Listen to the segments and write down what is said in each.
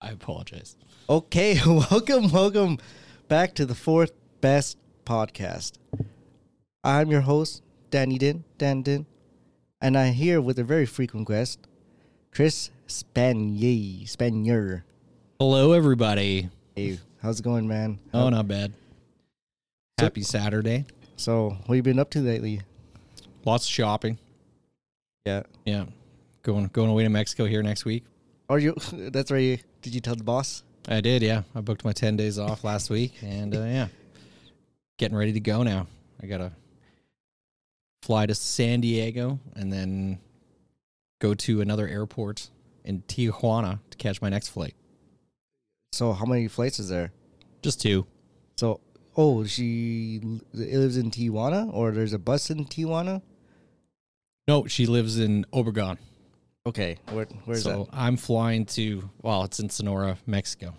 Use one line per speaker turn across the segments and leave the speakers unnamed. I apologize.
Okay, welcome, welcome back to the fourth best podcast. I'm your host, Danny Din, Dan Din, and I'm here with a very frequent guest, Chris Spanier. Spanier.
Hello, everybody.
Hey, how's it going, man?
Oh, not bad. Happy Saturday.
So, what you been up to lately?
Lots of shopping.
Yeah.
Yeah, going going away to Mexico here next week.
Are you? That's right. you- Did you tell the boss?
I did. Yeah, I booked my ten days off last week, and uh, yeah, getting ready to go now. I gotta fly to San Diego and then go to another airport in Tijuana to catch my next flight.
So, how many flights is there?
Just two.
So, oh, she l- lives in Tijuana, or there's a bus in Tijuana.
No, she lives in Obregon.
Okay, where, where's
so I'm flying to well, it's in Sonora, Mexico.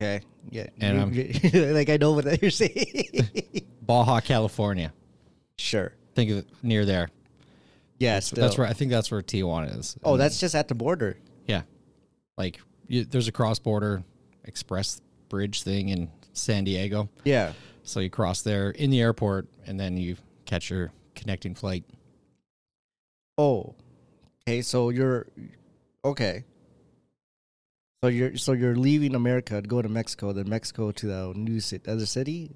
that? Okay, yeah,
And
you- you- like I know what you're saying.
Baja California.
sure.
Think of it near there.
Yeah,
That's
still.
right. I think that's where Tijuana is.
Oh,
And,
that's just at the border.
yeah. Like you, there's a cross border express bridge thing in San Diego.
Yeah.
So you cross there in the airport and then you catch your connecting flight.
Oh. Okay, so you're okay. So you're so you're leaving America to go to Mexico, then Mexico to the new city, other city.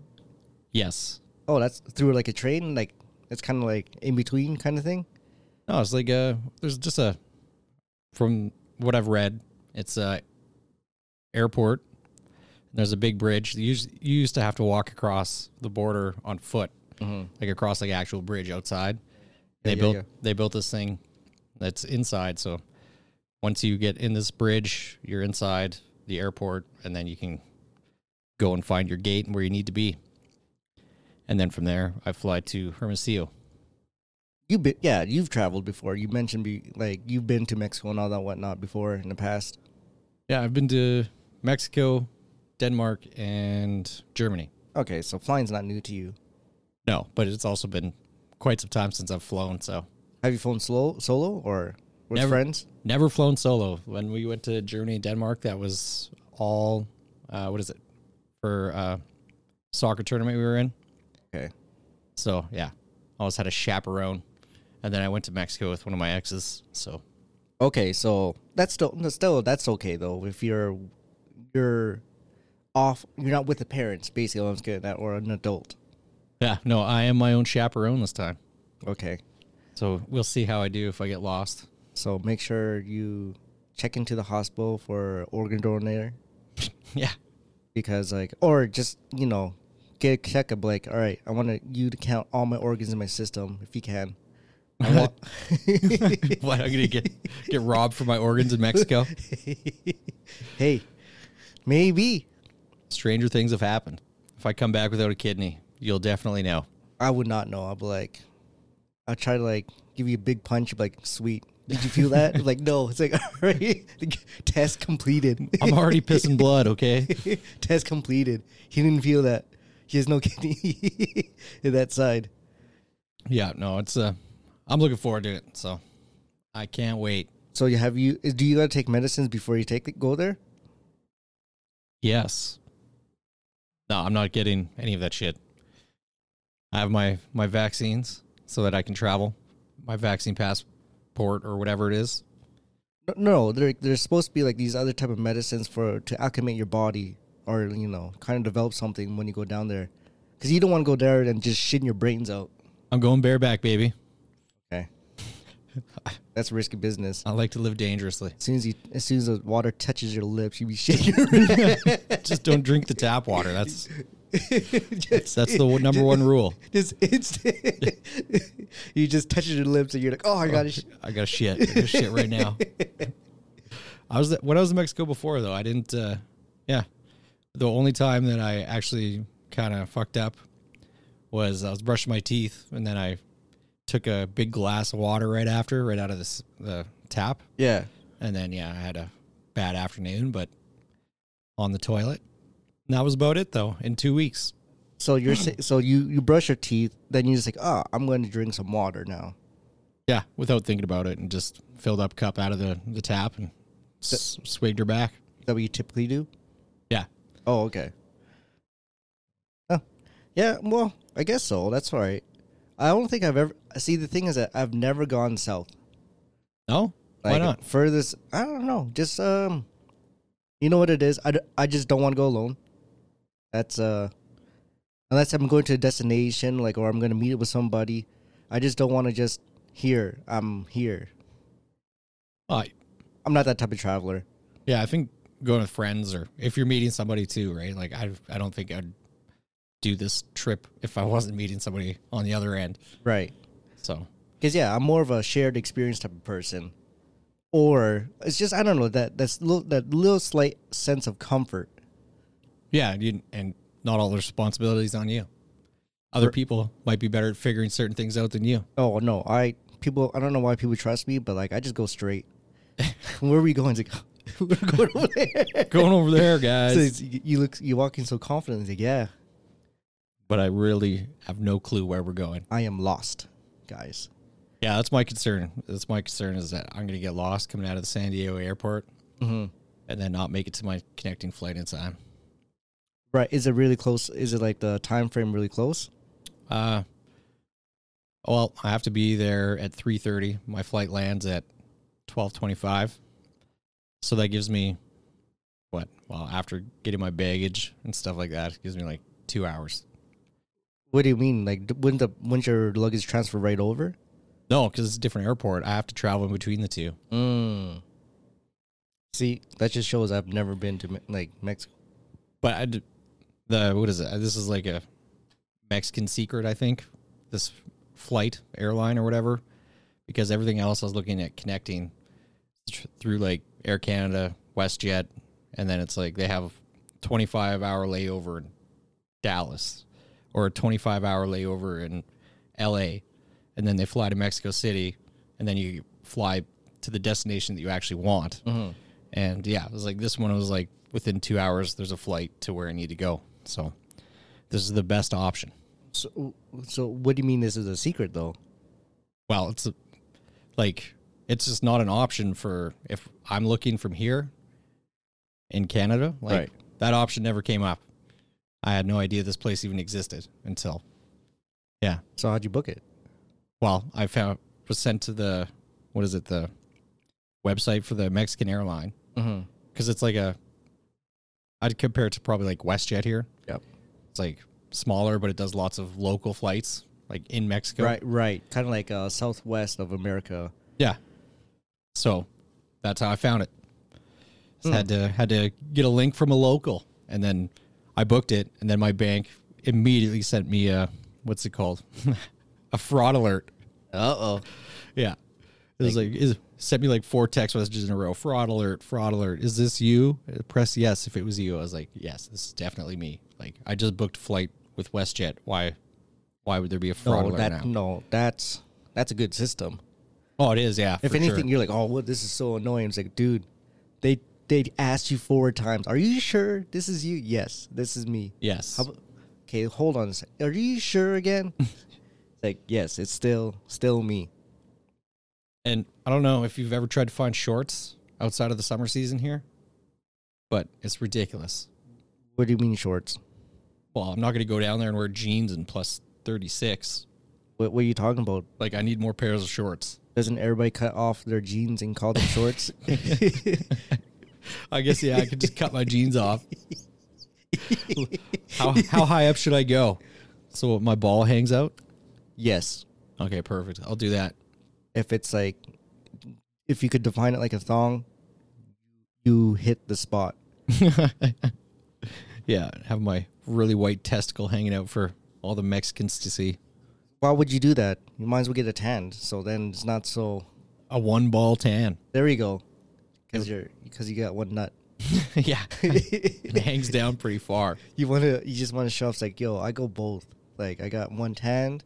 Yes.
Oh, that's through like a train, like it's kind of like in between kind of thing.
No, it's like uh there's just a from what I've read, it's a airport. There's a big bridge. You used, you used to have to walk across the border on foot, like across like actual bridge outside. They
Mm-hmm. Yeah, yeah,
built
yeah.
they built this thing that's inside. So once you get in this bridge, you're inside the airport, and then you can go and find your gate and where you need to be. And then from there, I fly to Hermosillo.
You been yeah, you've traveled before. You mentioned be, like you've been to Mexico and all that whatnot before in the past.
Yeah, I've been to Mexico, Denmark, and Germany.
Okay, so flying's not new to you.
No, but it's also been quite some time since I've flown. So
Have you flown solo, solo or with
Never.
friends?
never flown solo. When we went to Germany and Denmark, that was all. Uh, what is it for uh, soccer tournament we were in?
Okay.
So yeah, always had a chaperone, and then I went to Mexico with one of my exes. So
Okay, so that's still that's still that's okay though if you're you're off you're not with the parents basically what I'm getting at or an adult.
yeah, no, I am my own chaperone this time.
Okay,
So we'll see how I do if I get lost.
so make sure you check into the hospital for organ donator
yeah,
because like or just you know get a checkup like all right I want you to count all my organs in my system if you can. I want-
what I'm gonna get get robbed for my organs in Mexico.
hey, maybe
Stranger things have happened. If I come back without a kidney, you'll definitely know.
I would not know. I'd be like, I'll try to like give you a big punch. You'd be like, sweet. Did you feel that? like, no. It's like, all right, test completed.
I'm already pissing blood. Okay,
test completed. He didn't feel that. He has no kidney in that side.
yeah, no, it's uh, I'm looking forward to it. So I can't wait.
So you have you? Do you gotta take medicines before you take it, go there?
Yes. No, I'm not getting any of that shit. I have my my vaccines so that I can travel. My vaccine passport or whatever it is.
No, no there, there's supposed to be like these other type of medicines for to acclimate your body or you know kind of develop something when you go down there, because you don't want to go there and just shitting your brains out.
I'm going bareback, baby.
Okay, that's risky business.
I like to live dangerously.
As soon as you, as soon as the water touches your lips, you be shaking. Your
Just don't drink the tap water. That's
just,
that's the number one rule.
just instant. you just touch your lips and you're like, oh, I got it.
I got shit. I got shit right now. I was when I was in Mexico before though. I didn't. Uh, yeah, the only time that I actually kind of fucked up was I was brushing my teeth and then I took a big glass of water right after, right out of this the tap,
Yeah.
and then yeah, I had a bad afternoon, but on the toilet. And that was about it though. In two weeks,
So you're sa- so you you brush your teeth, then you just like, oh, I'm going to drink some water now.
yeah, without thinking about it, and just filled up cup out of the the tap and s- swigged her back.
that we typically do?
Yeah.
Oh, okay. Oh, yeah. Well, I guess so. That's all right. I don't think I've ever. See, the thing is that I've never gone south.
No? Why
Like,
not?
Furthest, I don't know. Just um, you know what it is. I, d- I just don't want to go alone. That's uh, unless I'm going to a destination like or I'm gonna meet up with somebody. I just don't want to just here. I'm here.
Oh,
I'm not that type of traveler.
yeah, I think going with friends or if you're meeting somebody too, right? Like I I don't think I'd do this trip if I wasn't meeting somebody on the other end.
Right.
So
Because yeah, I'm more of a shared experience type of person. Or it's just I don't know that that's little, that little slight sense of comfort.
yeah, you, and not all the responsibilities on you. Other people might be better at figuring certain things out than you.
Oh no, I people I don't know why people trust me, but like I just go straight. Where are we going? It's like we're going over there.
Going over there,
So
guys.
it's- you look you walk in so confident. It's like yeah,
but I really have no clue where we're going.
I am lost, guys.
Yeah, that's my concern. That's my concern is that I'm going to get lost coming out of the San Diego airport and then not make it to my connecting flight in time.
Right? Is it really close? Is it like the time frame really close?
Uh, well, I have to be there at 3.30. My flight lands at 12.25. So that gives me, what? Well, after getting my baggage and stuff like that, it gives me like two hours.
What do you mean? Like d- wouldn't the wouldn't your luggage transfer right over?
No, because it's a different airport. I have to travel in between the two.
Mm. See, that just shows I've never been to Me- like Mexico.
but I d the what is it? This is like a Mexican secret, I think. This flight airline or whatever, because everything else I was looking at connecting tr- through like Air Canada, WestJet, and then it's like they have twenty five hour layover in Dallas or a twenty five hour layover in L.A. and then they fly to Mexico City, and then you fly to the destination that you actually want. And yeah, it was like this one was like within two hours, there's a flight to where I need to go. So this is the best option.
So, so what do you mean this is a secret though?
Well, it's a, like it's just not an option for if I'm looking from here in Canada. Like
Right.
that option never came up. I had no idea this place even existed until yeah.
So how'd you book it?
Well, I found was sent to the what is it the website for the Mexican airline
Mm-hmm.
because it's like a I'd compare it to probably like WestJet here.
Yep.
It's like smaller, but it does lots of local flights, like in Mexico.
Right, right. Kind of like uh, southwest of America.
Yeah. So that's how I found it. Just Had
Hmm.
to had to get a link from a local, and then I booked it, and then my bank immediately sent me a what's it called, a fraud alert.
Uh oh.
Yeah. It was like is sent me like four text messages in a row. Fraud alert, fraud alert. Is this you? Uh, Press yes if it was you. I was like, yes, this is definitely me. Like I just booked a flight with WestJet. Why why would there be a fraud
No,
alert
Oh, that
now?
no, that's that's a good system.
Oh, it is, yeah.
If
for sure.
anything, you're like, oh, what? This is so annoying. It's like, dude, they they asked you four times. Are you sure this is you? Yes, this is me.
yes.
How about, okay, hold on a sec. Are you sure again? it's like, yes, it's still still me.
And I don't know if you've ever tried to find shorts outside of the summer season here, but it's ridiculous.
What do you mean shorts?
Well, I'm not going to go down there and wear jeans and plus 36.
What, what are you talking about?
Like, I need more pairs of shorts.
Doesn't everybody cut off their jeans and call them shorts?
I guess, yeah, I could just cut my jeans off. How, how high up should I go? So my ball hangs out?
yes.
Okay, perfect. I'll do that.
if it's like if you could define it like a thong, you hit the spot.
Yeah, have my really white testicle hanging out for all the Mexicans to see.
Why would you do that? You might as well get a tan. So then it's not so.
A one ball tan.
There you go, because you're because you got one nut.
yeah. it hangs down pretty far.
You want to you just want to show off it's like yo, I go both. Like I got one tan,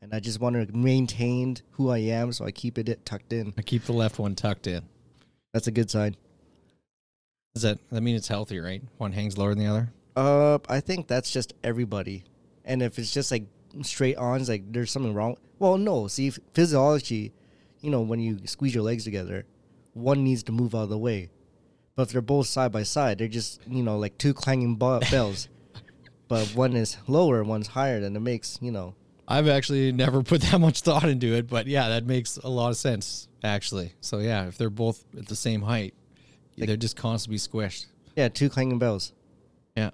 and I just want to maintain who I am, so I keep it tucked in.
I keep the left one tucked in.
That's a good sign.
Does that that mean it's healthy, right? One hangs lower than the other.
Uh, I think that's just everybody. And if it's just like straight on, it's like there's something wrong. Well, no. See, ph- physiology, you know, when you squeeze your legs together, one needs to move out of the way. But if they're both side by side, they're just you know like two clanging ba- bells. but one is lower, one's higher, then it makes you know
I've actually never put that much thought into it, but yeah, that makes a lot of sense actually. So yeah, if they're both at the same height,
Like-
they're just constantly squished.
yeah two clanging bells.
Yeah.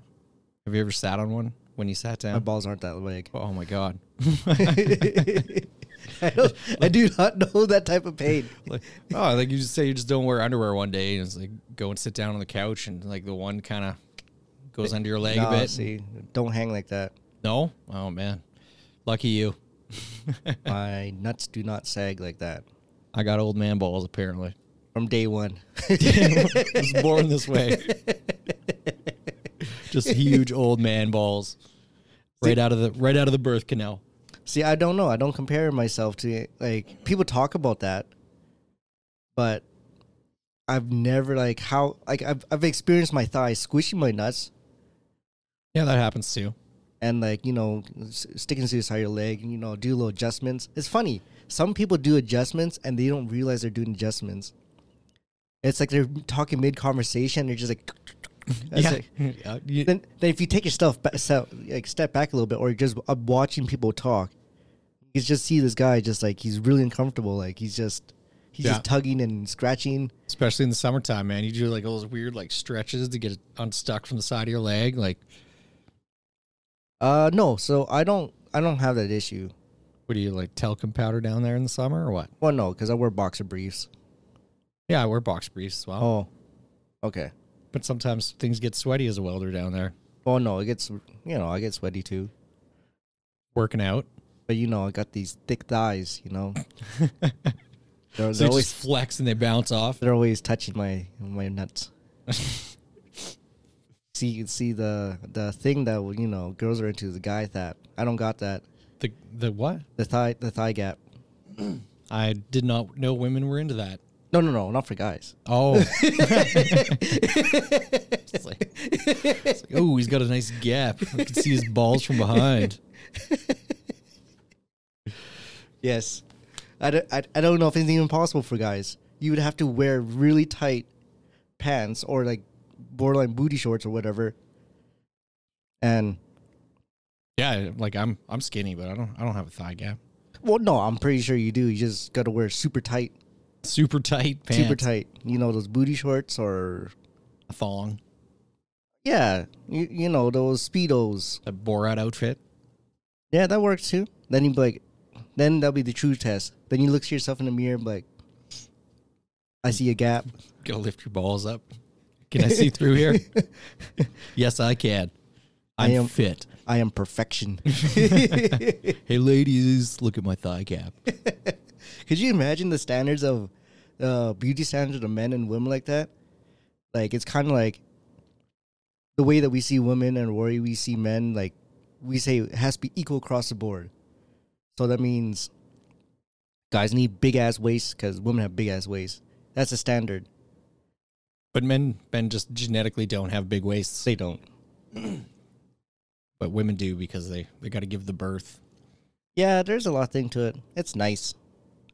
Have you ever sat on one when you sat
My
down?
balls aren't that big.
Oh my god.
I, don't, I do not know that type of pain.
like, oh, like you just say you just don't wear underwear one day and it's like go and sit down on the couch and like the one kind of goes under your leg
Nah,
a bit.
see, don't hang like that.
No? Oh man. Lucky you.
My nuts do not sag like that
I got old man balls apparently.
from day one.
was born this way. Just huge old man balls. Right out of the right out of the birth canal.
See, I don't know. I don't compare myself to like people talk about that, but I've never like how like I've I've experienced my thighs squishing my nuts
Yeah, that happens too.
and like you know s- sticking to the side of your leg and you know do little adjustments. It's funny. Some people do adjustments and they don't realize they're doing adjustments. It's like they're talking mid conversation. They're just like, That's
yeah.
like-
Yeah, you-
then, then if you take yourself back, so, like step back a little bit, or just uh, watching people talk, you can just see this guy just like he's really uncomfortable. Like he's just he's
Yeah.
just tugging and scratching.
especially in the summertime, man. You do like all those weird like stretches to get it unstuck from the side of your leg. Like,
Uh, no, so I don't I don't have that issue.
what do you like talcum powder down there in the summer or what?
Well, no, because I wear boxer briefs.
Yeah, I wear box briefs as well.
Oh, okay.
But sometimes things get sweaty as a welder down there
Well, no, it gets you know I get sweaty too,
working out.
but you know I got these thick thighs. You know, they're,
So
they're
they
always
just flex and they bounce off.
they're always touching my my nuts. see, you can see the the thing that you know girls are into the guy that I don't got that
The the what?
the thigh the thigh gap.
I did not know women were into that.
No, no, no, not for guys.
Oh. It's like- it's like, oh, he's got a nice gap. I can see his balls from behind.
Yes, I don't, I, I don't know if it's even possible for guys. You would have to wear really tight pants or like borderline booty shorts or whatever. And
Yeah, like I'm I'm skinny, but I don't I don't have a thigh gap.
well, no, I'm pretty sure you do. You just got to wear super tight,
Super tight pants.
super tight. You know those booty shorts or
A thong.
Yeah, you, you know those speedos.
A Borat outfit.
Yeah, that works too. Then you be like, then that'll be the true test. Then you look to yourself in the mirror and be like, I see a gap.
Gotta lift your balls up. Can I see through here? yes, I can. I'm
I am-
fit.
I am perfection.
Hey, ladies, look at my thigh gap.
Could you imagine the standards of uh, beauty standards of men and women like that? Like it's kind of like the way that we see women and worry we see men. Like we say it has to be equal across the board. So that means guys need big ass waists because women have big ass waists. That's the standard.
But men, men just genetically don't have big waists,
They don't.
but women do because they they got to give the birth.
Yeah, there's a lot of thing to it. It's nice.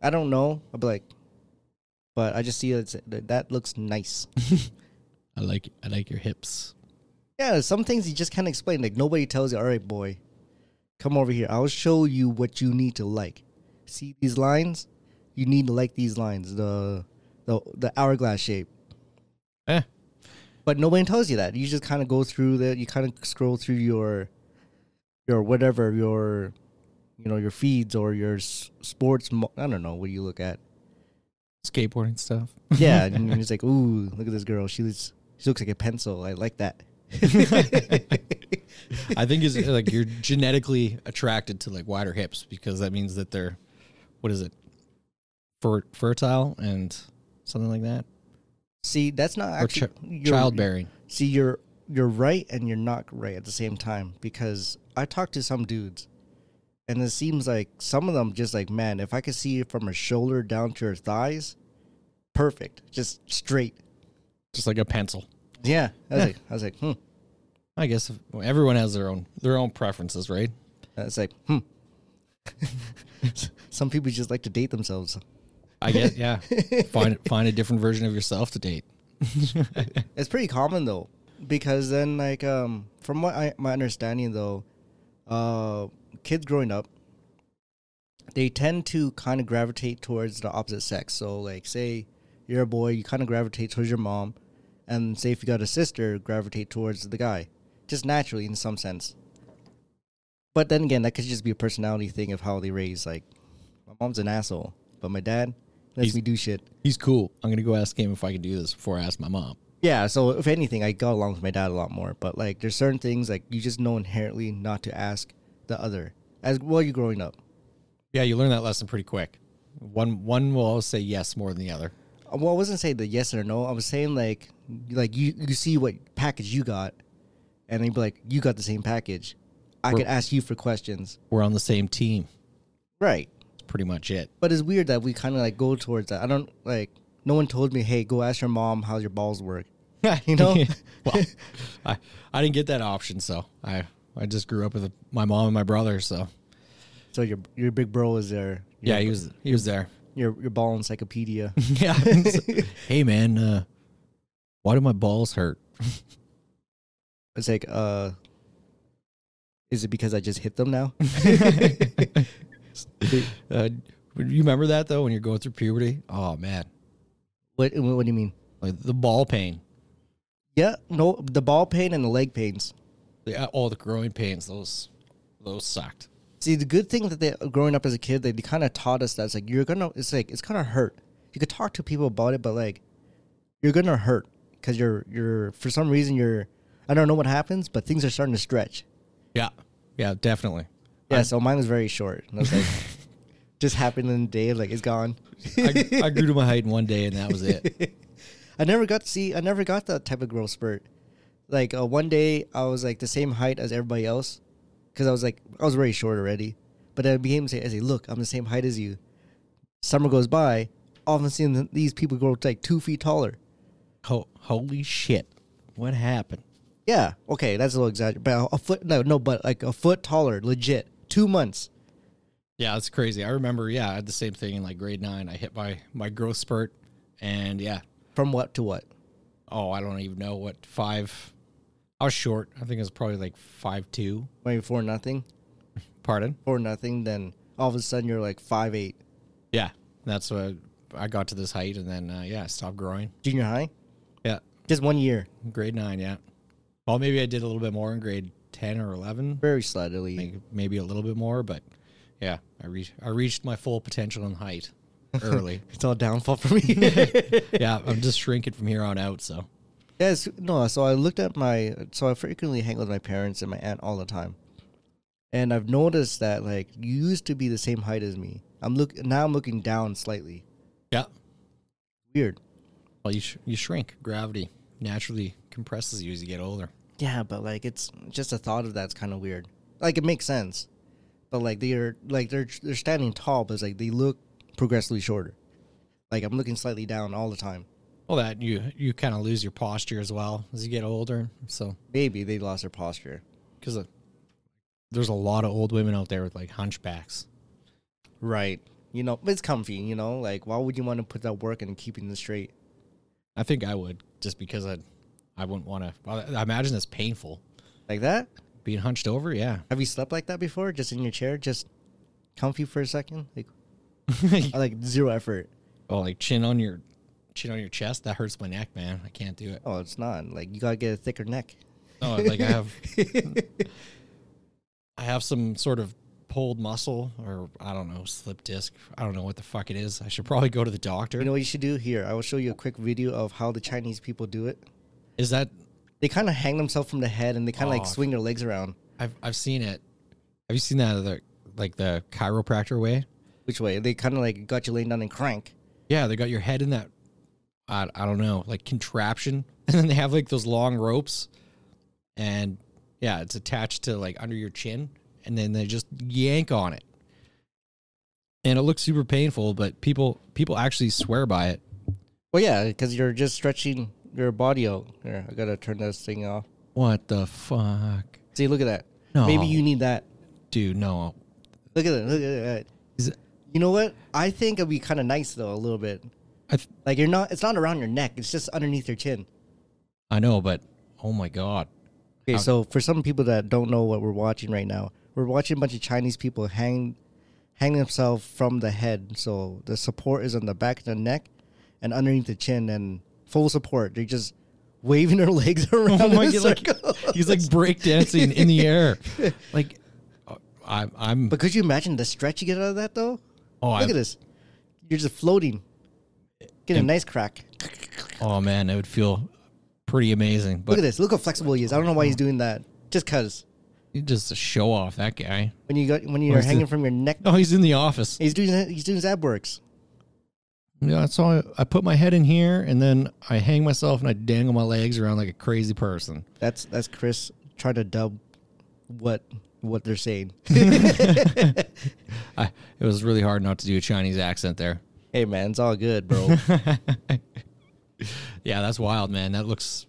I don't know. I'll be like, but I just see it's, that that looks nice.
I like I like your hips.
Yeah, some things you just can't explain. Like nobody tells you, all right, boy, come over here. I'll show you what you need to like. See these lines? You need to like these lines. The the the hourglass shape.
Eh,
But nobody tells you that. You just kind of go through that. You kind of scroll through your your whatever your you know your feeds or your s- sports. Mo- I don't know what you look at.
skateboarding stuff.
Yeah, and he's like, "Ooh, look at this girl. She looks she looks like a pencil. I like that."
I think is like you're genetically attracted to like wider hips because that means that they're what is it? Fer- fertile and something like that.
See, that's not
Or
actually
chi-
your-
childbearing.
See, you're you're right and you're not right at the same time because I talked to some dudes, and it seems like some of them just like, man, if I could see it from her shoulder down to her thighs, perfect, just straight.
Just like a pencil.
Yeah, I was like, I was like, hmm.
I guess if- well, everyone has their own their own preferences, right?
I was like, hmm. some people just like to date themselves.
I guess yeah. find find a different version of yourself to date.
It's pretty common though, because then like um from what I my understanding though, uh, kids growing up, they tend to kind of gravitate towards the opposite sex. So like, say you're a boy, you kind of gravitate towards your mom, and say if you got a sister, gravitate towards the guy, just naturally in some sense. But then again, that could just be a personality thing of how they raise. Like, my mom's an asshole, but my dad lets
He's-
me do shit.
He's cool. I'm gonna go ask him if I can do this before I ask my mom.
Yeah, so if anything, I got along with my dad a lot more. But like, there's certain things like you just know inherently not to ask the other as well. You're growing up.
Yeah, you learn that lesson pretty quick. One one will always say yes more than the other.
Uh, Well, I wasn't saying the yes or no. I was saying like, like you you see what package you got, and then you'd be like, you got the same package. I
We're-
could ask you for questions,
We're on the same team.
right?
That's pretty much it.
But it's weird that we kind of like go towards that. I don't like. No one told me, hey, go ask your mom how your balls work. You know?
well, I I didn't get that option, so I I just grew up with my mom and my brother. So
So your your big bro is there.
yeah, he was he was there.
your your ball encyclopedia.
yeah. hey man, uh, why do my balls hurt?
It's like, uh, is it because I just hit them now?
Uh, you remember that though when you're going through puberty? Oh man,
what, what do you mean?
like the ball pain,
Yeah, no, the ball pain and the leg pains.
the, uh, all the growing pains. Those those sucked.
See, the good thing that they growing up as a kid, they, they kind of taught us that it's like you're gonna, it's like it's gonna hurt. You could talk to people about it, but like you're gonna hurt because you're you're for some reason you're I don't know what happens, but things are starting to stretch.
Yeah, yeah, definitely.
Yeah, so mine was very short. And I was like, just happened in the day, like it's gone.
I, I grew to my height in one day, and that was it.
I never got to see. I never got that type of growth spurt. Like uh, one day, I was like the same height as everybody else, because I was like I was very short already. But then I became say, I say, look, I'm the same height as you. Summer goes by, all of a sudden these people grow to like two feet taller.
Ho- holy shit, what happened?
Yeah, okay, that's a little exaggerated, but a foot no, no, but like a foot taller, legit, two months.
Yeah, that's crazy. I remember. Yeah, I had the same thing in like grade nine. I hit my my growth spurt, and yeah,
From what to what?
oh, I don't even know what five. I was short. I think it was probably like five two.
Maybe four nothing,
Pardon.
four nothing. Then all of a sudden you're like five eight,
Yeah, that's what I got to this height, and then uh, yeah, I stopped growing.
junior high,
Yeah,
just one year,
grade nine. Yeah, well, maybe I did a little bit more in grade ten or eleven,
very slightly.
like maybe a little bit more, but yeah, I reached I reached my full potential in height early.
It's all downfall for me.
yeah, I'm just shrinking from here on out. So
Yes, no. So I looked at my. So I frequently hang with my parents and my aunt all the time, and I've noticed that like you used to be the same height as me. I'm look now. I'm looking down slightly.
yeah,
Weird.
well you sh- you shrink. Gravity naturally compresses you as you get older.
Yeah, but like it's just the thought of that's kind of weird. Like it makes sense, but like they're like they're they're standing tall, but it's like they look progressively shorter. Like I'm looking slightly down all the time.
Well, that you you kind of lose your posture as well as you get older. So
Maybe they lost their posture.
because there's a lot of old women out there with like hunchbacks.
Right. You know, but it's comfy. You know, like why would you want to put that work in keeping this straight?
I think I would just because I, I wouldn't want to. Well, I imagine it's painful
Like that?
being hunched over. Yeah,
Have you slept like that before? Just in your chair, just comfy for a second, like I like zero effort.
oh, like chin on your, chin on your chest. That hurts my neck, man. I can't do it.
Oh, it's not like you gotta get a thicker neck.
No, like Oh, I have, I have some sort of pulled muscle or I don't know slip disc. I don't know what the fuck it is. I should probably go to the doctor.
You know what you should do here? I will show you a quick video of how the Chinese people do it.
is that
They kind of hang themselves from the head and they kind of
Oh.
like swing their legs around.
I've I've seen it. Have you seen that other like the chiropractor way?
Which way? They kind of like got you laying down and crank.
Yeah, they got your head in that. I, I don't know, like contraption, and then they have like those long ropes, and yeah, it's attached to like under your chin, and then they just yank on it, and it looks super painful. But people people actually swear by it.
Well, yeah, because you're just stretching your body out. Here, I gotta turn this thing off.
What the fuck,
See, look at that.
No.
Maybe you need that.
dude? No,
Look at that. Look at that.
Is it-
You know what? I think it'd be kind of nice though, a little bit.
I, th-
Like you're not. It's not around your neck. It's just underneath your chin.
I know, but oh my god,
Okay,
How-
so for some people that don't know what we're watching right now, we're watching a bunch of Chinese people hang hang themselves from the head. So the support is on the back of the neck and underneath the chin and full support. They're just waving their legs around
oh my
in a
god, like,
circle.
he's like breakdancing in the air, like uh, I'm I'm
But could you imagine the stretch you get out of that though?
oh
Look
I,
at this. You're just floating. Get a nice crack.
oh man, it would feel pretty amazing.
Look
But Uh-huh.
at this. Look how flexible he is. I don't know why he's doing that. Just cause.
he's just a show off that guy.
When you got when you're
is it?
hanging from your neck
Oh, he's in the office.
he's doing he's doing his ab works.
Yeah, that's all. I, I put my head in here, and then I hang myself, and I dangle my legs around like a crazy person.
That's that's Chris trying to dub what what they're saying.
I, it was really hard not to do a Chinese accent there.
hey man, it's all good, bro.
Yeah, that's wild, man. That looks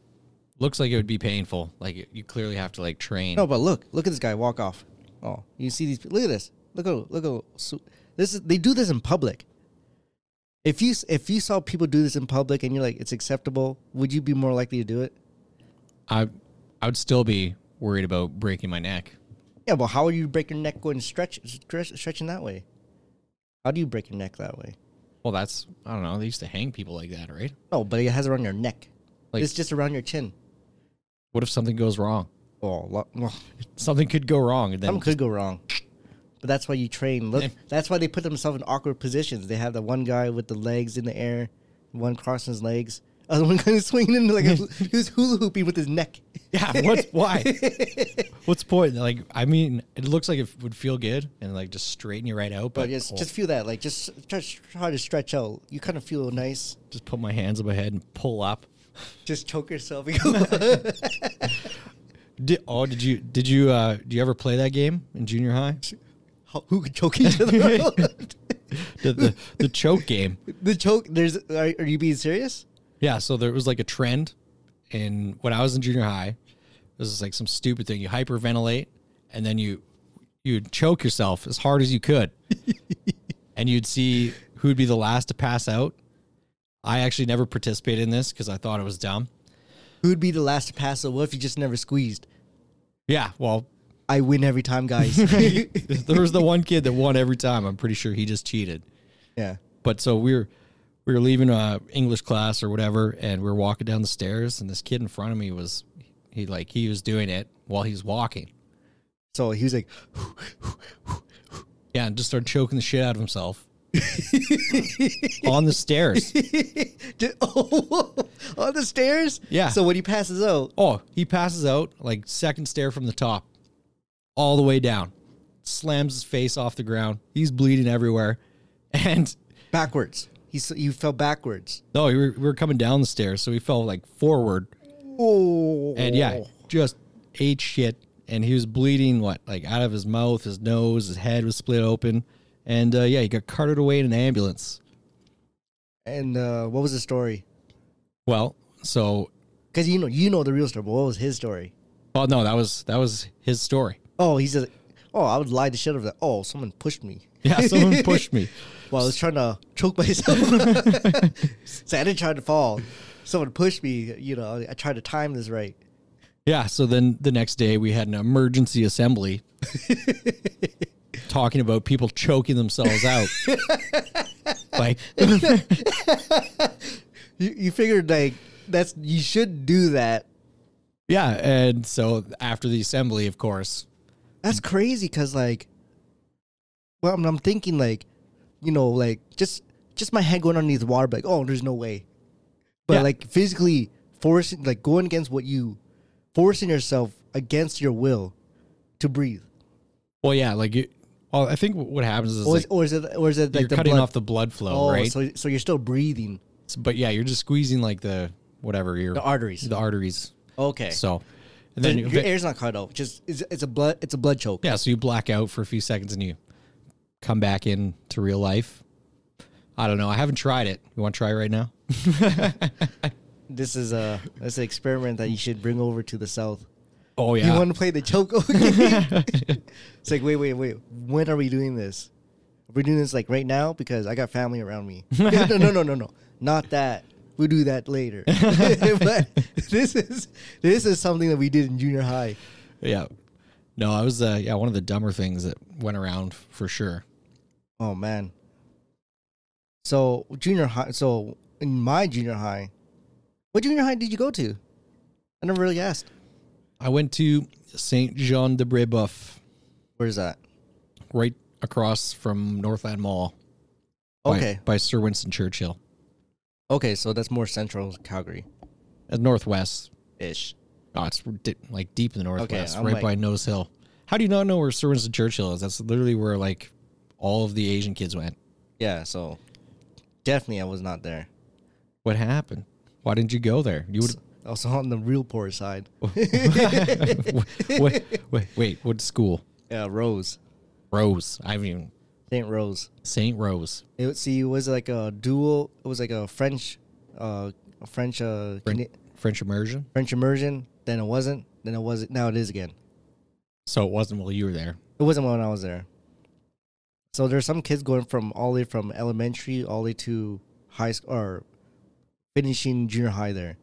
looks like it would be painful. Like you clearly have to like train.
no, but look, look at this guy walk off. Oh, you see these? Look at this. Look at look at so- this. Is, they do this in public. If you s- if you saw people do this in public and you're like it's acceptable, would you be more likely to do it?
I I would still be worried about breaking my neck.
Yeah, but how are you break your neck going stretch, stretch stretching that way? How do you break your neck that way?
Well, that's I don't know. They used to hang people like that, right?
No, but it has around your neck.
Like-
it's just around your chin.
What if something goes wrong?
Oh, lo- well,
Something could go wrong, and then
Something could go wrong. But that's why you train. Look, that's why they put themselves in awkward positions. They have the one guy with the legs in the air, one crossing his legs, other one kind of swinging in like a, he was hula hooping with his neck.
yeah, what? Why? What's the point? Like, I mean, it looks like it would feel good and like just straighten you right out, but,
But just,
oh,
just feel that, like just try, try to stretch out. You kind of feel nice.
just put my hands up my head and pull up.
Just choke yourself.
Did, oh, did you did you uh, do you ever play that game in junior high?
Who could choke each other? out?
The the, the choke game.
the choke. There's. Are, are you being serious?
Yeah, so there was like a trend in when I was in junior high. This is like some stupid thing. You hyperventilate and then you you'd choke yourself as hard as you could. and you'd see who'd be the last to pass out. I actually never participated in this because I thought it was dumb.
Who'd be the last to pass? So what if you just never squeezed?
Yeah, well,
I win every time, guys.
there was the one kid that won every time. I'm pretty sure he just cheated.
yeah.
But so we were we were leaving uh English class or whatever, and we were walking down the stairs, and this kid in front of me was he like he was doing it while he was walking.
So he was like,
Yeah, and just started choking the shit out of himself on the stairs.
Did- oh, on the stairs?
Yeah.
So when he passes out,
Oh, he passes out like second stair from the top, all the way down, slams his face off the ground. He's bleeding everywhere, and
backwards. He s- he fell backwards.
no, we were, we were coming down the stairs, so he fell like forward,
Oh.
and yeah, just ate shit, and he was bleeding. What like out of his mouth, his nose, his head was split open, and uh, yeah, he got carted away in an ambulance.
And uh, what was the story?
Well, so
Because you know you know the real story. But what was his story?
well, no, that was that was his story.
Oh, he said, "Oh, I would lie the shit over that. Oh, someone pushed me.
Yeah, someone pushed me.
Well, I was trying to choke myself. so I didn't try to fall. Someone pushed me. You know, I tried to time this right.
Yeah, so then the next day we had an emergency assembly talking about people choking themselves out. like
You, you figured like that's you should do that
yeah, and so after the assembly, of course.
That's crazy because like, well, I'm, I'm thinking like, you know, like just just my head going underneath the water, but like, oh, there's no way. But
Yeah.
like physically forcing, like going against what you, forcing yourself against your will, to breathe.
Well, yeah, like you well, I think what happens is
Or,
like,
is, or is it or is it like
you're
the
cutting
blood?
off the blood flow,
oh,
right?
so so you're still breathing
but yeah, you're just squeezing like the whatever your
the arteries.
the arteries.
Okay, so
So and then
your
you-
air's not cut off. Just it's, it's a blood it's a blood choke.
Yeah, so you black out for a few seconds and you come back in to real life. I don't know. I haven't tried it. You want to try it right now?
This is a that's an experiment that you should bring over to the south.
Oh yeah.
You want to play the choco game? it's like, wait, wait, wait. When are we doing this? Are we doing this like right now? Because I got family around me. no, no, no, no, no. Not that. We'll do that later. but this is this is something that we did in junior high.
Yeah. No, I was uh, yeah one of the dumber things that went around for sure.
Oh man. So junior high. So in my junior high, what junior high did you go to? I never really asked.
I went to Saint Jean de Brebeuf,
Where's that?
right across from Northland Mall. by-
Okay.
by, Sir Winston Churchill
Okay. So that's more central Calgary
at Northwest.
ish.
Oh, it's di- like deep in the Northwest,
I'm
right
like-
by Nose Hill. How do you not know where Sir Winston Churchill is? That's literally where like all of the Asian kids went.
Yeah. So definitely I was not there.
What happened? Why didn't you go there? You would.
Also on the real poor side.
wait, wait, wait. What school?
yeah. Rose.
Rose. I haven't even
Saint Rose.
Saint Rose.
It was, see, it was like a dual. It was like a French, uh, a French, uh,
Fren-
Cana-
French immersion.
French immersion. Then it wasn't. Then it wasn't. Now it is again.
So it wasn't while you were there.
It wasn't when I was there. So there's some kids going from all the way from elementary all the way to high school or finishing junior high there.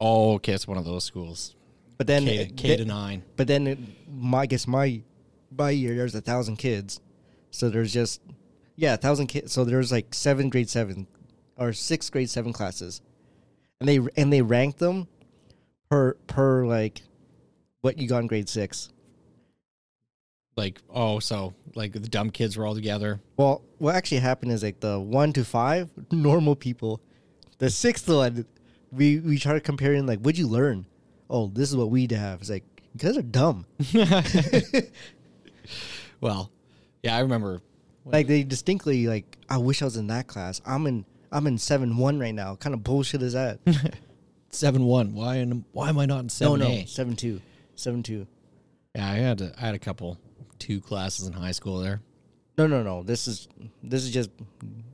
Oh, okay. It's one of those schools.
But then,
K, to- K to nine.
but then it, my I guess my my year there's a thousand kids, so there's just yeah a thousand kids. So there's like seven grade seven or sixth grade seven classes, and they and they ranked them per per like what you got in grade six.
Like, oh, so like the dumb kids were all together.
Well, what actually happened is like the one to five normal people, the sixth one, we we started comparing like, what'd you learn? Oh, this is what we'd have. It's like you guys are dumb.
Well, yeah, I remember.
like they distinctly like, I wish I was in that class. I'm in I'm in seven one right now. What kind of bullshit is that?
Seven one. Why and why am I not in
no,
seven
no,
A?
seven two, seven two.
Yeah, I had a, I had a couple two classes in high school there.
No, no, no. This is this is just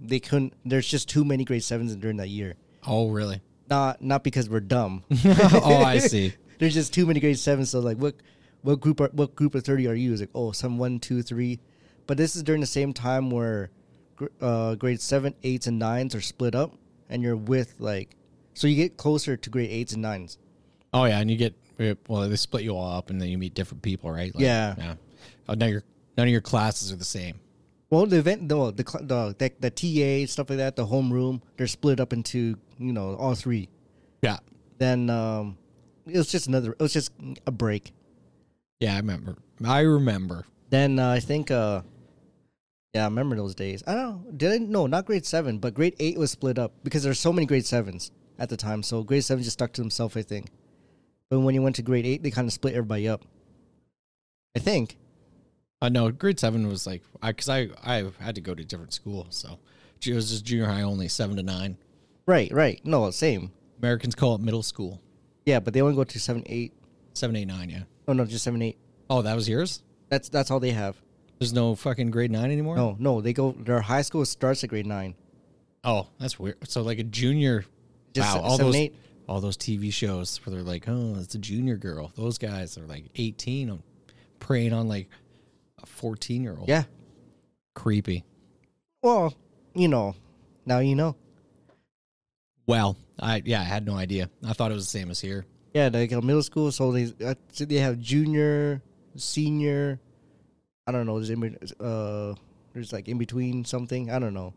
they couldn't. There's just too many grade sevens during that year.
Oh, really?
Not not because we're dumb.
oh, I see.
There's just too many grade sevens. So like, what what group are what group of thirty are you? It's like oh, some one, two, three. But this is during the same time where gr- uh, grade seven, eights, and nines are split up, and you're with like, so you get closer to grade eights and nines.
Oh, yeah, and you get well, they split you all up, and then you meet different people, right? Like,
Yeah.
Yeah. Oh, now your none of your classes are the same.
Well, the event, no, the cl- the the, the TA stuff like that, the homeroom, they're split up into you know all three.
Yeah.
Then um, it was just another. It was just a break.
Yeah, I remember. I remember.
Then uh, I think, uh, yeah, I remember those days. I don't did I no not grade seven, but grade eight was split up because there's so many grade sevens at the time. So grade seven just stuck to themselves, I think. But when you went to grade eight, they kind of split everybody up. I think.
Uh, no, grade seven was like I because I I had to go to different school, so it was just junior high only, seven to nine.
Right, right. No, same.
Americans call it middle school,
Yeah, but they only go to seven, eight.
seven, eight, nine. Yeah.
Oh no, just seven, eight.
Oh, that was yours.
That's that's all they have.
There's no fucking grade nine anymore.
No, no, they go. Their high school starts at grade nine.
Oh, that's weird. So like a junior.
Just
wow,
se-
all
seven,
those
eight.
all those TV shows where they're like, oh, it's a junior girl. Those guys are like 18, and preying on like a 14 year old.
Yeah.
creepy.
Well, you know, now you know.
Well, I yeah, I had no idea. I thought it was the same as here.
Yeah, like a middle school. So they uh, so they have junior, senior. I don't know. There's in, bet- uh, there's like in between something. I don't know.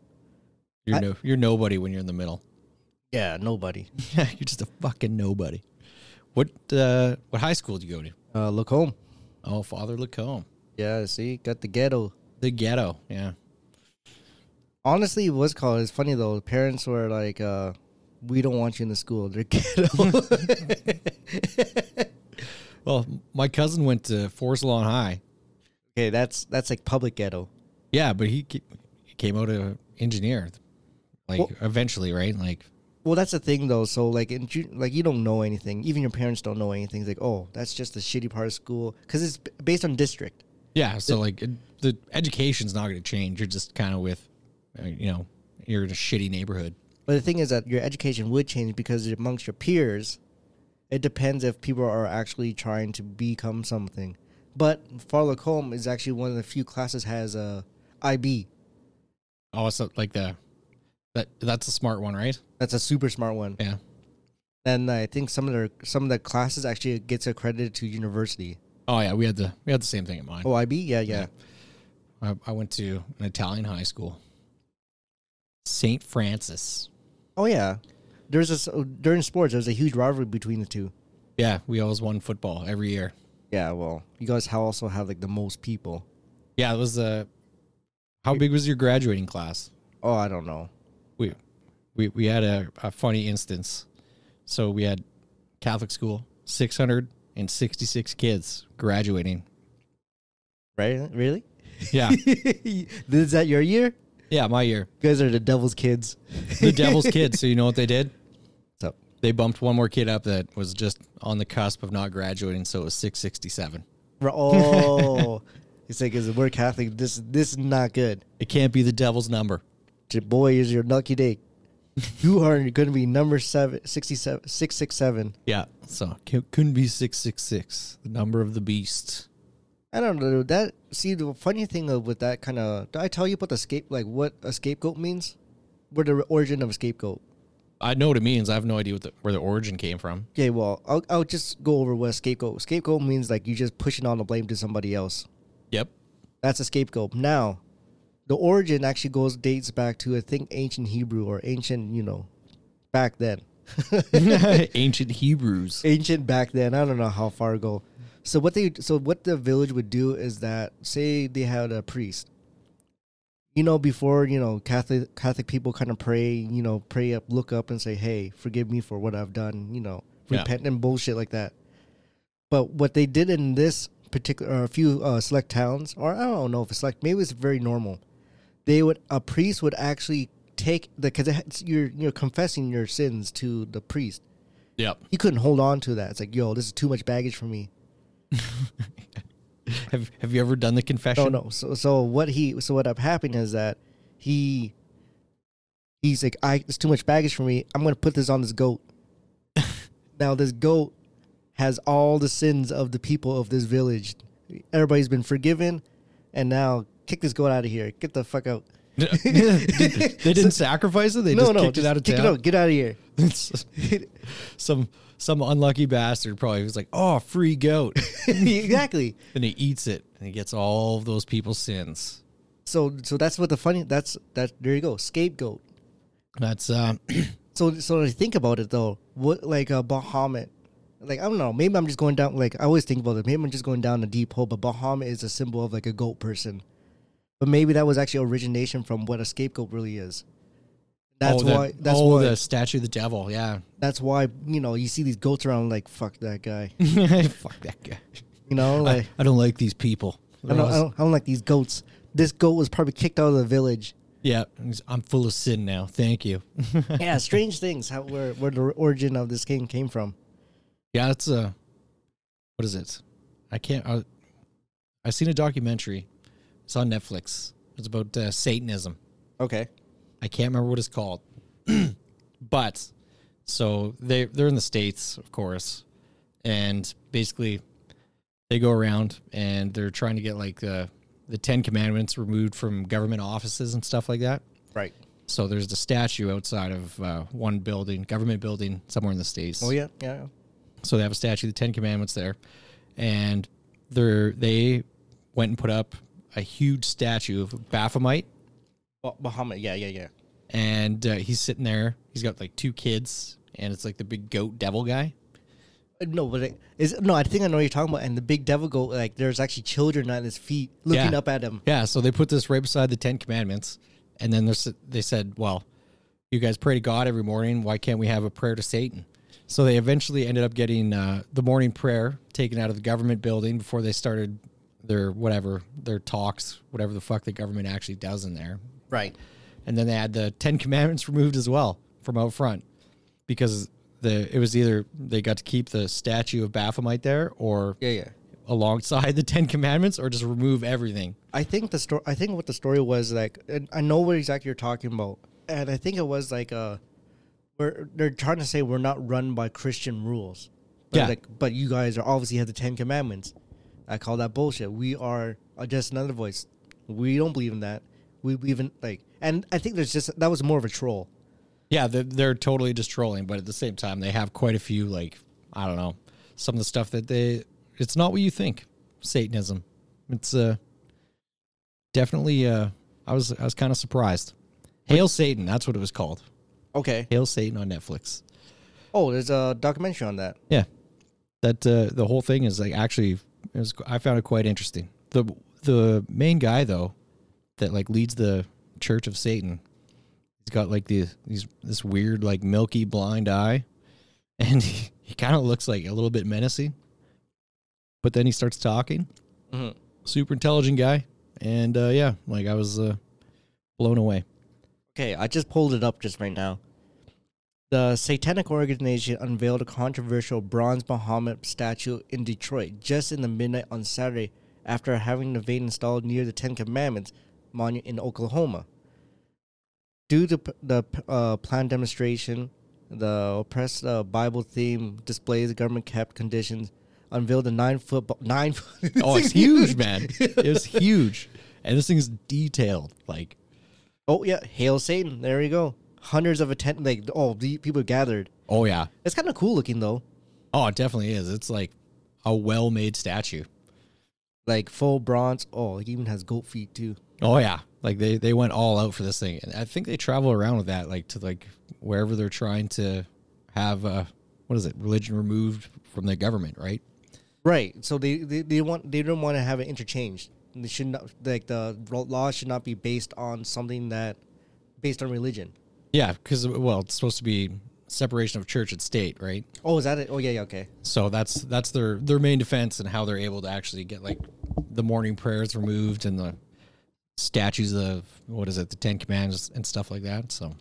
You're
I-
no, you're nobody when you're in the middle.
Yeah, nobody.
you're just a fucking nobody. What uh, what high school did you go to?
Uh, look home.
Oh, Father Lacombe,
Yeah, see, got the ghetto.
the ghetto. Yeah,
Honestly, it was called. It's funny though. Parents were like, uh, "We don't want you in the school. They're ghetto."
Well, my cousin went to Forest Lawn High.
okay, that's that's like public ghetto.
Yeah, but he ca- he came out a engineer, like
Well-
eventually, right? Like,
Well, that's the thing though. So like, in, ju- like you don't know anything. Even your parents don't know anything. It's like, oh, that's just the shitty part of school because it's b- based on district.
yeah. So like it- the education's not going to change. You're just kind of with, uh, you know, you're in a shitty neighborhood.
But the thing is that your education would change because amongst your peers, it depends if people are actually trying to become something. But Far Lacombe is actually one of the few classes has a IB.
Oh, it's not like the That that's a smart one, right?
That's a super smart one.
Yeah.
And I think some of their some of the classes actually gets accredited to university.
Oh yeah, we had the we had the same thing at mine.
OIB, yeah, yeah.
I, I went to an Italian high school, Saint Francis.
Oh yeah. There's this during sports. There's a huge rivalry between the two.
Yeah, we always won football every year.
Yeah, well, you guys ha- also have like the most people.
Yeah, it was uh, how big was your graduating class?
Oh, I don't know.
we we we had a, a funny instance. So we had Catholic school, six hundred and sixty six kids graduating.
Right? Really?
Yeah,
Is that your year?
yeah, my year,
You guys are the devil's kids.
the devil's kids. So you know what they did?
So
They bumped one more kid up that was just on the cusp of not graduating, so it was six sixty seven.
we're- oh, it's like 'cause we're Catholic. This this is not good.
It can't be the devil's number.
J- Boy, is your lucky day. You are going to be number seven, 67, 667.
Yeah, so c- couldn't be six six six, the number of the beast.
I don't know that. See, the funny thing of with that kind of, did I tell you about the scape? Like what a scapegoat means? Where the origin of a scapegoat?
I know what it means. I have no idea what the, where the origin came from.
Okay, well, I'll, I'll just go over what a scapegoat. Scapegoat means like you just pushing all the blame to somebody else.
Yep.
That's a scapegoat. Now, the origin actually goes dates back to I think ancient Hebrew or ancient, you know, back then.
Ancient Hebrews.
ancient back then. I don't know how far ago. So what they so what the village would do is that say they had a priest. You know, before you know Catholic Catholic people kind of pray, you know, pray up, look up, and say, "Hey, forgive me for what I've done." You know,
Yeah.
repent and bullshit like that. But what they did in this particular, or a few uh, select towns, or I don't know if it's like maybe it's very normal. They would a priest would actually take the because you're you're confessing your sins to the priest
Yep.
he couldn't hold on to that. It's like, yo, this is too much baggage for me.
Have Have you ever done the
No,
confession?
no. So, so what he, so what up happened is that he, he's like, I, it's too much baggage for me. I'm gonna put this on this goat. now this goat has all the sins of the people of this village. Everybody's been forgiven, and now kick this goat out of here. Get the fuck out.
they didn't sacrifice it. They
No,
just
no,
kicked
just
it out of
kick
town.
It out. Get out of here.
some some unlucky bastard probably was like, "Oh, free goat,"
exactly.
and he eats it and he gets all of those people's sins.
So, so that's what the funny. That's that. There you go. Scapegoat.
That's um,
So, so when I think about it though, what like uh, Bahamut, like I don't know, maybe I'm just going down. Like I always think about it. Maybe I'm just going down a deep hole. But Bahamut is a symbol of like a goat person. But maybe that was actually origination from what a scapegoat really is. That's
oh, the,
why. That's
oh,
why.
the statue of the devil. Yeah,
That's why you know you see these goats around. Like fuck that guy.
fuck that guy.
You know, like
I, I don't like these people.
I, don't, I, don't, I don't like these goats. This goat was probably kicked out of the village.
yeah, he's- I'm full of sin now. Thank you.
yeah, strange things. How where where the origin of this game came from?
Yeah, it's a what is it? I can't. I, I seen a documentary. It's on Netflix. It's about uh, Satanism.
Okay.
I can't remember what it's called, but so they they're in the states, of course, and basically they go around and they're trying to get like the the Ten Commandments removed from government offices and stuff like that.
Right.
So there's the statue outside of uh, one building, government building somewhere in the states.
Oh yeah. Yeah.
So they have a statue of the Ten Commandments there, and they're they went and put up a huge statue of Baphomet,
Bah- Bahamut. Yeah. Yeah. Yeah.
and uh, he's sitting there. He's got like two kids, and it's like the big goat devil guy.
No, but it is no. I think I know what you're talking about. And the big devil goat, like there's actually children on his feet looking
Yeah.
up at him.
Yeah, so they put this right beside the Ten Commandments, and then there's, they said, "Well, you guys pray to God every morning. Why can't we have a prayer to Satan?" So they eventually ended up getting uh, the morning prayer taken out of the government building before they started their whatever their talks, whatever the fuck the government actually does in there.
Right.
and then they had the Ten Commandments removed as well from out front because the it was either they got to keep the statue of Baphomet there or
Yeah. Yeah.
alongside the Ten Commandments or just remove everything.
I think the story. I think what the story was like. And I know what exactly you're talking about. And I think it was like uh, we're they're trying to say we're not run by Christian rules. But
Yeah.
Like, but you guys are obviously have the Ten Commandments. I call that bullshit. We are uh, just another voice. We don't believe in that. We believe in like And I think there's just that was more of a troll.
Yeah, they're, they're totally just trolling, but at the same time, they have quite a few like I don't know some of the stuff that they. It's not what you think. Satanism. It's uh definitely. Uh, I was I was kind of surprised. Hail Satan. That's what it was called.
Okay.
Hail Satan on Netflix.
Oh, there's a documentary on that.
Yeah, that uh, the whole thing is like actually it was. I found it quite interesting. the The main guy though, that like leads the Church of Satan, he's got like the these this weird like milky blind eye, and he, he kind of looks like a little bit menacing. But then he starts talking. Mm-hmm.
Mhm.
Super intelligent guy, and uh, yeah, like I was uh, blown away.
Okay, I just pulled it up just right now. The Satanic Organization unveiled a controversial bronze Muhammad statue in Detroit just in the midnight on Saturday after having the vein installed near the Ten Commandments monument in Oklahoma. Due to p- the p- uh, planned demonstration, the oppressed uh, Bible theme displays government kept conditions unveiled a nine foot bo- nine. foot-
Oh, it's huge, man! It was huge, and this thing's detailed. Like
Oh yeah, hail Satan! There you go. Hundreds of attend like oh the people gathered.
oh yeah,
It's kind of cool looking though,
Oh, it definitely is. It's like a well made statue.
like full bronze. Oh, it even has goat feet too.
Oh yeah. Like they, they went all out for this thing. And I think they travel around with that, like to like wherever they're trying to have uh what is it, religion removed from the government, right?
Right. So they they, they want they don't want to have it interchanged. They should not like the ro- law should not be based on something that based on religion.
Yeah, because well, it's supposed to be separation of church and state, right?
Oh, is that it? Oh yeah, yeah okay.
So that's that's their their main defense and how they're able to actually get like the morning prayers removed and the statues of what is it, the Ten Commandments and stuff like that. So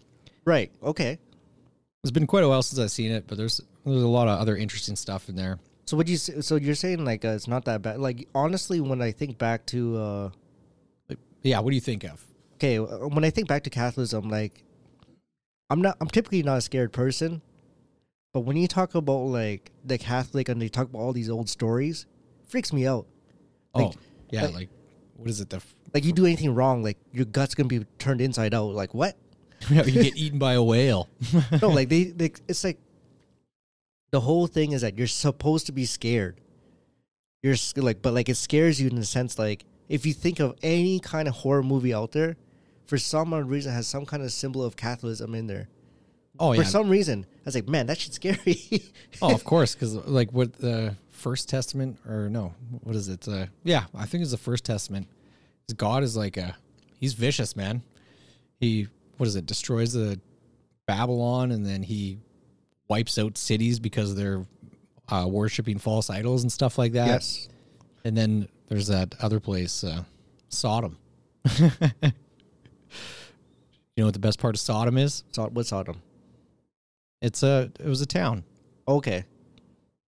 Right. Okay.
It's been quite a while since I've seen it, but there's there's a lot of other interesting stuff in there.
So what you s- so you're saying like uh, it's not that bad. Like honestly, when I think back to uh,
Yeah, what do you think of?
okay, uh, when I think back to Catholicism, like I'm not I'm typically not a scared person, but when you talk about like the Catholic and they talk about all these old stories, freaks me out.
Oh,
Like-
yeah,
like-
like, what is it? The f-
Like you do anything wrong, like your gut's gonna be turned inside out. Like what?
you get eaten by a whale.
No, like they, they it's like the whole thing is that you're supposed to be scared. You're s- like, but like it scares you in the sense like if you think of any kind of horror movie out there, for some odd reason it has some kind of symbol of Catholicism in there.
Oh yeah.
for some reason. I was like, man, that shit's scary.
oh, of course, because like what the First Testament or no, what is it? Uh, yeah, I think it's the First Testament. 'Cause God is like a he's vicious man. He what is it? Destroys the Babylon and then he wipes out cities because they're uh, worshiping false idols and stuff like that. And then there's that other place, uh, Sodom. you know what the best part of Sodom is?
So, what's Sodom?
It's a it was a town,
Okay.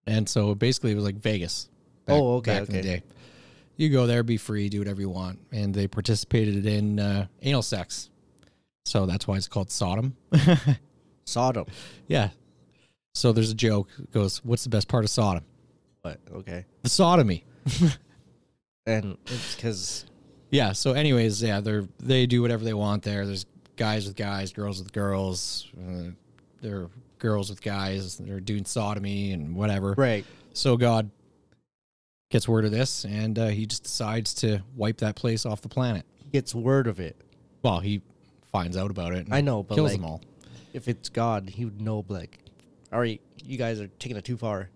and so basically it was like Vegas.
Oh, okay,
Back in the
okay.
day, you go there, be free, do whatever you want, and they participated in uh, anal sex, so that's why it's called Sodom.
Sodom.
yeah. So there's a joke it goes, "What's the best part of Sodom?
What? Okay.
The sodomy."
And it's because,
Yeah. So, anyways, yeah, they're they do whatever they want there. There's guys with guys, girls with girls. Uh, they're girls with guys. They're doing sodomy and whatever.
right.
So God gets word of this, and uh, he just decides to wipe that place off the planet.
He gets word of it.
Well, he finds out about it. And
I know, but
kills
like-
them all.
If it's God, he would know, like, all right, you guys are taking it too far.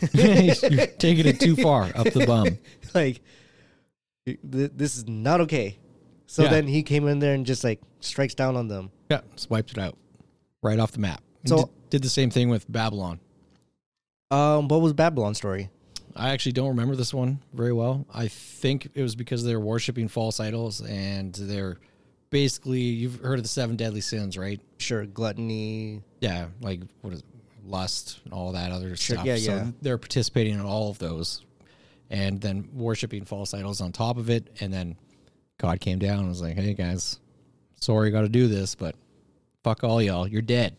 You're taking it too far up the bum.
like, th- this is not okay. So
Yeah.
then he came in there and just, like, strikes down on them.
Yeah, just wiped it out right off the map. And
So-
did, did the same thing with Babylon.
Um, What was Babylon story?
I actually don't remember this one very well. I think it was because they're worshiping false idols and they're basically you've heard of the seven deadly sins, right?
Sure, gluttony.
Yeah, like what is lust and all that other
Sure,
stuff.
yeah,
so
yeah.
they're participating in all of those and then worshiping false idols on top of it and then God came down and was like, "Hey guys, sorry got to do this, but fuck all y'all. You're dead."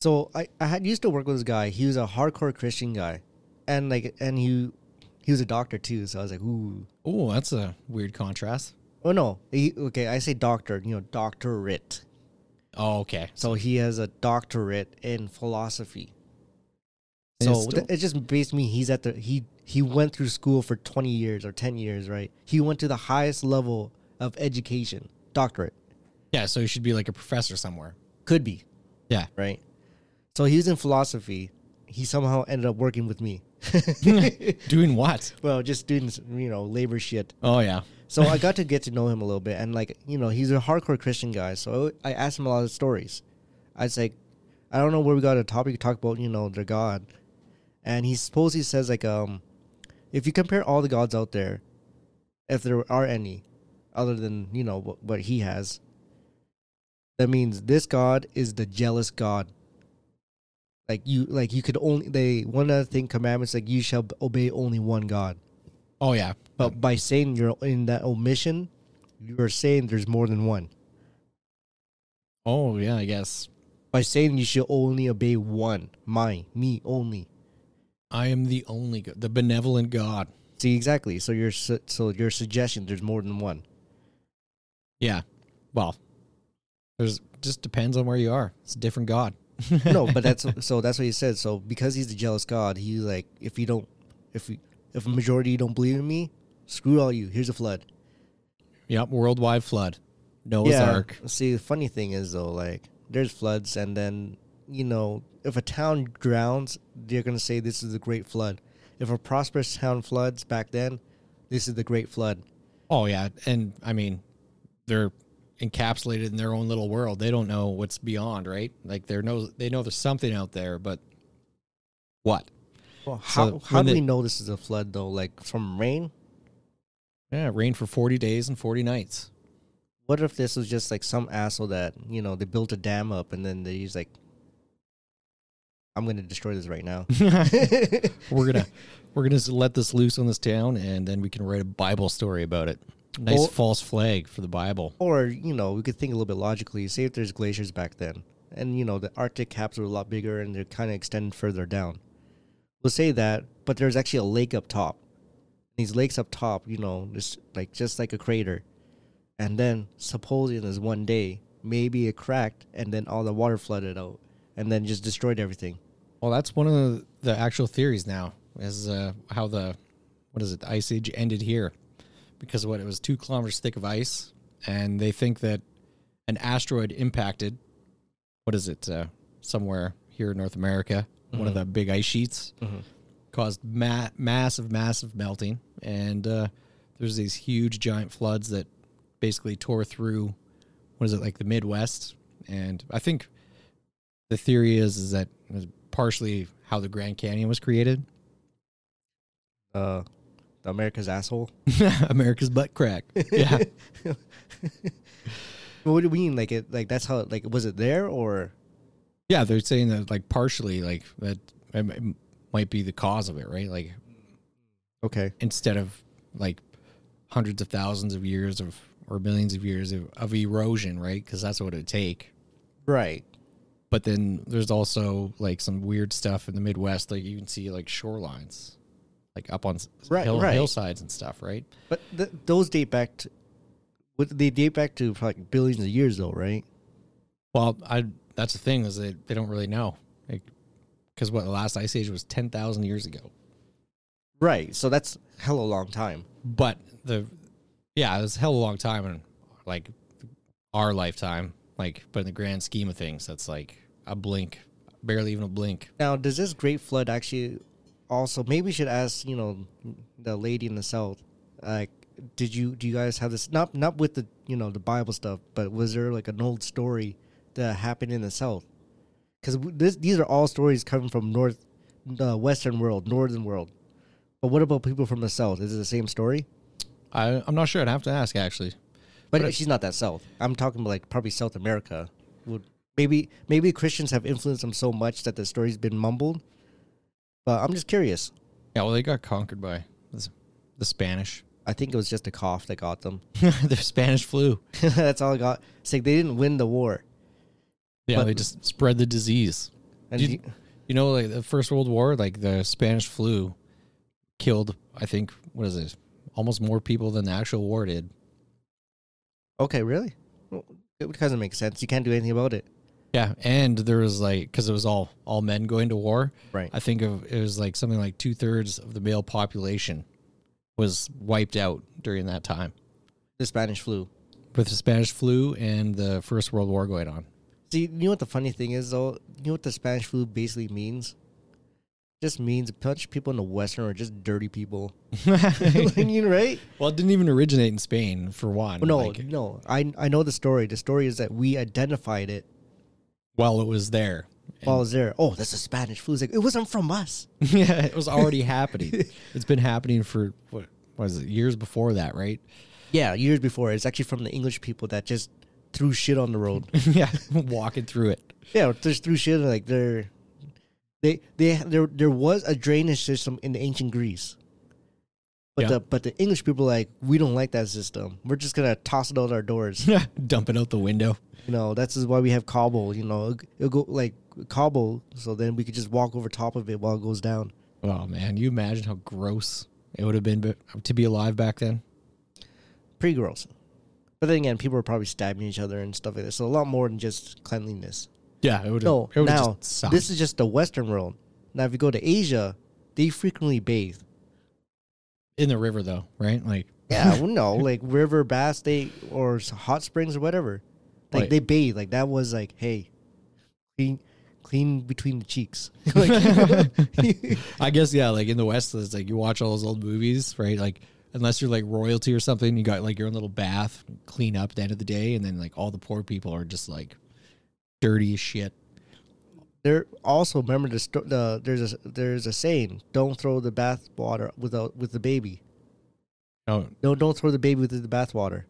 So I, I had used to work with this guy. He was a hardcore Christian guy, and like and he he was a doctor too. So I was like, ooh,
Oh, that's a weird contrast.
Oh no. He, okay, I say doctor. You know, doctorate.
Oh, okay.
So he has a doctorate in philosophy.
And
So
it's still-
th- it just based me. He's at the he he went through school for twenty years or ten years, right? He went to the highest level of education, doctorate.
Yeah, so you should be like a professor somewhere.
Could be
Yeah.
right. So he was in philosophy. He somehow ended up working with me. well,
Doing what?
just doing you know labor shit.
Oh yeah.
So I got to get to know him a little bit, and like you know, he's a hardcore Christian guy. So I asked him a lot of stories. I was like, I don't know where we got a topic to talk about, you know, their God, and he supposedly says like, um, if you compare all the gods out there, if there are any, other than you know what, what he has, that means this God is the jealous God. Like you, like you could only they one other thing commandments like you shall obey only one God.
Oh yeah. But
But by saying you're in that omission, you are saying there's more than one.
oh yeah, I guess.
By saying you should only obey one, my, me only.
I am the only go- the benevolent God.
See exactly. So your su- so your suggestion there's more than one.
Yeah. Well, there's just depends on where you are. It's a different God.
No, but that's so that's what he said. So because he's a jealous god, he like if you don't, if we, if a majority don't believe in me, screw all you. Here's a flood.
Yep. Worldwide flood. Noah's Ark.
See, the funny thing is though, like there's floods, and then you know if a town drowns, they're gonna say this is the Great Flood. If a prosperous town floods back then, this is the Great Flood.
Oh yeah, and I mean, they're encapsulated in their own little world. They don't know what's beyond, right? Like they know they know there's something out there, but what?
Well, how
So
how
when
do we
they-
know this is a flood though? Like from rain?
Yeah, it rained for 40 days and 40 nights.
What if this was just like some asshole that you know they built a dam up and then they he's like, I'm gonna destroy this right now.
We're gonna we're gonna s- let this loose on this town, and then we can write a Bible story about it. Nice
Well-
false flag for the Bible.
Or, you know, we could think a little bit logically, say if there's glaciers back then, and, you know, the Arctic caps were a lot bigger and they're kind of extended further down. We'll say that, but there's actually a lake up top. These lakes up top, you know, just like just like a crater. And then supposing there's one day, maybe it cracked and then all the water flooded out and then just destroyed everything.
Well, that's one of the, the actual theories now is uh, how the what is it the ice age ended here because what it was two kilometers thick of ice, and they think that an asteroid impacted what is it uh, somewhere here in North America, one of the big ice sheets, caused ma- massive, massive melting, and uh, there's these huge giant floods that basically tore through what is it like the Midwest, and I think the theory is is that it was partially how the Grand Canyon was created.
Uh America's asshole.
America's butt crack. Yeah.
what do you mean? Like it like that's how like was it there or
yeah, they're saying that like partially like that um, it might be the cause of it, right? Like
Okay.
instead of like hundreds of thousands of years of or millions of years of, of erosion, right? Cuz that's what it would take.
Right.
But then there's also like some weird stuff in the Midwest like you can see like shorelines like up on s-
Right,
hill,
right.
hillsides and stuff, right?
But th- those date back to, what- they date back to probably billions of years, though, right?
Well, I that's the thing is they they don't really know, because what the last ice age was ten thousand years ago.
Right. So that's hella long time.
But the yeah, it was a hell of a long time in like our lifetime. Like, but in the grand scheme of things, that's like a blink, barely even a blink.
Now, does this Great Flood actually also maybe we should ask you know the lady in the south, like, did you do you guys have this not not with the you know the Bible stuff, but was there like an old story that happened in the south? Because this these are all stories coming from north, the Western world, northern world. But what about people from the south? Is it the same story?
I I'm not sure. I'd have to ask actually.
But, she's not that south. I'm talking about like probably South America. Would maybe maybe Christians have influenced them so much that the story's been mumbled. But I'm just curious.
Yeah, well, they got conquered by the, the Spanish.
I think it was just a cough that got them.
the Spanish flu.
That's all I got. It's like they didn't win the war.
Yeah,
But-
they just spread the disease.
And
Did-
the-
you know, like the First World War, like the Spanish flu killed, I think, what is it, almost more people than the actual war did.
Okay, really? Well, It doesn't make sense. You can't do anything about it.
Yeah, and there was like because it was all all men going to war.
Right.
I think of it was like something like two thirds of the male population was wiped out during that time
The Spanish flu.
with the Spanish flu and the First World War going on.
See, you know what the funny thing is, though? You know what the Spanish flu basically means? Just means a bunch of people in the Western are just dirty people. I mean, right?
Well, it didn't even originate in Spain for one.
No,
like,
no. I I know the story. The story is that we identified it
while it was there.
while I was there. Oh, that's a Spanish flu. It's like, it wasn't from us.
yeah, it was already happening. It's been happening for what was it years before that, right?
Yeah, years before. It's actually from the English people that just threw shit on the road.
yeah, walking through it.
yeah, just threw shit. Like they're they they there there was a drainage system in ancient Greece, but
Yeah.
the but the English people are like we don't like that system. We're just gonna toss it out our doors.
dumping out the window.
you know that's is why we have cobble. You know it'll go like cobble, so then we could just walk over top of it while it goes down.
Oh man, you imagine how gross it would have been be- to be alive back then.
Pretty gross. But then again, people are probably stabbing each other and stuff like that. So a lot more than just cleanliness.
Yeah, it would.
No,
it would
Oh, now
just sucked.
this is just the Western world. Now, if you go to Asia, they frequently bathe.
in the river though, right? Like,
Yeah, well, no, like river baths, they or s- hot springs or whatever. Like
Right.
they bathe. Like that was like, hey, clean, clean between the cheeks. like,
I guess yeah, like in the West, it's like you watch all those old movies, right? Like. Unless you're like royalty or something, you got like your own little bath, clean up at the end of the day, and then like all the poor people are just like dirty as shit.
there also remember the, sto- the there's a there's a saying: don't throw the bath water without with the baby.
Oh
No, don't throw the baby with the bath water.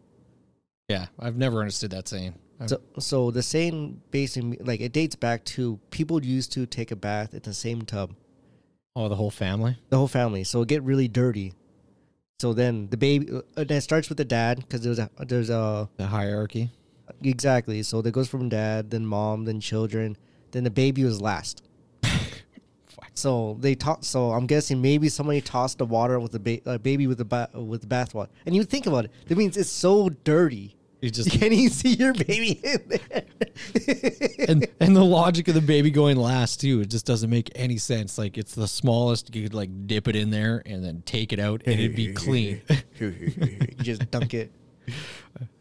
yeah, I've never understood that saying. I've-
So, so the saying basically like it dates back to people used to take a bath in the same tub,
oh, the whole family.
the whole family. So it get really dirty. So then the baby, uh, and it starts with the dad because there's a there's a
the hierarchy.
Exactly. So that goes from dad, then mom, then children, then the baby was last. so they taught. So I'm guessing maybe somebody tossed the water with the ba- uh, baby with the ba- with the bath water. And you think about it. That means it's so dirty.
You
You
just
can't even see your baby in there.
and and the logic of the baby going last too. It just doesn't make any sense. Like it's the smallest. You could like dip it in there and then take it out, and it'd be clean.
you just dunk it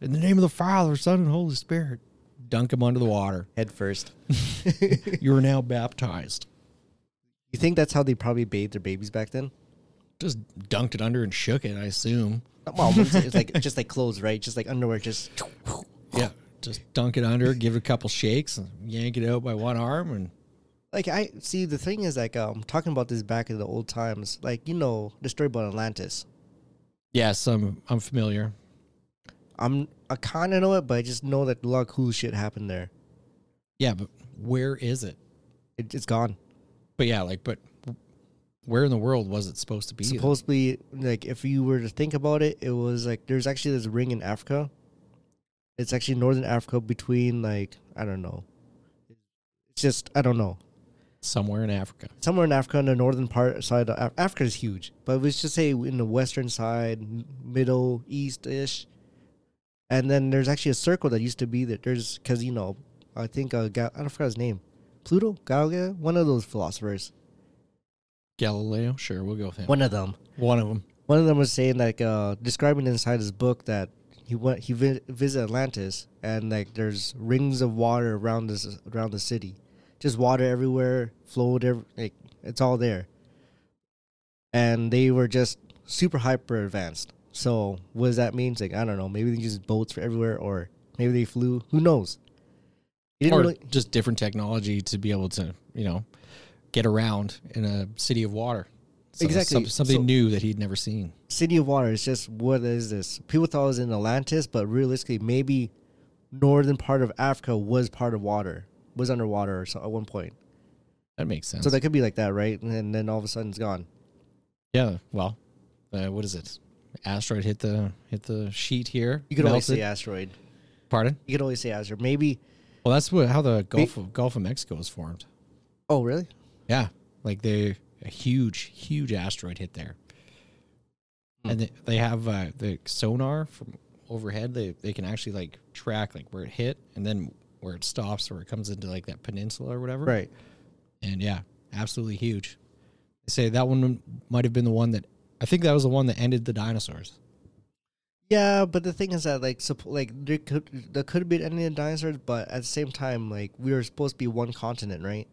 in the name of the Father, Son, and Holy Spirit, dunk him under the water.
head first.
You are now baptized.
You think that's how they probably bathed their babies back then?
Just dunked it under and shook it. I assume.
Well, it's it's like just like clothes, right? Just like underwear, just
Yeah. Just dunk it under, give it a couple shakes, and yank it out by one arm, and
like I see the thing is like um talking about this back in the old times, like you know the story about Atlantis.
yeah, some I'm familiar.
I'm I kind of know it, but I just know that a lot of cool shit happened there.
Yeah, but where is it?
It, it's gone.
But yeah, like, but where in the world was it supposed to be? though?
Supposedly, like if you were to think about it, it was like there's actually this ring in Africa. It's actually northern Africa between like I don't know. It's just I don't know
somewhere in Africa.
somewhere in Africa in the northern part side of Af- Africa is huge, but let's just say in the western side, m- middle east ish, and then there's actually a circle that used to be there. There's because you know, I think uh, Ga- I forgot his name, Pluto, Gauga, one of those philosophers,
Galileo, sure, we'll go with him. One,
one of them.
of them.
One of them was saying like uh, describing inside his book that he went he vi- visited Atlantis and like there's rings of water around this around the city, just water everywhere, flowed ev- like it's all there. And they were just super hyper advanced. So what does that mean? It's like I don't know. Maybe they used boats for everywhere, or maybe they flew. Who knows? He didn't
Or
really.
just different technology to be able to, you know, get around in a city of water. So
Exactly.
some- something
So-
new that he'd never seen.
City of Water is just what is this? People thought it was in Atlantis, but realistically, maybe northern part of Africa was part of water, was underwater or so at one point.
That makes sense.
So that could be like that, right? And then, then all of a sudden it's gone.
yeah. Well, uh, what is it? Asteroid hit the hit the sheet here.
You could always
melted.
say asteroid.
Pardon?
You could always say asteroid. Maybe.
Well, that's what how the Gulf of Gulf of Mexico was formed.
Oh, really?
Yeah, like they a huge
Hmm.
huge asteroid hit there, and they, they have uh, the sonar from overhead, they they can actually like track like where it hit and then where it stops or it comes into like that peninsula or whatever.
Right.
And yeah, absolutely huge. They say that one might have been the one that I think that was the one that ended the dinosaurs.
Yeah, but the thing is that like supp- like there could there could have been any dinosaurs, but at the same time, like we were supposed to be one continent, right?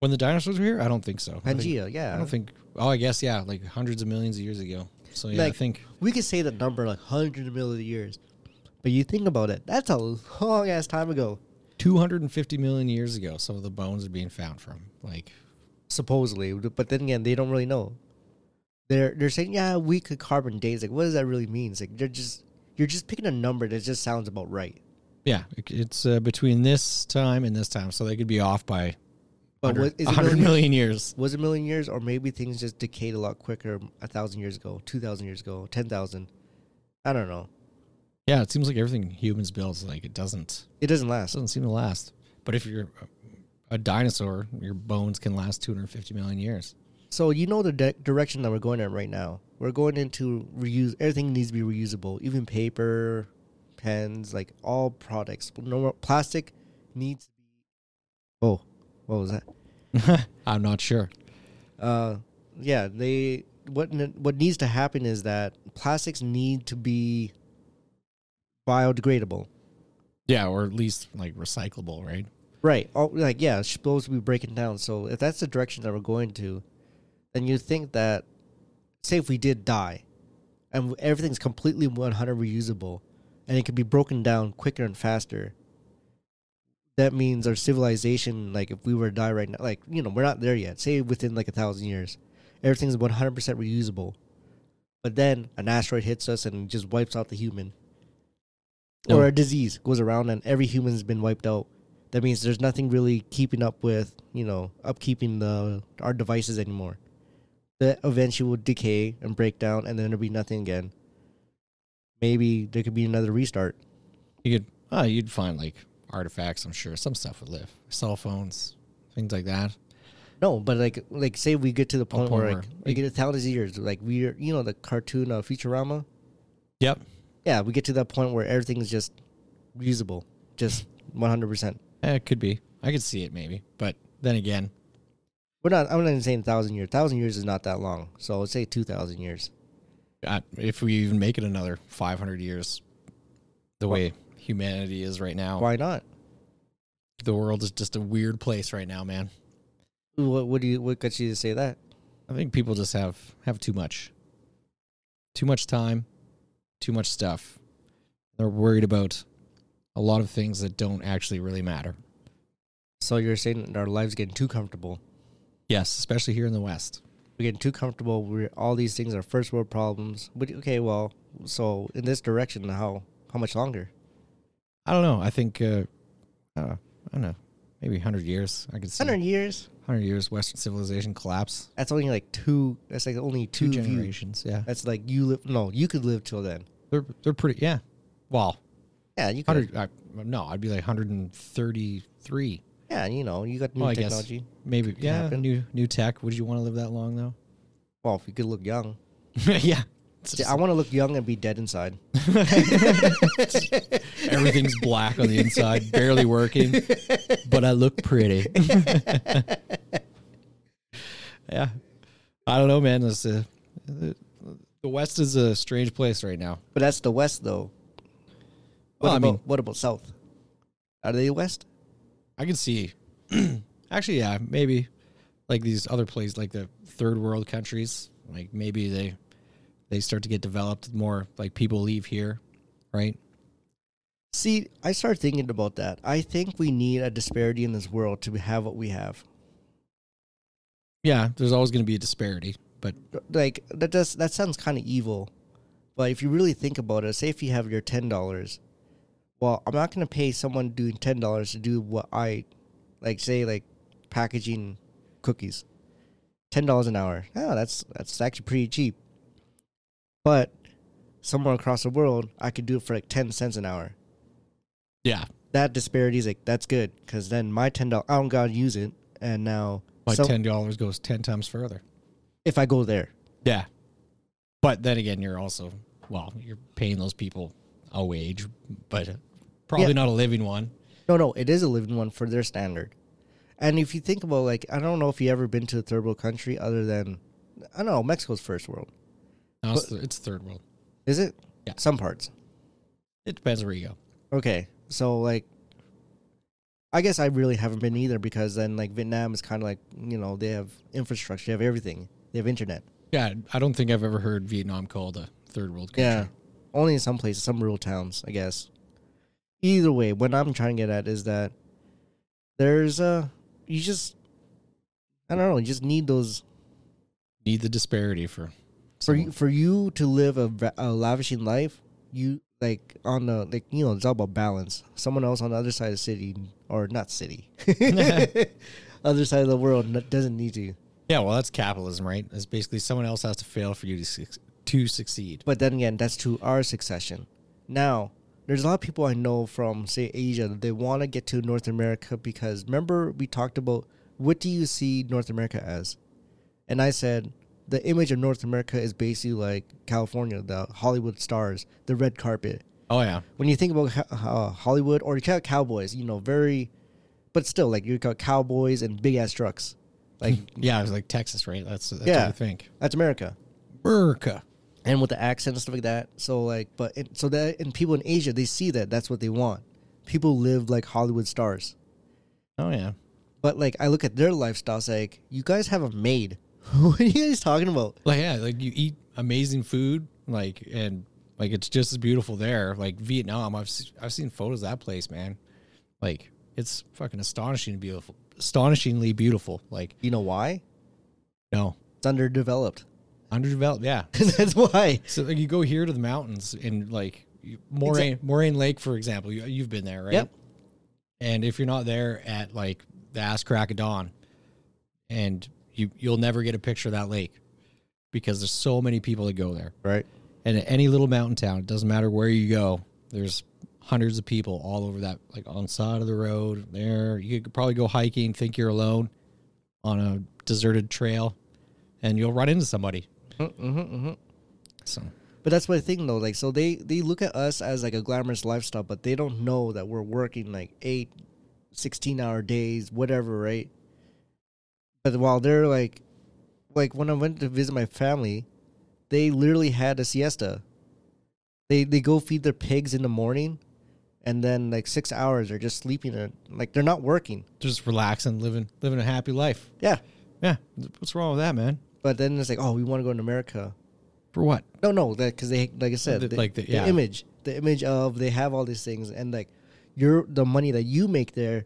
When the dinosaurs were here, I don't think so. I think-
Pangea, yeah.
I don't think. Oh, I guess yeah, like hundreds of millions of years ago. So yeah, I
Like-
think
we could say the number like hundreds of million years, but you think about it, that's a long ass time ago,
250 million years ago, some of the bones are being found from. Like,
supposedly. But then again, they don't really know. They're they're saying yeah, we could carbon dates. Like, what does that really mean? It's like they're just you're just picking a number that just sounds about right.
yeah, it- it's uh, between this time and this time, so they could be off by
But what,
100,
is it
100
million?
million years.
was it a million years or maybe things just decayed a lot quicker a thousand years ago two thousand years ago ten thousand i don't know
Yeah, it seems like everything humans build, like it doesn't
it doesn't last
doesn't seem to last. But if you're a dinosaur, your bones can last 250 million years.
so you know the di- direction that we're going in right now we're going into reuse everything needs to be reusable even paper pens like all products no more plastic needs to be oh what was that
I'm not sure.
uh yeah they what ne- what needs to happen is that plastics need to be biodegradable
Yeah, or at least like recyclable, right?
Right. Oh, like yeah, it's supposed to be breaking down. So if that's the direction that we're going to, then you think that, say, if we did die, and everything's completely one hundred reusable, and it can be broken down quicker and faster. That means our civilization, like if we were to die right now, like you know, we're not there yet. Say within like a thousand years, everything's one hundred percent reusable. But then an asteroid hits us and just wipes out the human,
No.
or a disease goes around and every human's been wiped out that means there's nothing really keeping up with you know upkeeping the our devices anymore that eventually will decay and break down and then there'll be nothing again maybe there could be another restart
You could, uh, you'd find like artifacts, I'm sure. Some stuff would live. Cell phones, things like that.
no but like like say we get to the point
point
where
where
like we get a thousand years like we're you know the cartoon of futurama
Yep.
yeah we get to that point where everything's just reusable just 100%
Eh, it could be. I could see it maybe. But then again,
we're not i'm not even saying thousand years thousand years is not that long so let's say 2000 years
I- if we even make it another 500 years, the way humanity is right now,
why not
the world is just a weird place right now, man.
what, what do you what got you to say that
I think people just have have too much, too much time, too much stuff. They're worried about a lot of things that don't actually really matter.
So you're saying that our lives getting too comfortable?
Yes, especially here in the West.
We're getting too comfortable. We're all these things are first world problems. But okay, well, so in this direction, how how much longer?
I don't know. I think uh, uh, I don't know. Maybe hundred years. I could see
Hundred
hundred
years.
years. Western civilization collapse.
That's only like two. That's like only
Two
two, generations.
generations. Yeah,
That's like you live. No, you could live till then.
they're they're pretty. Yeah, well,
Yeah, you could.
hundred. I- No, I'd be like hundred and thirty three.
Yeah, you know, you got new
Well, I guess
technology.
maybe. Yeah,
happen.
new new tech. Would you want to live that long though?
Well, if you could look young,
yeah.
See, I want to look young and be dead inside.
Everything's black on the inside, barely working, but I look pretty. yeah. I don't know, man. It's, uh, the, the West is a strange place right now.
But that's the West, though. What
Well, I
about
mean-
what about South? Are they West?
I can see. Actually, yeah, maybe like these other places, like the third world countries, like maybe they they start to get developed more. Like people leave here, right?
See, I started thinking about that. I think we need a disparity in this world to have what we have.
Yeah, there's always going to be a disparity, but
Like that does that sounds kind of evil, but if you really think about it, say if you have your ten dollars, well, I'm not going to pay someone doing ten dollars to do what I, like say like packaging cookies, ten dollars an hour. Oh, that's that's actually pretty cheap. But somewhere across the world, I could do it for like ten cents an hour.
yeah,
that disparity is like that's good because then my ten dollar I don't gotta use it, and now
my
so
ten dollars goes ten times further.
if I go there,
Yeah. But then again, you're also well, you're paying those people a wage, but probably
Yeah.
not a living one.
No, no, it is a living one for their standard. And if you think about like, I don't know if you ever been to a third world country other than, I don't know, Mexico's first world,
No, it's, th- it's third world.
is it?
Yeah.
Some parts.
It depends where you go.
Okay, so like, I guess I really haven't been either because then like Vietnam is kind of like you know they have infrastructure, they have everything, they have internet.
Yeah, I don't think I've ever heard Vietnam called a third world country.
Yeah. Only in some places, some rural towns, I guess. Either way, what I'm trying to get at is that there's a you just I don't know, you just need those
Need the disparity for
for
someone.
you, for you to live a, va- a lavishing life. You like on the like you know it's all about balance. Someone else on the other side of the city or not city, other side of the world n- doesn't need to.
Yeah, well, that's capitalism, right? It's basically someone else has to fail for you to suc to succeed.
But then again, that's to our succession. Now, there's a lot of people I know from, say, Asia that they want to get to North America because remember we talked about what do you see North America as? And I said the image of North America is basically like California, the Hollywood stars, the red carpet.
Oh yeah,
When you think about ho- uh, Hollywood or you got cowboys, you know, very, but still, like you got cowboys and big ass trucks. Like
yeah. It was like Texas, right? That's that's
Yeah.
what I think.
that's America.
America.
and with the accent and stuff like that. So like, but it, so that and people in Asia they see that that's what they want. People live like Hollywood stars,
Oh yeah.
but like I look at their lifestyles, like you guys have a maid. what are you guys talking about?
Like yeah, like you eat amazing food, like and like it's just as beautiful there. Like Vietnam, I've se- I've seen photos of that place, man. Like it's fucking astonishingly beautiful. Astonishingly beautiful. Like
You know why?
no
It's underdeveloped.
underdeveloped. Yeah.
that's why.
So like you go here to the mountains and like you- Moraine Moraine Lake, for example. You, you've been there, right?
Yep.
And if you're not there at like the ass crack of dawn, and you you'll never get a picture of that lake because there's so many people that go there.
Right.
And at any little mountain town, it doesn't matter where you go, there's hundreds of people all over that, like on the side of the road. There, you could probably go hiking, think you're alone on a deserted trail, and you'll run into somebody. So
But that's my thing though. Like, so they they look at us as like a glamorous lifestyle, but they don't know that we're working like eight, 16 hour days, whatever, right? But while they're like, like when I went to visit my family, they literally had a siesta. They they go feed their pigs in the morning, and then like six hours they're just sleeping. And, like they're not working.
just relaxing, living living a happy life.
Yeah.
Yeah, what's wrong with that, man?
But then it's like, oh, we want to go to America.
For what?
No, no, that because they like I said,
The-
the,
like the-
the
yeah.
image, the image of they have all these things, and like your the money that you make there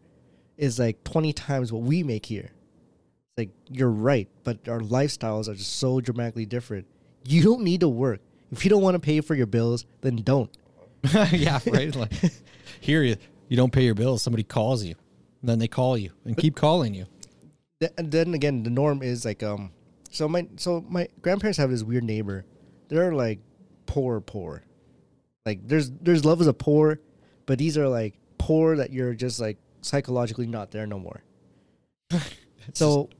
is like twenty times what we make here. It's like you're right, but our lifestyles are just so dramatically different. You don't need to work if you don't want to pay for your bills, then don't.
yeah, right. Like here, you you don't pay your bills. Somebody calls you, and then they call you and keep calling you.
Th- and then again, the norm is like um. So my so my grandparents have this weird neighbor. They're like poor, poor. Like there's there's levels of poor, but these are like poor that you're just like psychologically not there no more. so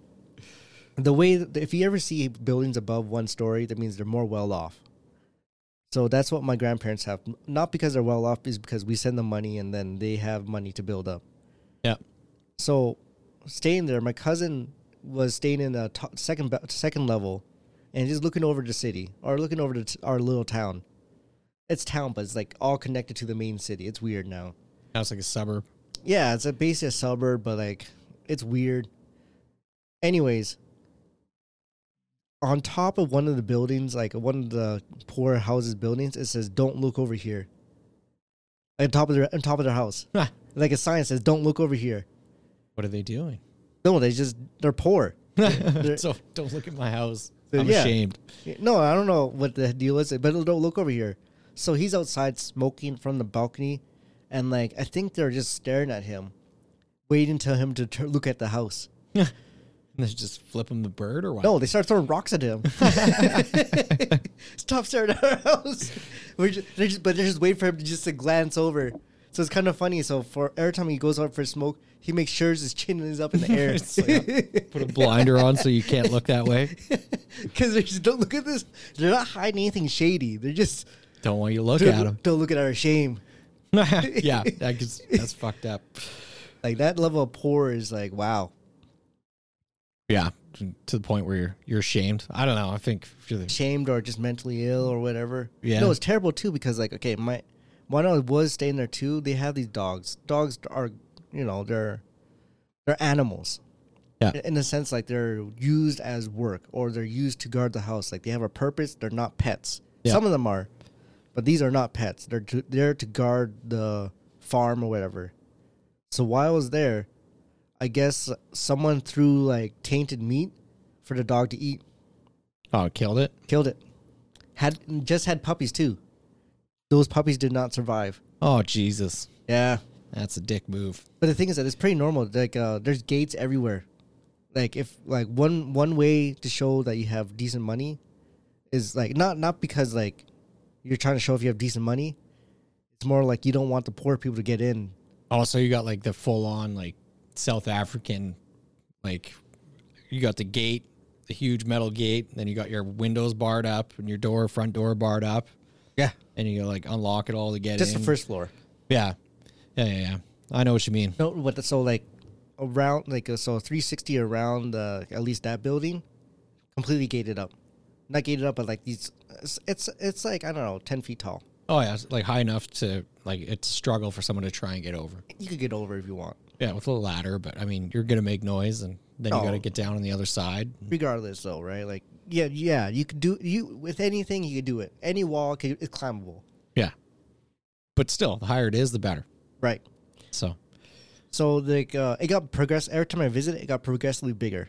the way that, if you ever see buildings above one story, that means they're more well off. So that's what my grandparents have. Not because they're well off, is because we send them money and then they have money to build up.
Yeah,
So, staying there, my cousin was staying in the top, second be- second level, and just looking over the city or looking over to t- our little town. It's town, but it's like all connected to the main city. It's weird now.
now it's like a suburb.
Yeah, it's a basically a suburb, but like it's weird. Anyways, on top of one of the buildings, like one of the poor houses buildings, it says "Don't look over here." On top of their on top of their house,
Huh.
like a sign says "Don't look over here."
What are they doing?
No, they just they're poor.
so don't look at my house.
They're-
I'm
yeah.
ashamed.
No, I don't know what the deal is, but don't look over here. So he's outside smoking from the balcony, and like I think they're just staring at him, waiting till him to tur look at the house.
and they just flip him the bird or what?
No, they start throwing rocks at him. Stop staring at our house. We're just, they're just, but they're just waiting for him to just to glance over. So it's kind of funny. So for every time he goes out for a smoke, he makes sure his chin is up in the air.
It's like, put a blinder on so you can't look that way.
Because they just don't look at this. They're not hiding anything shady. They're just
Don't want you to look
Don't-
at them.
Don't look at our shame.
yeah, that gets, that's fucked up.
Like that level of poor is like wow.
Yeah, to the point where you're, you're ashamed. I don't know. I think if you're the-
shamed or just mentally ill or whatever.
Yeah.
No, it's terrible too because like okay, my when I was staying there too, they have these dogs. Dogs are you know they're they're animals.
Yeah.
In- In a sense, like they're used as work or they're used to guard the house. Like they have a purpose. They're not pets.
Yeah.
Some of them are, but these are not pets. They're to, there to guard the farm or whatever. So while I was there, I guess someone threw like tainted meat for the dog to eat
oh killed it.
killed it. Had just had puppies too. Those puppies did not survive.
Oh Jesus,
Yeah,
that's a dick move.
but the thing is that it's pretty normal. Like uh, there's gates everywhere. Like if like one one way to show that you have decent money is like not not because like you're trying to show if you have decent money. It's more like you don't want the poor people to get in.
Also, you got like the full on like South African, like you got the gate, the huge metal gate. Then you got your windows barred up and your door, front door barred up,
Yeah,
and you like unlock it all to get
just
in.
the first floor.
yeah, yeah, yeah, yeah. I know what you mean.
No, what? the- So like around like uh, so 360 around uh, at least that building, completely gated up. Not gated up, but like these. It's it's, it's like I don't know, 10 feet tall.
Oh yeah, it's, like high enough to like it's a struggle for someone to try and get over.
You could get over if you want.
Yeah, with a ladder, but I mean you're gonna make noise, and then you
Oh.
got to get down on the other side.
Regardless, though, right? Like yeah, yeah, you could do you with anything. You could do it. Any wall could, is climbable,
Yeah, but still, the higher it is, the better.
right?
So
So like uh, it got progress every time I visited. It got progressively bigger.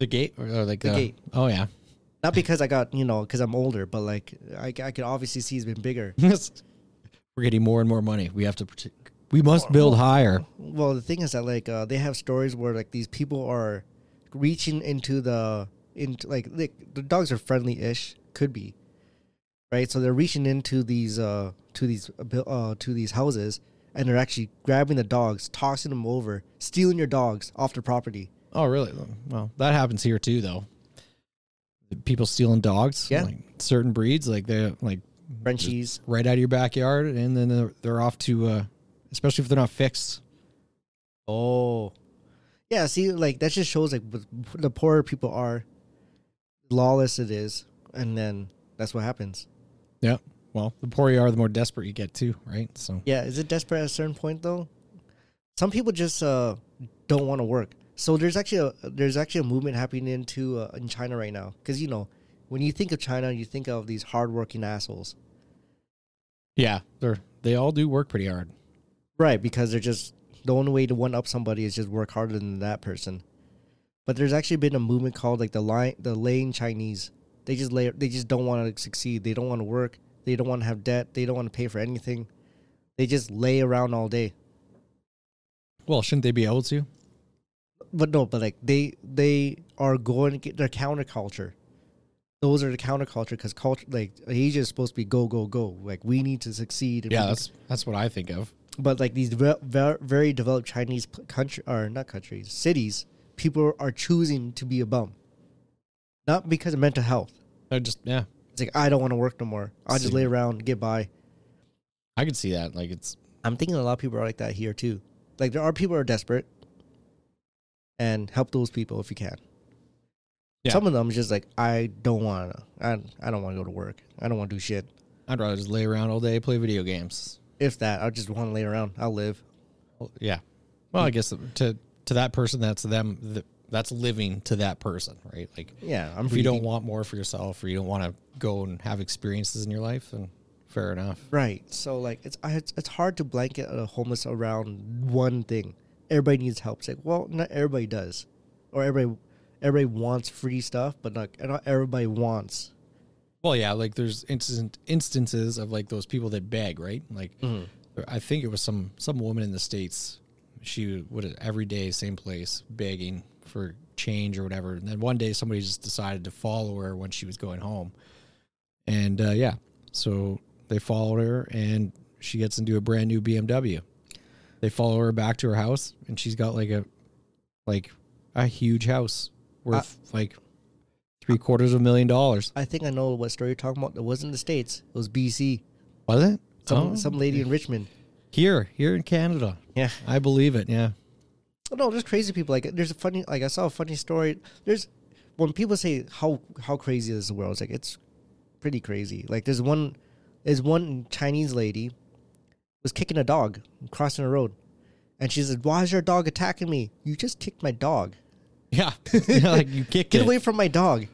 the gate, or, or like
The gate.
Oh yeah,
Not because I got you know because I'm older, but like I I could obviously see it's been bigger.
we're getting more and more money. We have to. prote- We must build higher.
Well, the thing is that like uh, they have stories where like these people are reaching into the into like like the dogs are friendly ish could be, right? So they're reaching into these uh to these uh, buil- uh to these houses and they're actually grabbing the dogs, tossing them over, stealing your dogs off the property.
Oh really? Well, that happens here too, though. People stealing dogs.
Yeah.
like certain breeds, like they are like
Frenchies,
right out of your backyard, and then they're, they're off to, uh, especially if they're not fixed.
Oh, yeah. See, like that just shows like what the poorer people are, lawless it is, and then that's what happens.
Yeah. Well, the poorer you are, the more desperate you get too, right? So
Yeah, is it desperate at a certain point though? Some people just uh, don't want to work. So there's actually a there's actually a movement happening into uh, in China right now because you know when you think of China you think of these hardworking assholes,
yeah, they're they all do work pretty hard.
right? Because they're just the only way to one up somebody is just work harder than that person. But there's actually been a movement called like the line the lane Chinese. They just lay they just don't want to succeed. They don't want to work. They don't want to have debt. They don't want to pay for anything. They just lay around all day.
Well, shouldn't they be able to?
but no, but like they they are going to their counterculture. Those are the counterculture because culture like Asia is supposed to be go go go. Like we need to succeed. and we
Yeah,
need-
that's that's what I think of.
but like these ve- ver- very developed Chinese p- country or not countries cities, people are choosing to be a bum, not because of mental health.
I just yeah,
It's like I don't want to work no more. I'll just
See.
lay around, get by.
I could see that. Like it's
I'm thinking a lot of people are like that here too. Like there are people who are desperate, and help those people if you can.
Yeah.
Some of them is just like I don't want to. I I don't want to go to work. I don't want to do shit.
I'd rather just lay around all day, play video games.
If that, I just want to lay around. I'll live.
Well, Yeah. Well, I guess to to that person, that's them. th- That's living to that person, right? Like
Yeah, I'm.
if you don't
breathing.
want more for yourself, or you don't want to go and have experiences in your life, then fair enough.
right, so like it's I- it's it's hard to blanket a homeless around one thing. Everybody needs help. It's like well, not everybody does, or everybody everybody wants free stuff, but not not everybody wants.
Well, yeah, like there's instant instances of like those people that beg, right? Like I think it was some some woman in the states. She would every day same place begging for change or whatever, and then one day somebody just decided to follow her when she was going home, and uh, yeah, so they followed her and she gets into a brand new BMW. They follow her back to her house, and she's got like a like a huge house worth like three quarters of a million dollars.
I think I know what story you're talking about. It wasn't the States. It was BC.
Was it?
Some,
Oh.
some lady in Richmond.
here, here in Canada.
Yeah.
I believe it. Yeah.
Oh, No, there's crazy people. Like there's a funny like I saw a funny story. There's when people say how how crazy is the world, it's like it's pretty crazy. Like there's one there's one Chinese lady was kicking a dog crossing a road. And she said, Why is your dog attacking me? You just kicked my dog.
Yeah. Yeah, like you kick
Get
it.
away from my dog.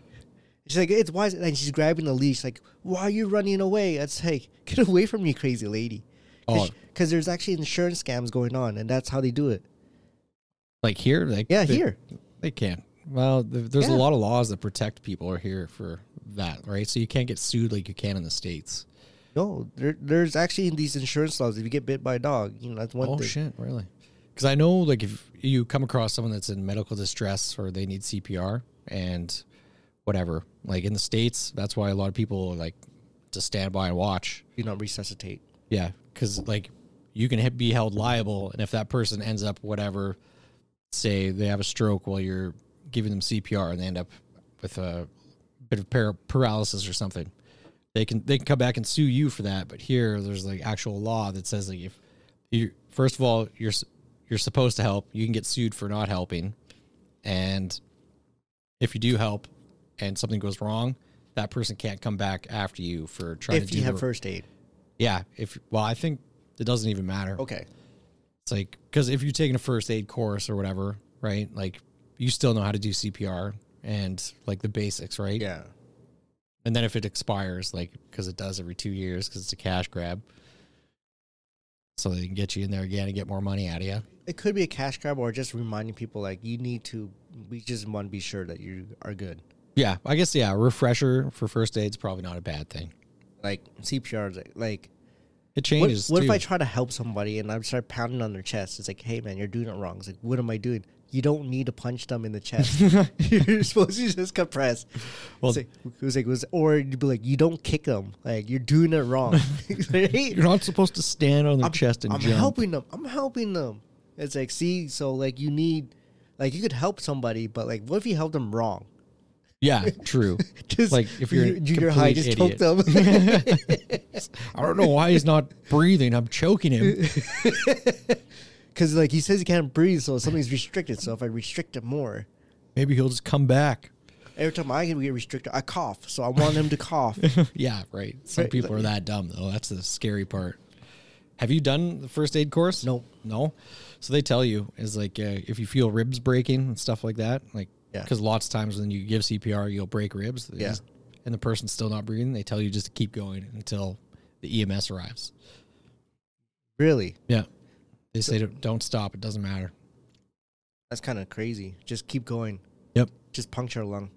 She's like, it's why is it-" and she's grabbing the leash, like, why are you running away? It's like, get away from me, crazy lady.
Oh.
Because there's actually insurance scams going on, and that's how they do it.
Like here. Like
Yeah,
they-
here.
They can't. Well, th- there's
Yeah.
a lot of laws that protect people are here for that, right? So you can't get sued like you can in the states.
No, there, there's actually these insurance laws. If you get bit by a dog, you know that's one
oh
thing.
shit, really? Because I know, like, if you come across someone that's in medical distress or they need CPR and whatever, like in the states, that's why a lot of people like to stand by and watch.
You know, resuscitate.
Yeah, because like you can he- be held liable, and if that person ends up whatever, say they have a stroke while you're giving them CPR, and they end up with a bit of para- paralysis or something, they can they can come back and sue you for that. But here, there's like actual law that says like if you first of all you're s- you're supposed to help, you can get sued for not helping, and if you do help and something goes wrong, that person can't come back after you for trying to
If
do
you
the-
have first aid,
yeah, if well, I think it doesn't even matter.
okay.
It's like because if you're taking a first aid course or whatever, right? Like you still know how to do CPR and like the basics, right?
Yeah,
And then if it expires, like because it does every two years, because it's a cash grab, so they can get you in there again and get more money out of you.
it could be a cash grab or just reminding people like you need to. We just want to be sure that you are good.
Yeah, I guess yeah. A refresher for first aid's probably not a bad thing.
Like CPR, is like, like
It
what,
changes.
what if
too.
I try to help somebody and I start pounding on their chest? It's like, hey man, you're doing it wrong. It's like, what am I doing? You don't need to punch them in the chest. you're supposed to just compress.
Well-
Well, was like, was or you'd be like, you don't kick them. Like you're doing it wrong. Right?
You're not supposed to stand on their
I'm,
chest and
I'm
jump.
helping them. I'm helping them. It's like, see, so like you need, like you could help somebody, but like, what if you help them wrong?
Yeah, true.
Just
like if you're a
you, you're high,
complete idiot.
just choke them.
I don't know why he's not breathing. I'm choking him.
Because like he says he can't breathe, so something's restricted. So if I restrict it more,
Maybe he'll just come back.
every time I get restricted, I cough. So I want him to cough.
yeah, right. Some
Right,
people are that dumb though. That's the scary part. Have you done the first aid course?
Nope.
No. So they tell you is like uh, if you feel ribs breaking and stuff like that, like
Yeah.
because lots of times when you give CPR, you'll break ribs. They
Yeah.
just- and the person's still not breathing. They tell you just to keep going until the EMS arrives.
really,
Yeah. They say don't- don't stop. It doesn't matter.
that's kind of crazy. Just keep going.
Yep.
Just puncture a lung.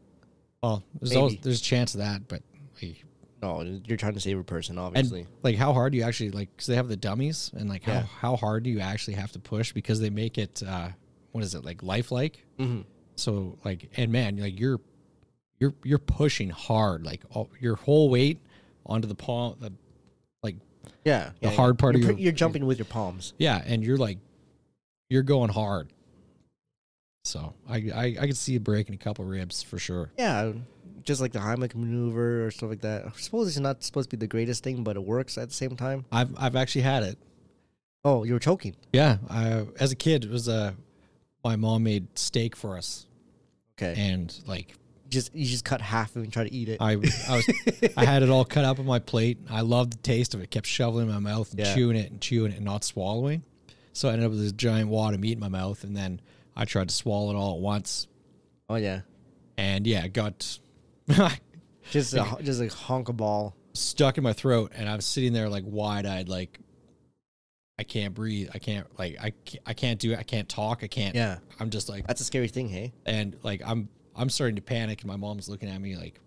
Well, there's always,
Maybe.
there's a chance of that, but like,
No, you're trying to save a person,
and
obviously.
like how hard do you actually like because they have the dummies and like
Yeah.
how, how hard do you actually have to push because they make it uh what is it like lifelike
Mhm.
so like and man like you're you're you're pushing hard like all, your whole weight onto the palm the, like
yeah,
the
yeah,
hard part of
you're,
your
pre- you're jumping with your palms.
yeah and you're like you're going hard so i i, I could see you breaking a couple ribs for sure
Yeah, just like the Heimlich maneuver or stuff like that. I suppose it's not supposed to be the greatest thing, but it works at the same time.
i've i've actually had it
Oh, you were choking.
yeah I, as a kid it was uh my mom made steak for us
Okay,
and like
just you just cut half of it and try to eat it.
I I was I had it all cut up on my plate. I loved the taste of it. Kept shoveling it in my mouth and
Yeah.
chewing it and chewing it and not swallowing. So I ended up with this giant wad of meat in my mouth, and then I tried to swallow it all at once,
oh yeah,
and yeah, it got
just a, just like honk a ball.
stuck in my throat, and I was sitting there like wide eyed, like I can't breathe. I can't like I can't, I can't do it. I can't talk. I can't.
Yeah.
I'm just like
That's a scary thing, hey.
and like I'm I'm starting to panic, and my mom's looking at me like,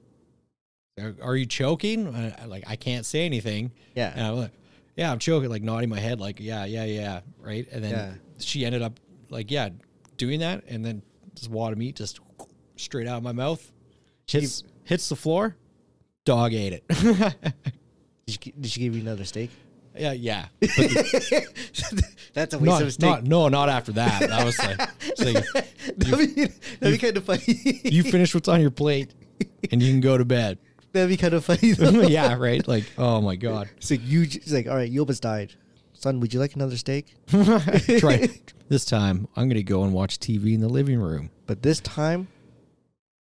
"Are, are you choking?" And I- like I can't say anything.
Yeah.
and I'm like, "Yeah, I'm choking," like nodding my head, like, "Yeah, yeah, yeah," right. And then
Yeah.
she ended up like, yeah, doing that, and then this wad of meat just straight out of my mouth hits hits the floor. Dog ate it.
Did she, gi- did she give you another steak?
yeah, yeah.
That's a waste of a
Not,
steak.
not no, not after that. That was like, it's like,
that'd be, that'd be kind of funny.
you finish what's on your plate. and you can go to bed.
That'd be kind of funny though.
yeah, right. Like, oh my god,
It's like you. j- It's like all right, Yoba's died. Son, would you like another steak?
try this time. I'm gonna go and watch TV in the living room.
But this time,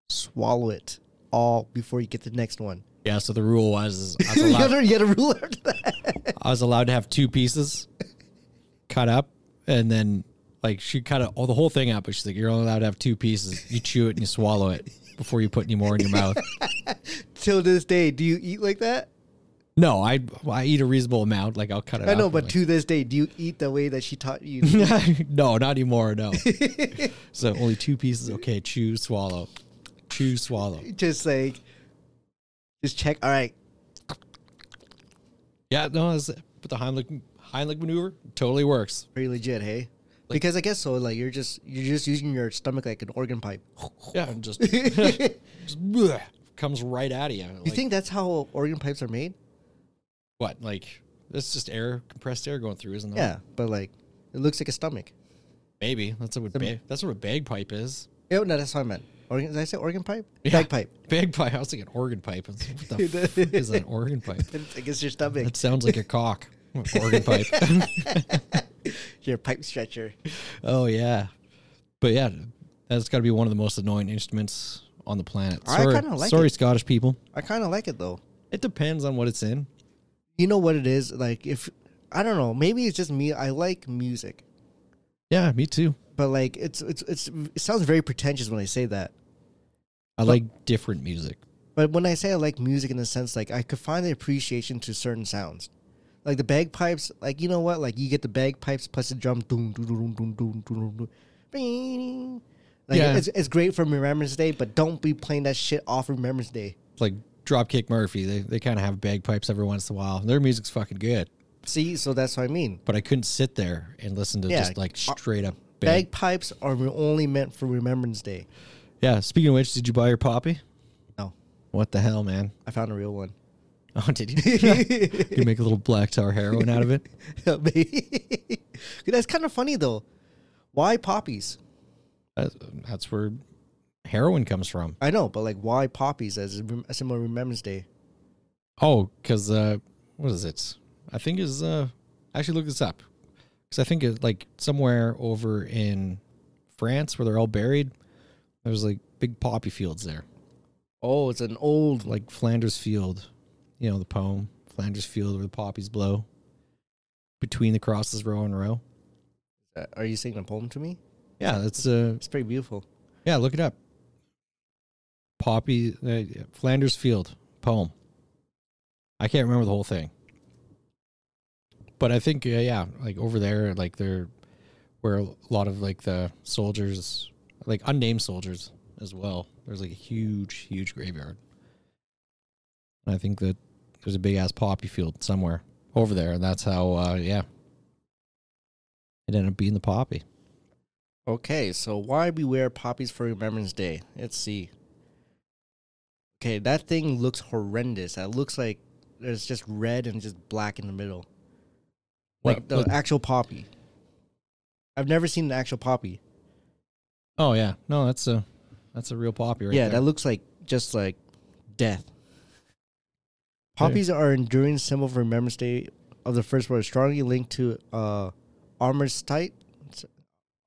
swallow it all before you get the next one.
Yeah. So the rule was, is I, was
you,
allowed,
gotta, you gotta rule after that.
I was allowed to have two pieces cut up, and then like she cut it- all the whole thing up. But she's like, you're only allowed to have two pieces. You chew it and you swallow it before you put any more in your mouth.
Till this day, do you eat like that?
No, I I eat a reasonable amount. Like I'll cut it.
I know,
up,
but
like-
to this day, do you eat the way that she taught you?
no, not anymore. No. so only two pieces. Okay, chew, swallow, chew, swallow.
just like, just check. All right,
Yeah, no, that's it. but the Heimlich Heimlich maneuver totally works.
pretty legit, hey. because I guess so. Like you're just you're just using your stomach like an organ pipe.
Yeah, and just,
you
just bleh, comes right out of you. Like, Uh-huh.
think that's how organ pipes are made?
what? Like it's just air, compressed air going through, isn't it?
Yeah, but like it looks like a stomach.
maybe that's what a bag, that's what a bagpipe is.
Oh no, that's what I meant. Organ, did I say organ pipe?
Yeah.
Bagpipe.
Bagpipe. I was thinking organ pipe. I was like, What the fuck is an organ pipe?
It's against your stomach.
That sounds like a cock. Organ pipe.
your pipe stretcher.
Oh yeah, but yeah, that's got to be one of the most annoying instruments on the planet.
I
Sorry,
kinda like
sorry,
it.
Scottish people.
I kind of like it though.
It depends on what it's in.
You know what it is? Like if I don't know, maybe it's just me. I like music,
Yeah, me too.
but like it's it's it's it sounds very pretentious when I say that.
I like different music.
But when I say I like music in the sense like I could find the appreciation to certain sounds. Like the bagpipes, like you know what? Like you get the bagpipes plus the drum doom doom doom doom doom doom doom. doom. Like
Yeah.
it's it's great for Remembrance Day, but don't be playing that shit off Remembrance Day.
It's like Dropkick Murphy. They they kind of have bagpipes every once in a while. Their music's fucking good,
See, so that's what I mean.
but I couldn't sit there and listen to
Yeah,
just like
uh,
straight up bag.
Bagpipes are re- only meant for Remembrance Day.
Yeah. Speaking of which, did you buy your poppy?
No,
What the hell, man?
I found a real one.
Oh, did you? you make a little black tar heroin out of it?
Maybe. that's kind of funny though. Why poppies?
That's, that's where heroin comes from.
I know, but like why poppies as a, rem- a similar Remembrance Day?
Oh, because uh, what is it? I think is uh, actually look this up because I think it's like somewhere over in France where they're all buried. There's like big poppy fields there,
Oh, it's an old
like Flanders Field, you know the poem Flanders Field where the poppies blow between the crosses row and row.
Uh, Are you singing a poem to me?
Yeah, that's uh,
It's pretty beautiful.
yeah, look it up. Poppy uh, Flanders Field poem. I can't remember the whole thing, but I think uh, yeah, like over there, like they're where a lot of like the soldiers, like unnamed soldiers as well. There's like a huge, huge graveyard. And I think that there's a big ass poppy field somewhere over there, and that's how uh, yeah, it ended up being the poppy.
Okay, so why we wear poppies for Remembrance Day? Let's see. Okay, that thing looks horrendous. That looks like there's just red and just black in the middle. Like
What-
the
what-
actual poppy. I've never seen an actual poppy.
Oh yeah, no, that's a that's a real poppy right
yeah,
there.
that looks like just like death. Poppies are an enduring symbol for Remembrance Day of the First World, strongly linked to uh, armistice,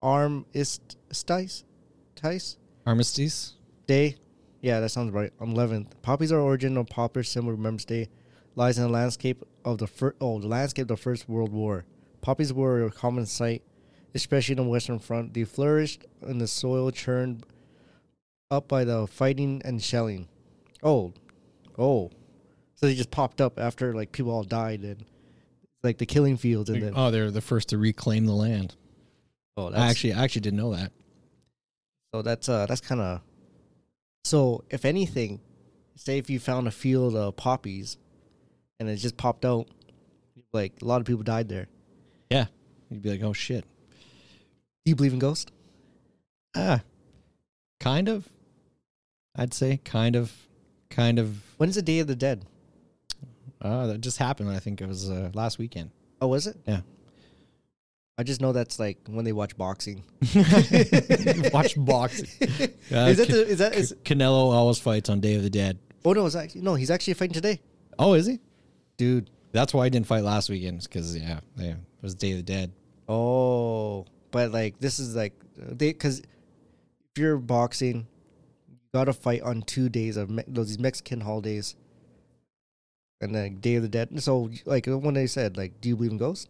armistice, tice
Armistice.
Day. Yeah, that sounds right. On 11th, poppies are origin of popular symbol of Remembrance Day. Lies in the landscape of the first oh the landscape of the First World War. Poppies were a common sight, especially in the Western Front. They flourished in the soil churned up by the fighting and shelling. Oh, oh, so they just popped up after like people all died and like the killing fields and then
Oh, they're the first to reclaim the land.
oh
I actually, I actually didn't know that.
So that's uh that's kind of. So if anything, say if you found a field of poppies, and it just popped out, like a lot of people died there.
Yeah, you'd be like, oh shit.
Do you believe in ghosts?
Ah, kind of. I'd say kind of, kind of.
When is the Day of the Dead?
Uh, that just happened. I think it was uh, last weekend.
Oh, was it?
Yeah.
I just know that's like when they watch boxing.
Watch boxing. Uh,
is that
Ca-
the, is that is
Canelo always fights on Day of the Dead.
oh no, it's actually no, he's actually fighting today.
Oh, is he?
Dude.
That's why I didn't fight last weekend because yeah, yeah, it was Day of the Dead.
Oh, but like this is like they because if you're boxing, you gotta fight on two days of me- those these Mexican holidays, and then Day of the Dead. So like when they said like, do you believe in ghosts?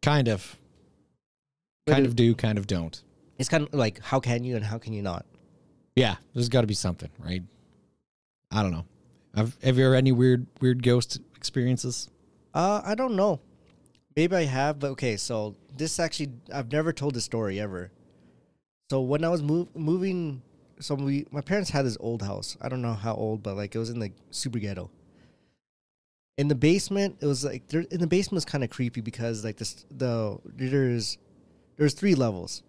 Kind of,
But
kind
it-
of do, kind of don't.
It's kind of like how can you and how can you not?
Yeah, there's got to be something, right? I don't know. I've, have you ever had any weird weird ghost experiences?
Uh, I don't know. Maybe I have, but okay. So this actually, I've never told this story ever. So when I was move, moving, so we, my parents had this old house. I don't know how old, but like it was in the super ghetto. In the basement, it was like there. In the basement was kind of creepy because like this, the there's there's three levels.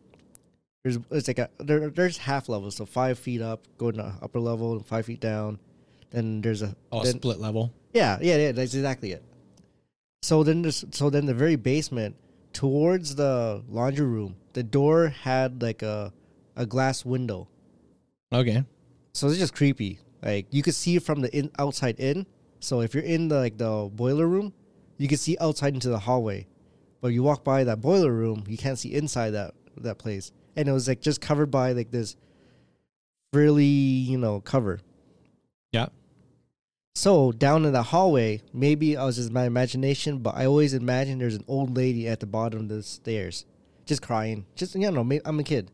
There's it's like a there, there's half levels, so five feet up, going to upper level, and five feet down. Then there's a
Oh,
then,
split level.
yeah, yeah, yeah. That's exactly it. So then, this, so then the very basement towards the laundry room, the door had like a a glass window.
Okay.
So it's just creepy. Like you could see from the in, outside in. So if you're in the like the boiler room, you could see outside into the hallway. But you walk by that boiler room, you can't see inside that that place. And it was like just covered by like this really, you know, cover.
Yeah.
So down in the hallway, maybe I was just my imagination, but I always imagine there's an old lady at the bottom of the stairs, just crying. Just you know, maybe I'm a kid.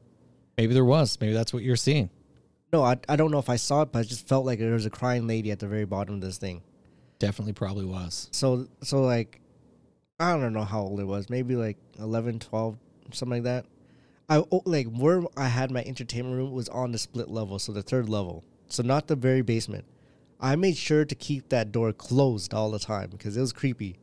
Maybe there was. Maybe that's what you're seeing.
No, I, I don't know if I saw it, but I just felt like there was a crying lady at the very bottom of this thing.
Definitely, probably was.
So so like, I don't know how old it was. Maybe like 11, 12, something like that. I oh, like where I had my entertainment room was on the split level, so the third level, so not the very basement. I made sure to keep that door closed all the time because it was creepy.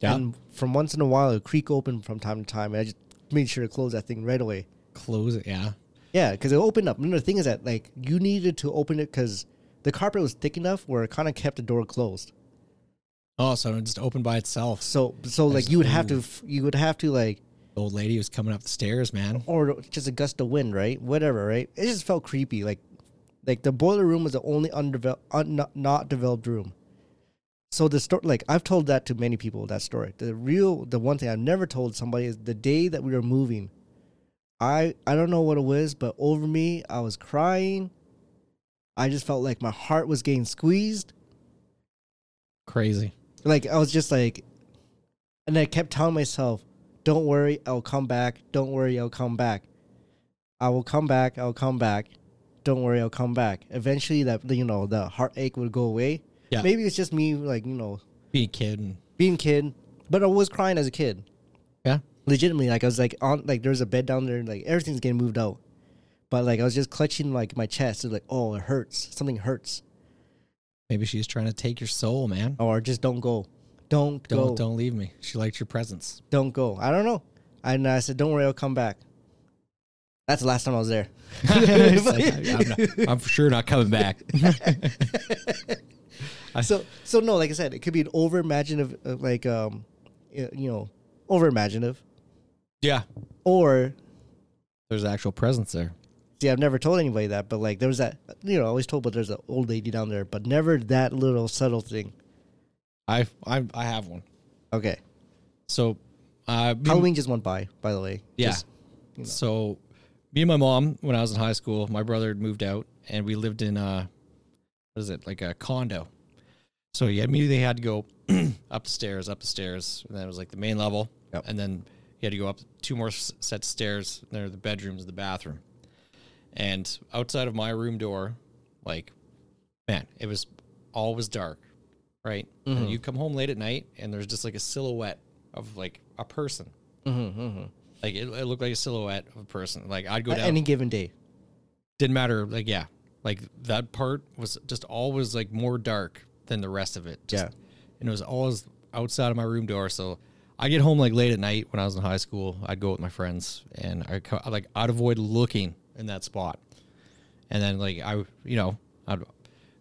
Yeah.
And from once in a while, it would creak open from time to time. And I just made sure to close that thing right away.
Close it. Yeah.
Yeah, because it opened up. And the thing is that, like, you needed to open it because the carpet was thick enough where it kind of kept the door closed.
Oh, so it just opened by itself.
So, so like,
That's
you would have to, f- you would have to, like,
The old lady was coming up the stairs, man.
or just a gust of wind, right? Whatever, right? It just felt creepy. Like, like the boiler room was the only undeveloped, un- not- not developed room. So the story, like I've told that to many people, that story. The real, the one thing I've never told somebody is the day that we were moving. I I don't know what it was, but over me, I was crying. I just felt like my heart was getting squeezed.
Crazy.
Like I was just like, and I kept telling myself, "Don't worry, I'll come back. Don't worry, I'll come back. I will come back. I'll come back. Don't worry, I'll come back." Eventually, that you know, the heartache would go away.
Yeah.
Maybe it's just me, like you know,
Being a kid. And,
being a kid, but I was crying as a kid.
yeah.
Legitimately, like I was like on like there's a bed down there, like everything's getting moved out, but like I was just clutching like my chest, it's like oh it hurts, something hurts,
Maybe she's trying to take your soul, man.
or just don't go, don't,
Don't
Oh, go,
don't leave me. She liked your presence.
don't go. I don't know. And I said, don't worry, I'll come back. That's the last time I was there.
It's like, I, am for sure not coming back.
so, so no, like I said, it could be an over imaginative, uh, like, um, y- you know, over imaginative,
yeah.
or
There's actual presence there.
see, I've never told anybody that, but like there was that, you know, I always told, but there's an old lady down there, but never that little subtle thing.
I I I have one.
Okay,
So, uh, me-
Halloween just went by, by the way.
Yeah.
Just-
So, me and my mom, when I was in high school, my brother had moved out, and we lived in a what is it like a condo. So yeah, immediately had to go up the stairs, up the stairs, and then it was like the main level,
Yep.
and then you had to go up two more s- sets of stairs. and There are the bedrooms, the bathroom, and outside of my room door, like man, it was all was dark, right? And you come home late at night, and there's just like a silhouette of like a person. Like it, it looked like a silhouette of a person. Like I'd go
at
down.
any given day.
didn't matter. Like yeah, like that part was just always like more dark than the rest of it. Just,
Yeah.
and it was always outside of my room door. So I get home like late at night when I was in high school. I'd go with my friends, and I co- like I'd avoid looking in that spot. And then like I, you know, I'd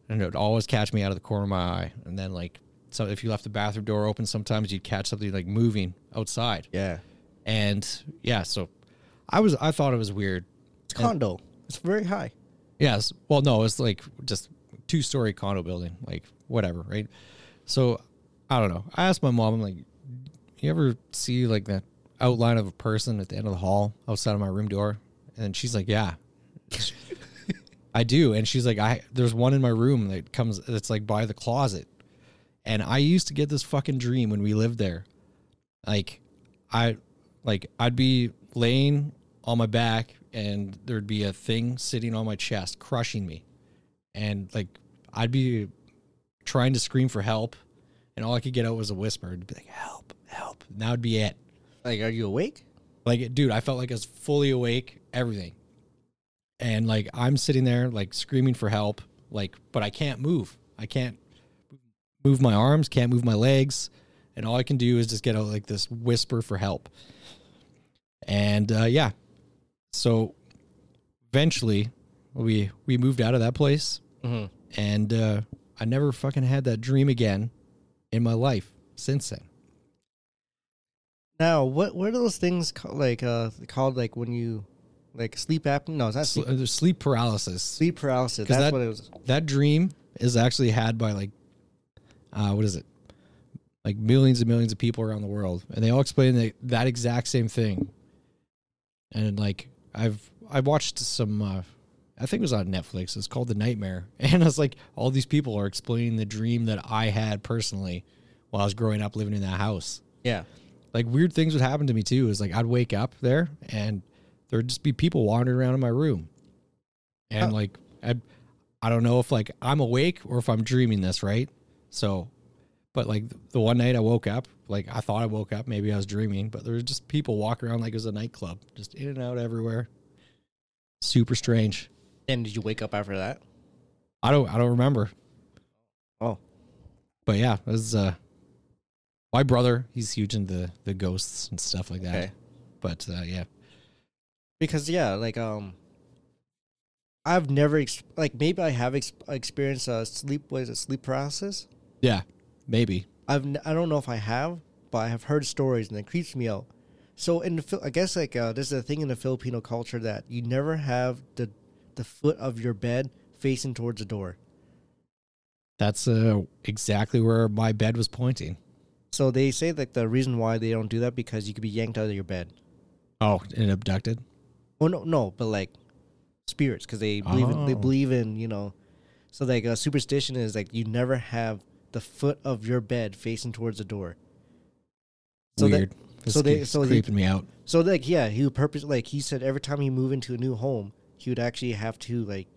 and it would always catch me out of the corner of my eye. And then like so if you left the bathroom door open, sometimes you'd catch something like moving outside
Yeah.
and yeah, so I was I thought it was weird.
It's condo. it's very high.
Yes, well, no, it's like just two story condo building, like whatever, right? So I don't know. I asked my mom, I'm like, you ever see like that outline of a person at the end of the hall outside of my room door? And she's like, yeah. I do. And she's like, I there's one in my room that comes that's like by the closet. And I used to get this fucking dream when we lived there. Like I like I'd be laying on my back and there'd be a thing sitting on my chest crushing me. And like I'd be trying to scream for help and all I could get out was a whisper. It'd be like, help, help. And that would be it.
Like, are you awake?
Like, dude, I felt like I was fully awake, everything. And like, I'm sitting there, like, screaming for help, like, but I can't move. I can't move my arms, can't move my legs. And all I can do is just get out, like, this whisper for help. And uh, yeah. So eventually we, we moved out of that place
Mm-hmm.
and uh, I never fucking had that dream again in my life since then.
Now, what what are those things called, like uh called like when you like sleep apnea? No, it's not
Sl-
sleep,
uh, sleep paralysis.
sleep paralysis.
'Cause
That's
that-
what it was.
That dream is actually had by like, uh, what is it? Like millions and millions of people around the world, and they all explain the, that exact same thing. And like, I've I watched some, uh, I think it was on Netflix. It's called The Nightmare, and I was like, all these people are explaining the dream that I had personally while I was growing up living in that house.
Yeah.
like weird things would happen to me too. Is like I'd wake up there and there'd just be people wandering around in my room, and
Huh.
like I, I don't know if like I'm awake or if I'm dreaming this, right? So, but like the one night I woke up, like I thought I woke up, maybe I was dreaming, but there was just people walking around like it was a nightclub, just in and out everywhere. Super strange.
And did you wake up after that?
I don't I don't remember,
Oh,
but yeah, it was uh. My brother, he's huge into the ghosts and stuff like that.
okay.
But uh, yeah,
Because yeah, like um, I've never ex- like maybe I have ex- experienced uh sleep what is it sleep paralysis.
yeah, maybe.
I've n- I don't know if I have, but I have heard stories and it creeps me out. So in the Phil- I guess like uh, there's a thing in the Filipino culture that you never have the the foot of your bed facing towards the door.
That's uh, exactly where my bed was pointing.
So they say that the reason why they don't do that because you could be yanked out of your bed.
Oh, and abducted.
Oh no, no, but like spirits because they believe in, they
Oh.
believe in you know. So like a superstition is like you never have the foot of your bed facing towards the door. So that-
Weird. This
so they-
keeps
so they-
creeping me out.
So like yeah, he would purpose like he said every time he moved into a new home, he would actually have to like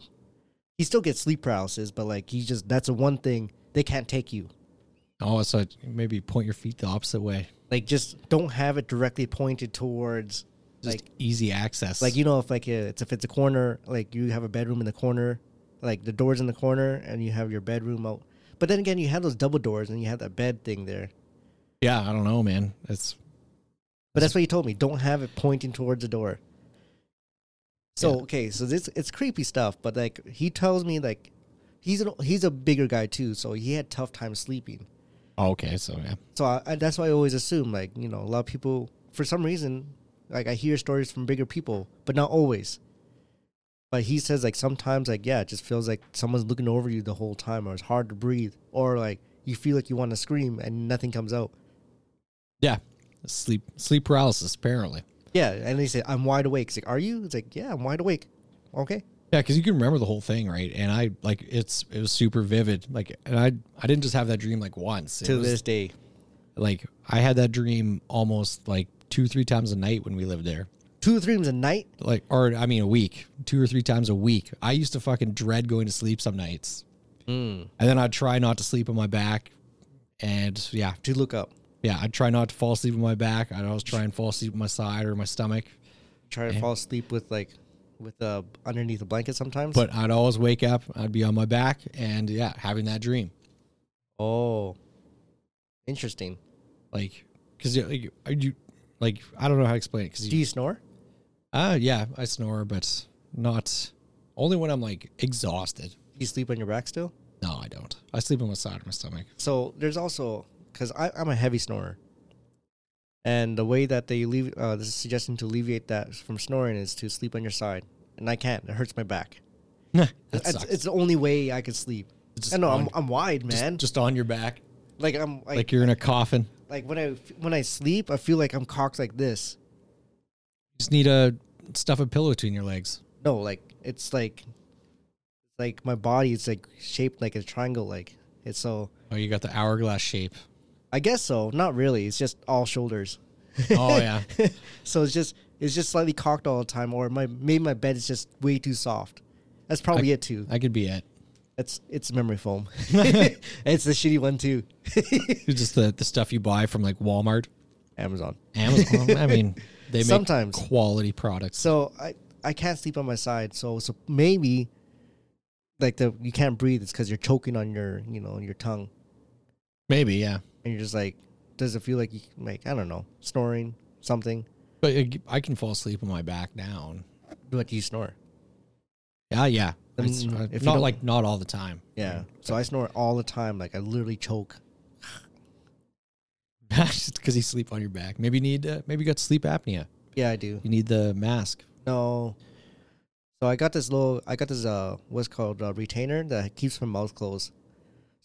he still gets sleep paralysis, but like he just that's the one thing they can't take you.
Oh, so maybe point your feet the opposite way.
Like just don't have it directly pointed towards
Just
like
easy access.
like you know if like it's if it's a corner like you have a bedroom in the corner, like the doors in the corner and you have your bedroom out. But then again, you have those double doors and you have that bed thing there.
yeah, I don't know, man. It's
But that's what he told me. Don't have it pointing towards the door. So
Yeah.
okay, so this it's creepy stuff, but like he tells me like he's an, he's a bigger guy too, so he had tough time sleeping.
oh, okay. So yeah,
So I, I, that's why I always assume like you know a lot of people for some reason like I hear stories from bigger people, but not always. But he says like sometimes like yeah, it just feels like someone's looking over you the whole time, or it's hard to breathe, or like you feel like you want to scream and nothing comes out.
yeah. Sleep sleep paralysis apparently.
Yeah, and they say I'm wide awake. It's like, are you? It's like, yeah, I'm wide awake. Okay.
Yeah, because you can remember the whole thing, right? And I like it's it was super vivid. Like, and I I didn't just have that dream like once. It
to
was,
this day.
like I had that dream almost like two three times a night when we lived there.
Two or three times a night?
like or I mean a week, two or three times a week. I used to fucking dread going to sleep some nights. And then I'd try not to sleep on my back. And yeah,
Do you look up?
yeah, I'd try not to fall asleep on my back. I'd always try and fall asleep on my side or my stomach.
Try to fall asleep with like with uh underneath a blanket sometimes.
But I'd always wake up, I'd be on my back and yeah, having that dream.
oh, interesting.
Like cuz like you like I don't know how to explain it cuz
Do
you
you snore?
uh yeah, I snore but not only when I'm like exhausted.
Do you sleep on your back still?
No, I don't. I sleep on my side or my stomach.
So there's also because I'm a heavy snorer. And the way that they leave, uh, the suggestion to alleviate that from snoring is to sleep on your side. And I can't. It hurts my back.
that
It's,
sucks.
it's the only way I can sleep.
Just
I know I'm,
on-
I'm wide, man.
Just on your back,
like I'm like,
like you're in a coffin.
like when I f- when I sleep, I feel like I'm cocked like this.
just need a stuff a pillow between your legs.
No, like it's like like my body is like shaped like a triangle. Like it's so.
Oh, you got the hourglass shape.
I guess so. Not really. It's just all shoulders.
Oh yeah.
so it's just it's just slightly cocked all the time, or my maybe my bed is just way too soft. That's probably it too.
I could be it.
That's it's memory foam. it's the shitty one too.
It's just the, the stuff you buy from like Walmart,
Amazon.
Amazon. I mean, they make
Sometimes.
quality products.
So I I can't sleep on my side. So so maybe like the you can't breathe. It's because you're choking on your you know your tongue,
Maybe yeah,
and you're just like, does it feel like you like I don't know snoring something?
but it, I can fall asleep on my back down.
But do you snore?
Yeah, yeah.
I
It's-
mean,
uh,
if you
not
don't-
like not all the time.
Yeah. So I snore all the time. Like I literally choke.
just because you sleep on your back. Maybe you need uh, maybe you got sleep apnea.
Yeah, I do.
You need the mask.
No. So I got this little, I got this uh, what's called uh, retainer that keeps my mouth closed.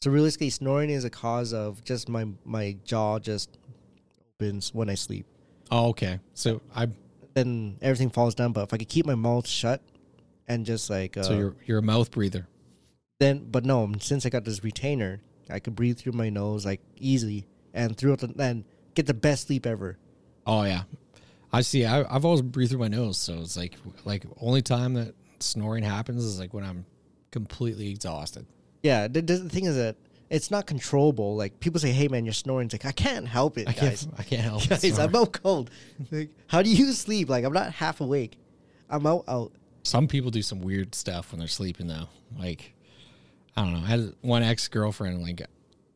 So realistically, snoring is a cause of just my my jaw just opens when I sleep.
Oh, okay. So I
Then everything falls down. But if I could keep my mouth shut and just like uh,
so you're you're a mouth breather.
then, but no, since I got this retainer, I could breathe through my nose like easily and throughout the and get the best sleep ever.
Oh yeah, I see. I, I've always breathed through my nose, so it's like like only time that snoring happens is like when I'm completely exhausted.
Yeah, the, the thing is that it's not controllable. Like people say, "Hey man, you're snoring." It's like I can't help it,
I
guys.
can't. I can't help it.
Guys,
snore.
I'm out cold. Like, how do you sleep? Like, I'm not half awake. I'm out, out.
Some people do some weird stuff when they're sleeping though. Like I don't know. I had one ex girlfriend like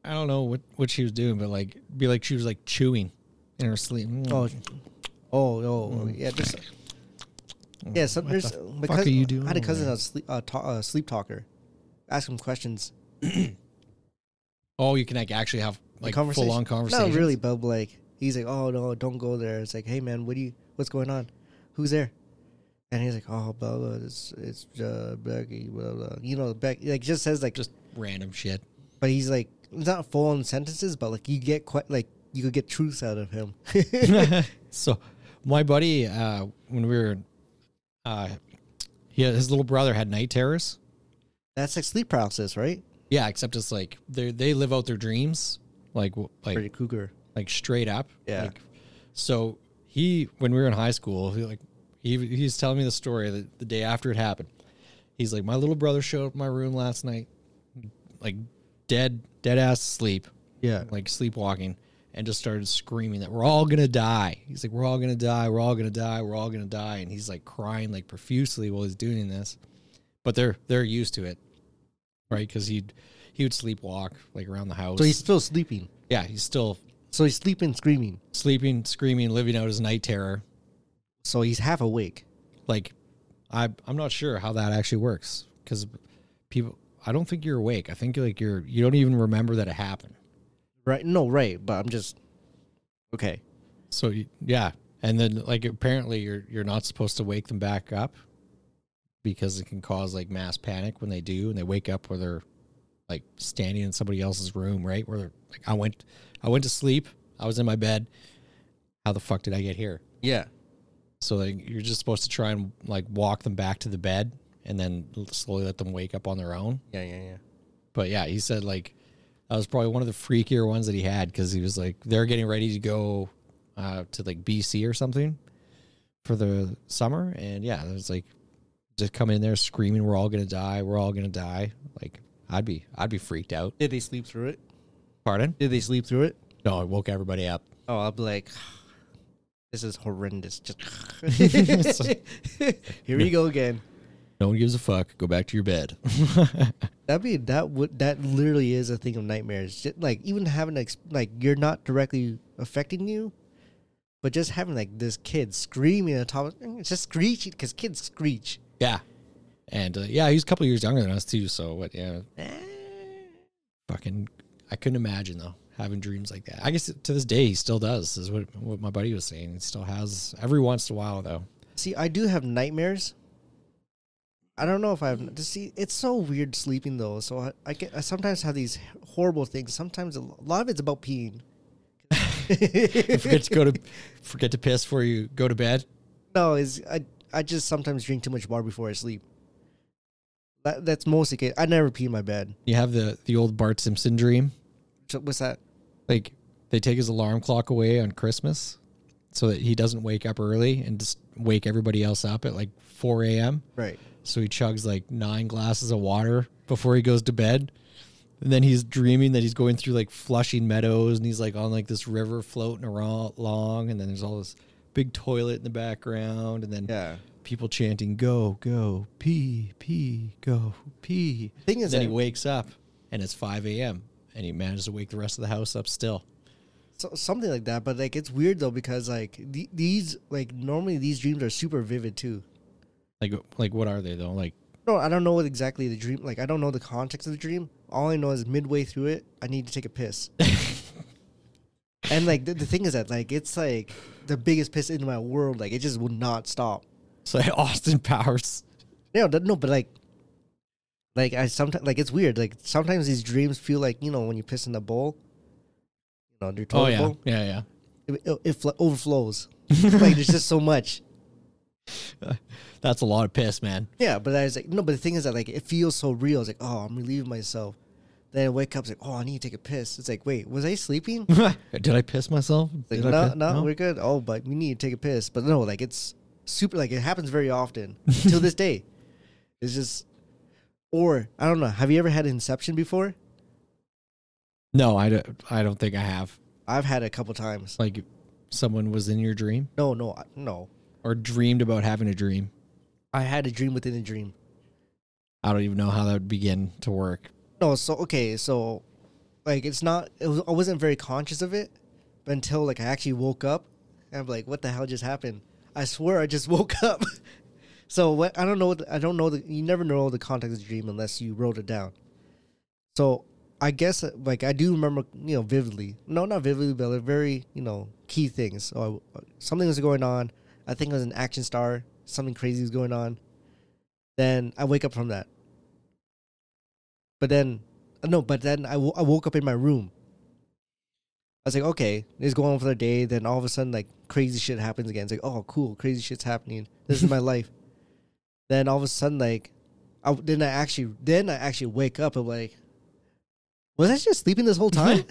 I don't know what what she was doing, but like be like she was like chewing in her sleep.
Oh, oh, oh, yeah. There's, yeah, some,
Mm. What
there's
the
my
fuck
cousin-
are you doing Oh,
I had a cousin
there?
that was sleep, uh, ta- uh, sleep talker. Ask him questions.
oh, you can like actually have like
conversation.
full on conversation.
Not really, but like, he's like, oh, no, don't go there. It's like, hey, man, what do you, what's going on? Who's there? And he's like, oh, blah, blah, it's, it's uh, Becky, blah, blah. You know, Becky, like, just says, like,
Just random shit.
but he's like not full on sentences, but like you get quite like you could get truths out of him.
so my buddy uh when we were uh he, his little brother had night terrors
That's like sleep paralysis, right?
yeah except it's like they they live out their dreams like w-
Freddy
like
Cougar.
like straight up
Yeah.
like, so he when we were in high school he like he he's telling me the story that the day after it happened he's like my little brother showed up in my room last night like dead dead ass asleep
Yeah.
like sleepwalking and just started screaming that we're all gonna die. He's like, we're all gonna die, we're all gonna die, we're all gonna die, and he's like crying like profusely while he's doing this. But they're they're used to it, right? Because he'd he would sleepwalk like around the house.
So he's still sleeping.
yeah, he's still
So he's sleeping, screaming.
sleeping, screaming, living out his night terror.
So he's half awake.
Like, I I'm not sure how that actually works because people. I don't think you're awake. I think like you're you don't even remember that it happened.
Right? No, right. But I'm just okay.
So y- yeah, and then like apparently you're you're not supposed to wake them back up because it can cause like mass panic when they do and they wake up where they're like standing in somebody else's room, right? Where they're like I went I went to sleep, I was in my bed. How the fuck did I get here?
Yeah.
So like you're just supposed to try and like walk them back to the bed and then l- slowly let them wake up on their own.
Yeah. Yeah. Yeah.
But yeah, he said like that was probably one of the freakier ones that he had because he was like they're getting ready to go uh, to like BC or something for the summer, and yeah, it was like just coming in there screaming, "We're all gonna die! We're all gonna die!" Like I'd be I'd be freaked out.
Did they sleep through it?
Pardon?
Did they sleep through it?
No, I woke everybody up.
Oh, I'll be like, this is horrendous. Just here we go again.
No one gives a fuck. Go back to your bed.
That'd be that would that literally is a thing of nightmares. Just, like even having ex- like you're not directly affecting you, but just having like this kid screaming at the top, of, mm, just screeching because kids screech.
yeah, and uh, yeah, he's a couple years younger than us too. So what? Yeah,
Ah.
fucking, I couldn't imagine though having dreams like that. I guess to this day he still does. Is what what my buddy was saying. He still has every once in a while though.
See, I do have nightmares. I don't know if I've to see. It's so weird sleeping though. So I, I get. I sometimes have these horrible things. Sometimes a lot of it's about peeing.
You forget to go to forget to piss before you go to bed.
No, is I I just sometimes drink too much bar before I sleep. That that's mostly it. I never pee in my bed.
You have the the old Bart Simpson dream.
So what's that?
Like they take his alarm clock away on Christmas so that he doesn't wake up early and just wake everybody else up at like 4 a.m.
Right.
So he chugs like nine glasses of water before he goes to bed. And then he's dreaming that he's going through like flushing meadows and he's like on like this river floating aro- along. And then there's all this big toilet in the background. And then
Yeah.
people chanting, go, go, pee, pee, go, pee.
Thing is
then he
that-
wakes up and it's 5 a.m. and he manages to wake the rest of the house up still.
So, something like that. But like it's weird though because like the, these like normally these dreams are super vivid too.
Like, like what are they though? Like,
No, I don't know what exactly the dream. Like I don't know the context of the dream. All I know is midway through it, I need to take a piss. and like the, the thing is that like it's like the biggest piss in my world. Like it just will not stop.
so Austin Powers.
No, that- no, but like, like I sometimes like it's weird. Like sometimes these dreams feel like you know when you piss in the bowl, you know, your toilet
Oh, yeah.
bowl,
Yeah, yeah.
it, it, it fl- overflows. like there's just so much.
That's a lot of piss, man.
Yeah, but I was like, no, but the thing is that like it feels so real. It's like, oh, I'm relieving myself. Then I wake up, it's like, oh, I need to take a piss. It's like, wait, was I sleeping? It's
Did I piss myself?
like,
Did I
no,
piss-
no, we're good. Oh, but we need to take a piss. But no, like it's super. Like it happens very often till this day. It's just, or I don't know. Have you ever had Inception before?
No, I don't, I don't think I have.
I've had it a couple times.
Like, someone was in your dream
No, no, I- no.
or dreamed about having a dream.
I had a dream within a dream.
I don't even know how that would begin to work.
No, so okay, so like it's not. It was, I wasn't very conscious of it but until like I actually woke up. And I'm like, what the hell just happened? I swear I just woke up. so what? I don't know. what- I don't know. The, you never know the context of the dream unless you wrote it down. So I guess uh, like I do remember, you know, vividly. No, not vividly, but like, very you know key things. So I, something was going on. I think it was an action star. Something crazy was going on. Then I wake up from that. But then, uh, no, but then I wo- I woke up in my room. I was like, okay, it's going on for the day. Then all of a sudden, like crazy shit happens again. It's like, oh, cool, crazy shit's happening. This is my life. Then all of a sudden, like, I, then I actually, then I actually wake up. I'm like, was I just sleeping this whole time?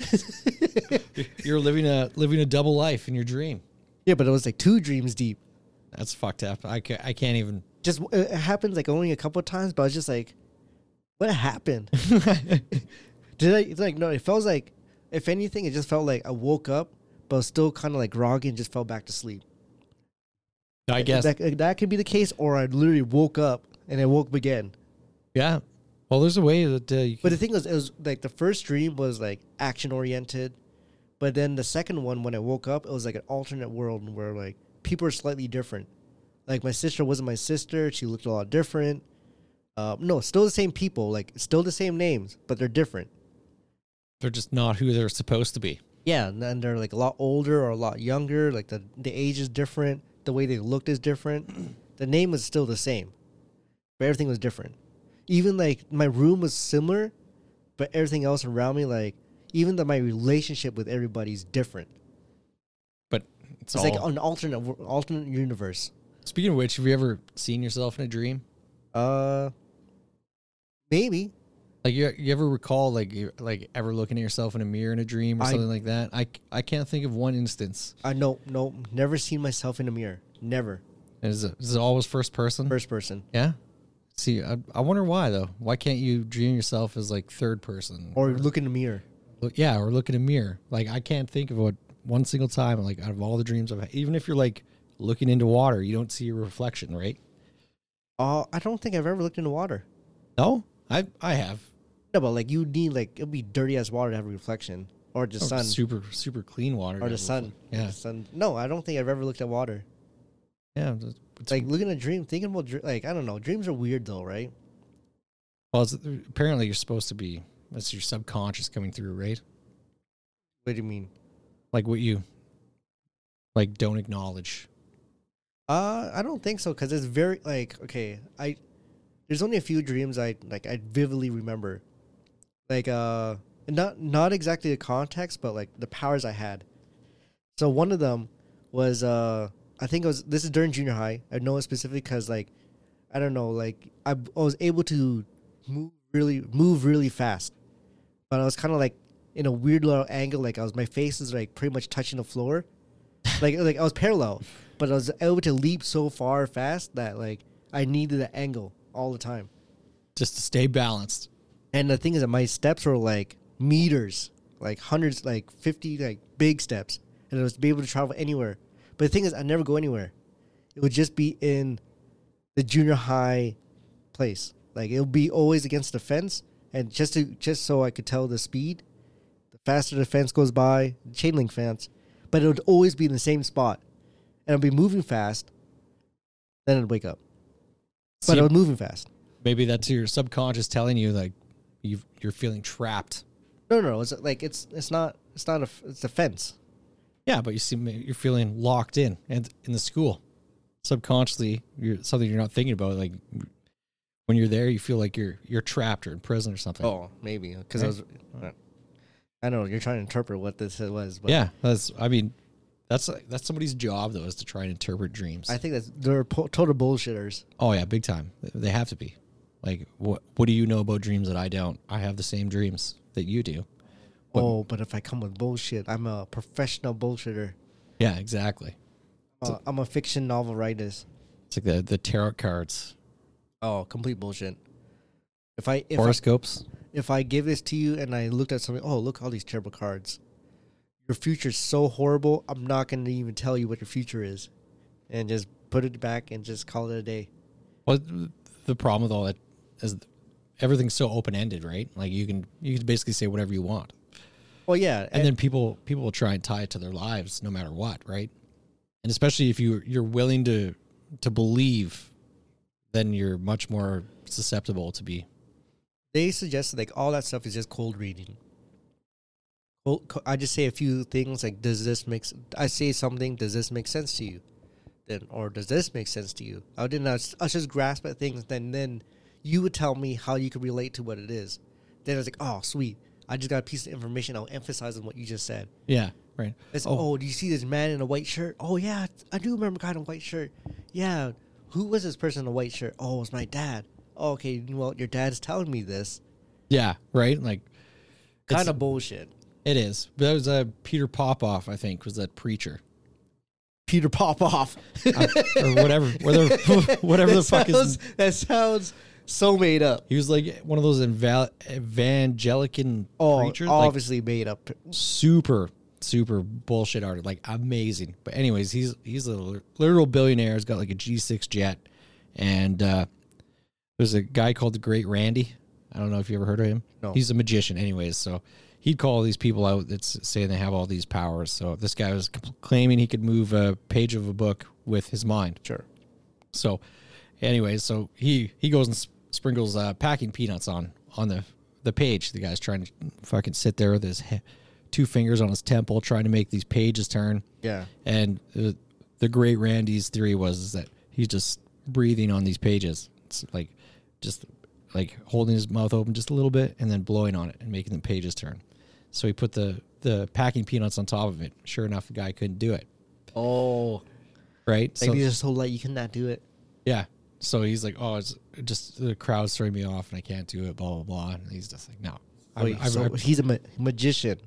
You're living a living a double life in your dream.
yeah, but it was like two dreams deep.
That's fucked up. I can't, I can't even.
Just it happened like only a couple of times, but I was just like, what happened? Did I it's like no? It felt like, if anything, it just felt like I woke up, but I was still kind of like groggy and just fell back to sleep.
I guess.
that that could be the case, or I literally woke up and I woke up again.
Yeah. Well, there's a way that uh, you
But
can,
the thing was, it was like the first dream was like action oriented, but then the second one, when I woke up, it was like an alternate world where like people are slightly different. Like my sister wasn't my sister; she looked a lot different. Uh, no, still the same people, like still the same names, but they're different.
they're just not who they're supposed to be.
Yeah, and then they're like a lot older or a lot younger. Like the the age is different, the way they looked is different. The name was still the same, but everything was different. Even like my room was similar, but everything else around me, like even that my relationship with everybody's different.
But it's,
It's
all.
like an alternate wor- alternate universe.
Speaking of which, have you ever seen yourself in a dream?
Uh, maybe
Like you, you ever recall like you, like ever looking at yourself in a mirror in a dream or
I-
something like that? I, c- I can't think of one instance.
I no no never seen myself in a mirror. Never
Is it, is it always first person?
first person
Yeah. See, I, I wonder why though. Why can't you dream yourself as like third person?
or look in a mirror.
Look- yeah, or look in a mirror. Like I can't think of what one single time. Like out of all the dreams I've had, even if you're like looking into water, you don't see your reflection, right?
Uh, I don't think I've ever looked in the water.
No, I I have.
No, but like you need like it'll be dirty as water to have a reflection, or the
Oh,
sun,
super super clean water.
or
to
the
have
sun.
reflect-
The sun. No, I don't think I've ever looked at water.
Yeah, yeah. It's
Like looking at a dream, thinking about dr- like I don't know. Dreams are weird though, right?
Well, it's, apparently you're supposed to be. That's your subconscious coming through, right?
What do you mean?
Like what you like don't acknowledge.
Uh, I don't think so because it's very like okay. I there's only a few dreams I like I vividly remember, like uh, not not exactly the context, but like the powers I had. So one of them was uh, I think it was this is during junior high. I know it specifically because like I don't know, like I, b- I was able to move really move really fast, but I was kind of like in a weird little angle. Like I was my face is like pretty much touching the floor, like like I was parallel, but I was able to leap so far fast that like I needed the angle all the time.
Just to stay balanced.
And the thing is that my steps were like meters, like hundreds, like fifty, like big steps, and I was be able to travel anywhere. But the thing is, I never go anywhere. It would just be in the junior high place. Like it'll be always against the fence, and just to just so I could tell the speed, the faster the fence goes by, chain link fence, but it would always be in the same spot, and I'd be moving fast. Then I'd wake up, but
See,
I was moving fast.
maybe that's your subconscious telling you like you you're feeling trapped.
No, no, no, it's like it's it's not it's not a f- it's a fence.
Yeah, but you seem you're feeling locked in and in the school. Subconsciously, you're something you're not thinking about. Like when you're there, you feel like you're you're trapped or in prison or something.
Oh, maybe because I was. uh, I don't know. You're trying to interpret what this was, but
yeah, that's. I mean, that's that's somebody's job though is to try and interpret dreams.
I think that's they're po- total bullshitters.
oh yeah, big time. They have to be. Like, what what do you know about dreams that I don't? I have the same dreams that you do.
Oh, but if I come with bullshit, I'm a professional bullshitter.
Yeah, exactly.
Uh, I'm a fiction novel writer.
It's like the the tarot cards,
Oh, complete bullshit. If I if I,
horoscopes.
if I give this to you and I looked at something, oh look all these terrible cards. Your future's so horrible. I'm not going to even tell you what your future is, and just put it back and just call it a day.
Well, the problem with all that is everything's so open ended, right? Like you can you can basically say whatever you want,
Well, yeah,
and then people people will try and tie it to their lives no matter what, right? And especially if you you're willing to to believe, then you're much more susceptible to be.
they suggested like all that stuff is just cold reading. Cold, co- I just say a few things like, does this make? s- I say something. Does this make sense to you? Then, or does this make sense to you? I didn't. I was, I was just grasp at things. Then, then you would tell me how you could relate to what it is. Then I was like, oh, sweet. I just got a piece of information. I'll emphasize on what you just said.
Yeah, right.
It's, oh. do you see this man in a white shirt? Oh yeah, I do remember a guy in a white shirt. Yeah, who was this person in a white shirt? Oh, it was my dad. Oh, okay, well, your dad's telling me this.
Yeah, right. Like
kind of bullshit.
it is. But that was uh, Peter Popoff, I think, was that preacher
Peter Popoff.
Uh, or whatever, whatever, whatever the fuck is.
sounds, that sounds so made up.
He was like one of those inval- evangelican
Oh,
preachers, like
obviously made up.
super super bullshit artist like amazing but anyways he's he's a li- literal billionaire he's got like a g6 jet and uh there's a guy called the great randy i don't know if you ever heard of him
No.
he's a magician anyways so he'd call these people out that s- say they have all these powers so this guy was c- claiming he could move a page of a book with his mind
Sure.
so, anyways, so he he goes and s- sprinkles uh, packing peanuts on on the the page. The guy's trying to fucking sit there with his he- two fingers on his temple, trying to make these pages turn.
Yeah.
And uh, the great Randy's theory was is that he's just breathing on these pages. It's like just like holding his mouth open just a little bit and then blowing on it and making the pages turn. So he put the the packing peanuts on top of it. Sure enough, the guy couldn't do it.
Oh,
Right?
like
So-
these are so light you cannot do it.
yeah. So he's like, oh, it's just the crowd's throwing me off and I can't do it, blah, blah, blah. And he's just like, no. I,
Wait,
I,
so
I,
Oh, he's a ma- magician.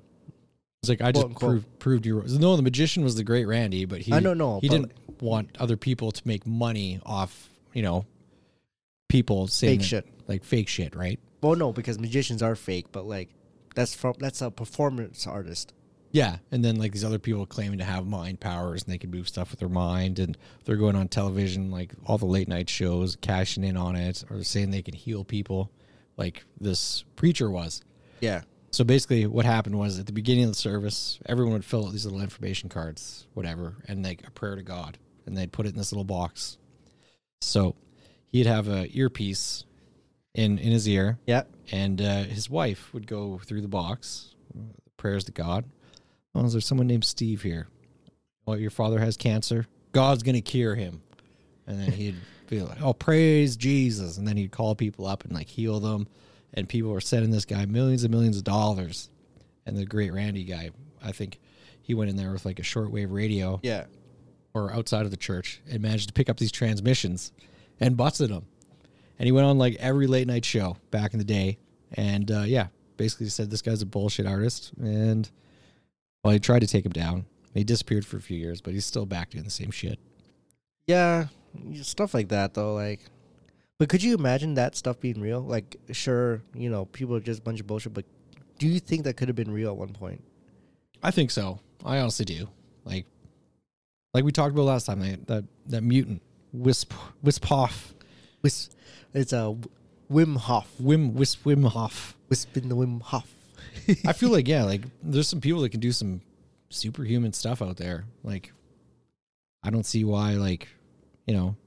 was like, I
quote,
just
unquote.
proved, proved you wrong. No, the magician was the great Randy, but he,
I don't know,
he
but-
didn't want other people to make money off, you know, people saying
Fake
that-
shit.
Like fake shit, right?
Well, no, because magicians are fake, but like that's from that's a performance artist.
Yeah. And then like these other people claiming to have mind powers and they can move stuff with their mind and they're going on television, like all the late night shows, cashing in on it or saying they can heal people like this preacher was.
Yeah.
So basically, what happened was at the beginning of the service, everyone would fill out these little information cards, whatever, and like a prayer to God, and they'd put it in this little box. So he'd have a earpiece in in his ear,
Yeah.
and uh, his wife would go through the box, prayers to God. Oh, is there someone named Steve here? Well, your father has cancer. God's gonna cure him. And then he'd be like, Oh, praise Jesus. And then he'd call people up and like heal them. And people were sending this guy millions and millions of dollars. And the great Randy guy, I think he went in there with like a shortwave radio
Yeah.
or outside of the church and managed to pick up these transmissions and busted them. And he went on like every late night show back in the day. And uh, yeah, basically said this guy's a bullshit artist. And well, he tried to take him down. He disappeared for a few years, but he's still back doing the same shit.
Yeah. Stuff like that though, like but could you imagine that stuff being real? Like sure, you know, people are just a bunch of bullshit, but do you think that could have been real at one point?
I think so. I honestly do. Like, like we talked about last time, that that, that mutant Wisp Wispoff
Whis- it's a Wim Hof.
Wim Wisp Wim Hof.
Wispin the Wim Hof.
I feel like yeah, like there's some people that can do some superhuman stuff out there. Like, I don't see why, like, you know,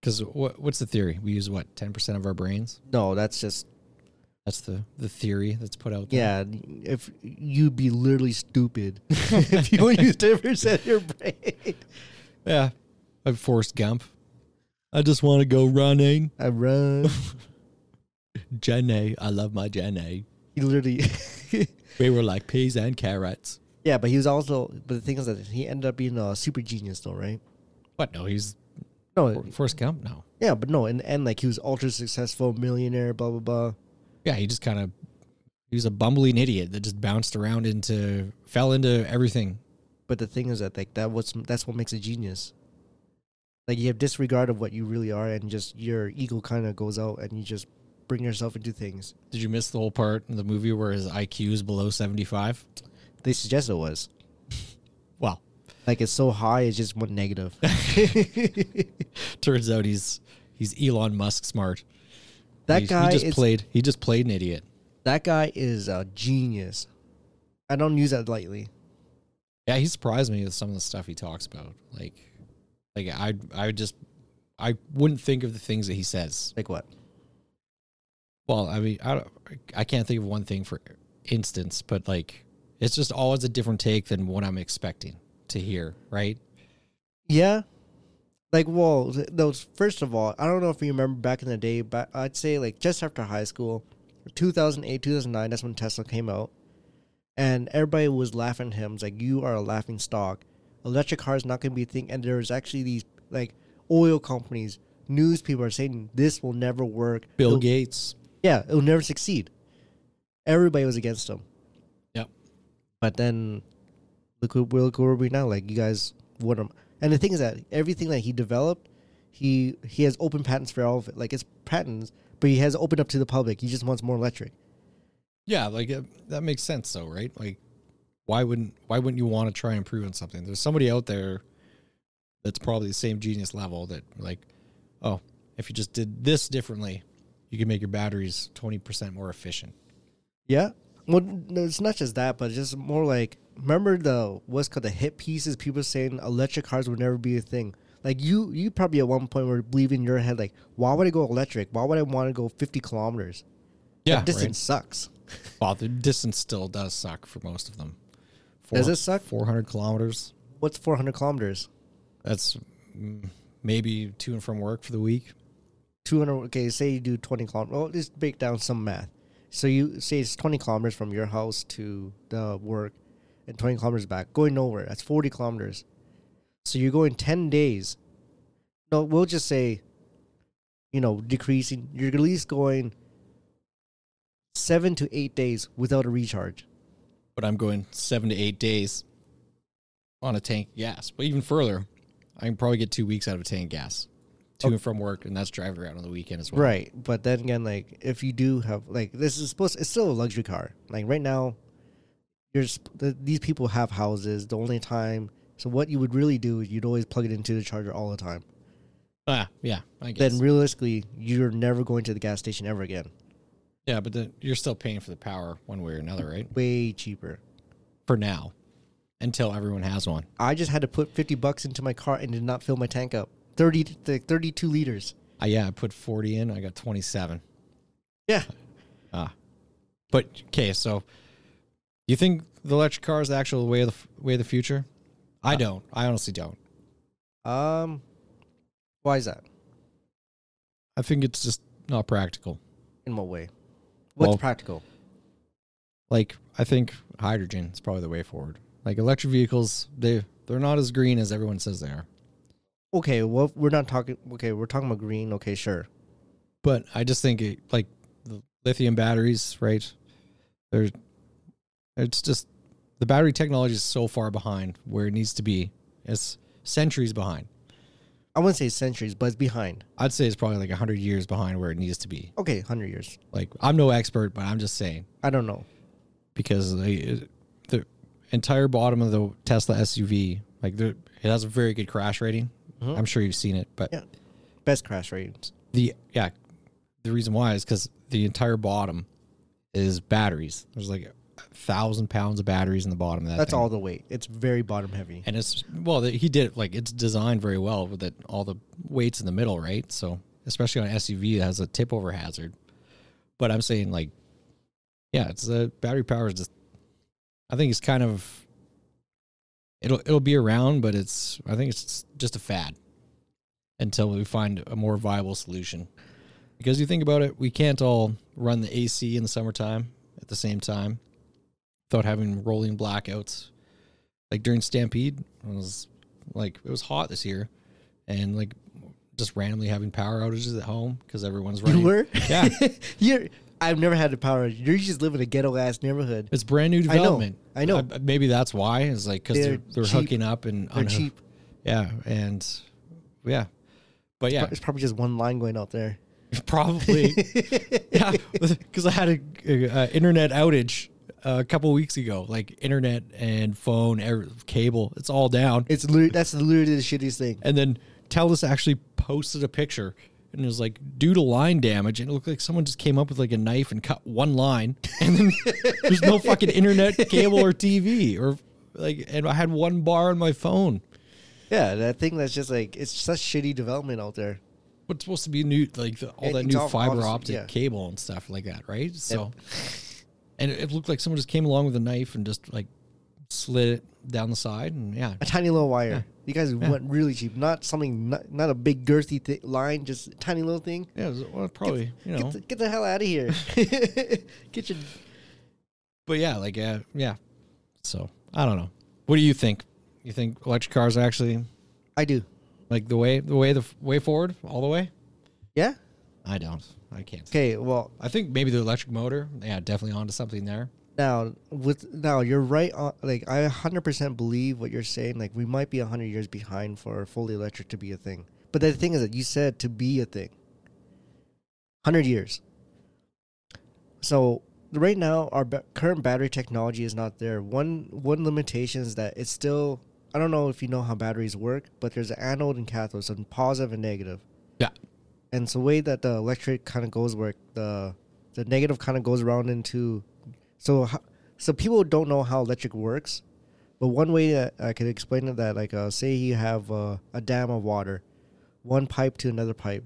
because what what's the theory? We use what ten percent of our brains.
no, that's just
That's the the theory that's put out there.
yeah. If you'd be literally stupid if you don't use ten percent of your brain.
Yeah, yeah. I'm Forrest Gump. I just want to go running,
I run.
Jenny. I love my Jenny.
He literally.
We were like peas and carrots.
yeah, but he was also. But the thing is that he ended up being a super genius, though, right?
What? No, he's
No,
Forrest Gump. No.
yeah, but no, in the end, like he was ultra successful, millionaire, blah blah blah.
Yeah, he just kind of he was a bumbling idiot that just bounced around into fell into everything.
But the thing is that like that was that's what makes a genius. Like you have disregard of what you really are, and just your ego kind of goes out, and you just bring yourself into things.
Did you miss the whole part in the movie where his IQ is below 75?
They suggest it was
Well,
like it's so high, it's just one negative.
turns out he's he's Elon Musk smart.
That
He's-
guy
he just
is
played he just played an idiot.
that guy is a genius. I don't use that lightly.
Yeah, he surprised me with some of the stuff he talks about. Like like I I just I wouldn't think of the things that he says.
Like what?
Well, I mean, I don't, I can't think of one thing for instance, but like it's just always a different take than what I'm expecting to hear, right?
Yeah. Like, well, th- those, first of all, I don't know if you remember back in the day, but I'd say like just after high school, 2008, 2009, that's when Tesla came out. And everybody was laughing at him. It's like, you are a laughing stock. Electric cars not going to be a thing. And there's actually these like oil companies, news people are saying this will never work.
Bill
It'll-
Gates.
Yeah, it'll never succeed. Everybody was against him.
Yep.
But then, look who look where we now. Like you guys, what am? And the thing is that everything that he developed, he he has open patents for all of it. Like it's patents, but he has opened up to the public. He just wants more electric.
Yeah, like uh, that makes sense though, right? Like why wouldn't why wouldn't you want to try and improve on something? There's somebody out there that's probably the same genius level that like, oh, if you just did this differently, you could make your batteries 20% more efficient.
Yeah. Well, no, it's not just that, but it's just more like remember the what's called the hit pieces. People saying electric cars would never be a thing. Like you, you probably at one point were believing in your head like, why would I go electric? Why would I want to go fifty kilometers?
Yeah,
That distance sucks.
right? Well, the distance still does suck for most of them. Four,
Does it suck?
400 kilometers.
What's four hundred kilometers?
That's mm, maybe to and from work for the week.
200 okay say you do 20 kilometers well just break down some math so you say it's 20 kilometers from your house to the work and 20 kilometers back going nowhere that's 40 kilometers so you're going 10 days no we'll just say you know decreasing you're at least going seven to eight days without a recharge
But I'm going seven to eight days on a tank of gas. But even further, I can probably get two weeks out of a tank of gas to and from work, and that's driving around on the weekend as well.
Oh. right but then again like if you do have like this is supposed it's still a luxury car like right now you're sp- the, these people have houses the only time so what you would really do is you'd always plug it into the charger all the time
Ah, yeah, I guess.
then realistically you're never going to the gas station ever again
yeah, but then you're still paying for the power one way or another, right?
way cheaper
For now, until everyone has one.
i just had to put 50 bucks into my car and did not fill my tank up 30 to th- 32 liters
I, Uh, yeah, I put 40 in, I got 27.
yeah
But okay, so You think the electric car is the actual way of the f- way of the future?
Uh,
I don't. I honestly don't.
Um, why is that?
I think it's just not practical.
In what way? What's
Well-
practical?
Like I think hydrogen is probably the way forward. Like electric vehicles, they they're not as green as everyone says they are.
Okay, well, we're not talking. Okay, we're talking about green. Okay, sure.
But I just think it, like the lithium batteries, right? They're it's just the battery technology is so far behind where it needs to be. It's centuries behind.
I wouldn't say centuries, but it's behind.
I'd say it's probably like 100 years behind where it needs to be.
Okay, hundred years.
Like I'm no expert, but I'm just saying
I don't know.
because the, the entire bottom of the Tesla SUV, like there, it has a very good crash rating.
Mhm.
I'm sure you've seen it, but
Yeah, best crash ratings.
the yeah, the reason why is because the entire bottom is batteries. There's like a thousand pounds of batteries in the bottom of that.
That's
thing.
all the weight. It's very bottom heavy.
and it's well, the, he did it like it's designed very well with it, all the weights in the middle, right? So especially on an SUV that has a tip over hazard. But I'm saying like, yeah, it's the battery power is just. I think it's kind of. It'll it'll be around, but it's I think it's just a fad, until we find a more viable solution. Because you think about it, we can't all run the AC in the summertime at the same time, without having rolling blackouts like during Stampede, it was like it was hot this year, and like just randomly having power outages at home because everyone's running.
You were?
yeah,
You're. I've never had the power. You just live in a ghetto ass neighborhood.
it's brand new
I know,
development.
I know.
maybe that's why is like because they're
They're
they're
cheap.
hooking up and
They're
unhook-
cheap.
Yeah, and yeah, but yeah,
It's probably just one line going out there.
probably yeah because i had a, a, a internet outage uh, a couple weeks ago like internet and phone er, cable it's all down
It's literally, that's literally the shittiest thing.
and then telus actually posted a picture and it was like due to line damage and it looked like someone just came up with like a knife and cut one line and then there's no fucking internet cable or tv or like and i had one bar on my phone
Yeah, that thing that's just like it's such shitty development out there.
what's supposed to be new like the, all
It-
that
it's
new
all-
fiber
obviously,
optic
yeah.
cable and stuff like that right so and it, it looked like someone just came along with a knife and just like slid it down the side and yeah
A tiny little wire. You guys went really cheap. Not something. Not, not a big girthy th- line. Just a tiny little thing.
yeah it was, well, probably you know
Get the, get the hell out of here. get your.
but yeah like uh, yeah so i don't know what do you think you think electric cars are actually
I do.
like the way the way the f- way forward all the way
Yeah.
i don't i can't
Okay. Well,
i think maybe the electric motor yeah definitely onto something there
now with now you're right on. Like I 100% believe what you're saying. Like we might be 100 years behind for fully electric to be a thing. But the thing is that you said to be a thing. 100 years. So right now our ba- current battery technology is not there. One one limitation is that it's still I don't know if you know how batteries work, but there's an anode and cathode, so positive and negative.
yeah
and it's the way that the electric kind of goes where the the negative kind of goes around into so ho- so people don't know how electric works but one way that i could explain it that like uh, say you have uh, a dam of water one pipe to another pipe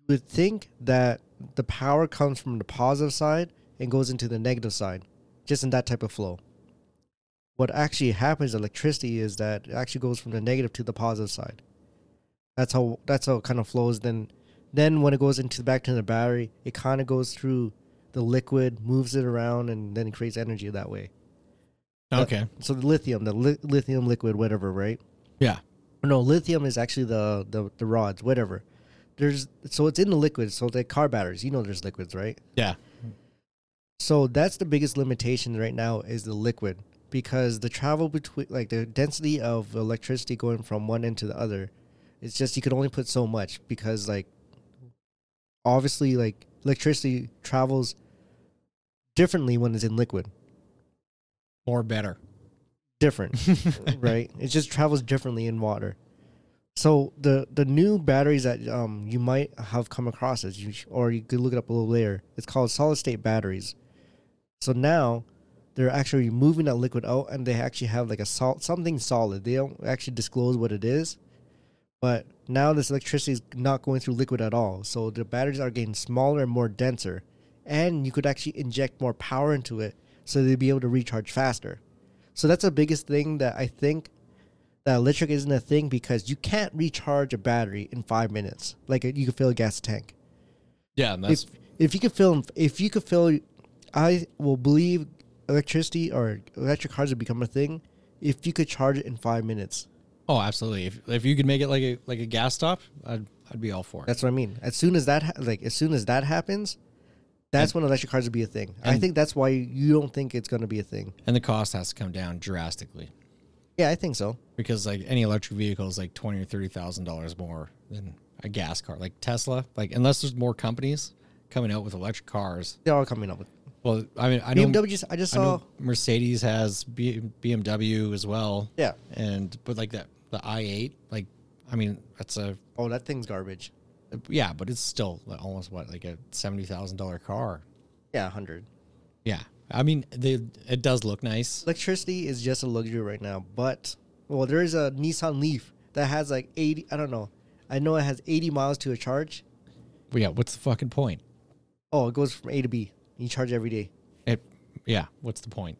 you would think that the power comes from the positive side and goes into the negative side just in that type of flow what actually happens electricity is that it actually goes from the negative to the positive side that's how that's how it kind of flows then then when it goes into back to the battery it kind of goes through the liquid moves it around and then it creates energy that way
okay
so the lithium the li- lithium liquid whatever right
yeah
no lithium is actually the, the the rods whatever there's so it's in the liquid so the car batteries you know there's liquids right
yeah
so that's the biggest limitation right now is the liquid because the travel between like the density of electricity going from one end to the other it's just you could only put so much because like obviously like electricity travels differently when it's in liquid
more better
different right it just travels differently in water so the the new batteries that um you might have come across as you sh- or you could look it up a little later it's called solid state batteries so now they're actually moving that liquid out and they actually have like a salt something solid they don't actually disclose what it is but now this electricity is not going through liquid at all so the batteries are getting smaller and more denser and you could actually inject more power into it so they'd be able to recharge faster. So that's the biggest thing that I think that electric isn't a thing because you can't recharge a battery in five minutes. Like you can fill a gas tank.
Yeah, and that's
If if you could fill if you could fill, I will believe electricity or electric cars would become a thing if you could charge it in five minutes.
oh, absolutely. If, if you could make it like a like a gas stop, I'd I'd be all for it.
That's what I mean. As soon as that ha- like as soon as that happens, that's when electric cars would be a thing. I
and-
think that's why you don't think it's going to be a thing.
and the cost has to come down drastically
Yeah, I think so.
because like any electric vehicle is like twenty or thirty thousand dollars more than a gas car, like Tesla. Like unless there's more companies coming out with electric cars.
They're all coming up with
Well, I mean, I know
BMW. Just I just
I
saw.
know Mercedes has B- BMW as well.
Yeah.
and but like that the i8, like I mean that's a
Oh, that thing's garbage.
yeah, but it's still like almost what like a seventy thousand dollar car.
Yeah, hundred.
Yeah, I mean they, it does look nice.
Electricity is just a luxury right now, but well, there is a Nissan Leaf that has like eighty. I don't know. I know it has eighty miles to a charge.
But yeah, what's the fucking point?
Oh, it goes from A to B. You charge every day.
It yeah, what's the point?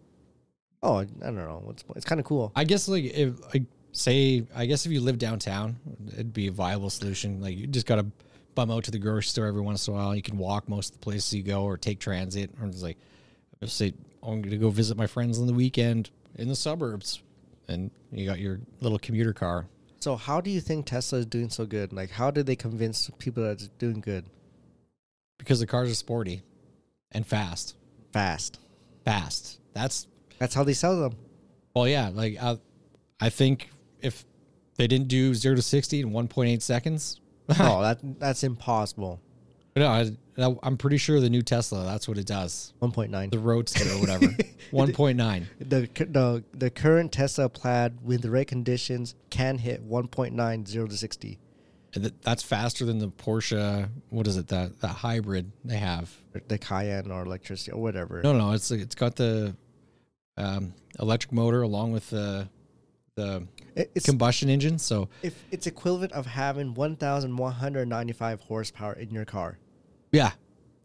Oh, I don't know. What's it's kind of cool.
I guess like if like say I guess if you live downtown, it'd be a viable solution. Like you just gotta bum out to the grocery store every once in a while. You can walk most of the places you go or take transit or just like just say I'm gonna go visit my friends on the weekend in the suburbs and you got your little commuter car.
So, how do you think Tesla is doing so good? Like, how did they convince people that it's doing good
Because the cars are sporty and fast.
fast?
Fast. That's
That's how they sell them.
Well, yeah, like I, I think if they didn't do zero to sixty in one point eight seconds,
oh, that that's impossible.
no, I, I'm pretty sure the new Tesla that's what it does.
One point nine.
The Roadster or whatever, one point nine.
The, cu- the the current Tesla Plaid with the right conditions can hit 1.90 to 60.
That's faster than the Porsche. What is it? That that hybrid they have?
or The Cayenne or electricity or whatever.
No, no, it's it's got the um, electric motor along with the the
It- it's
combustion engine. So
if it's equivalent of having 1,195 horsepower in your car.
yeah,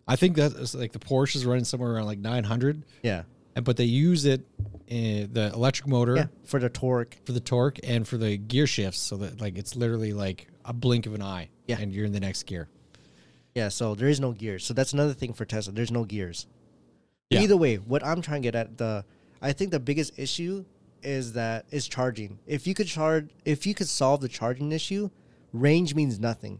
I think that's like the Porsche is running somewhere around like nine hundred,
Yeah.
but they use it uh, the electric motor.
Yeah. For the torque.
for the torque and for the gear shifts so that like it's literally like a blink of an eye
Yeah.
and you're in the next gear
Yeah. So there is no gears. So that's another thing for Tesla. There's no gears.
Yeah.
Either way, what I'm trying to get at the, I think the biggest issue is that is charging. If you could charge, if you could solve the charging issue, range means nothing.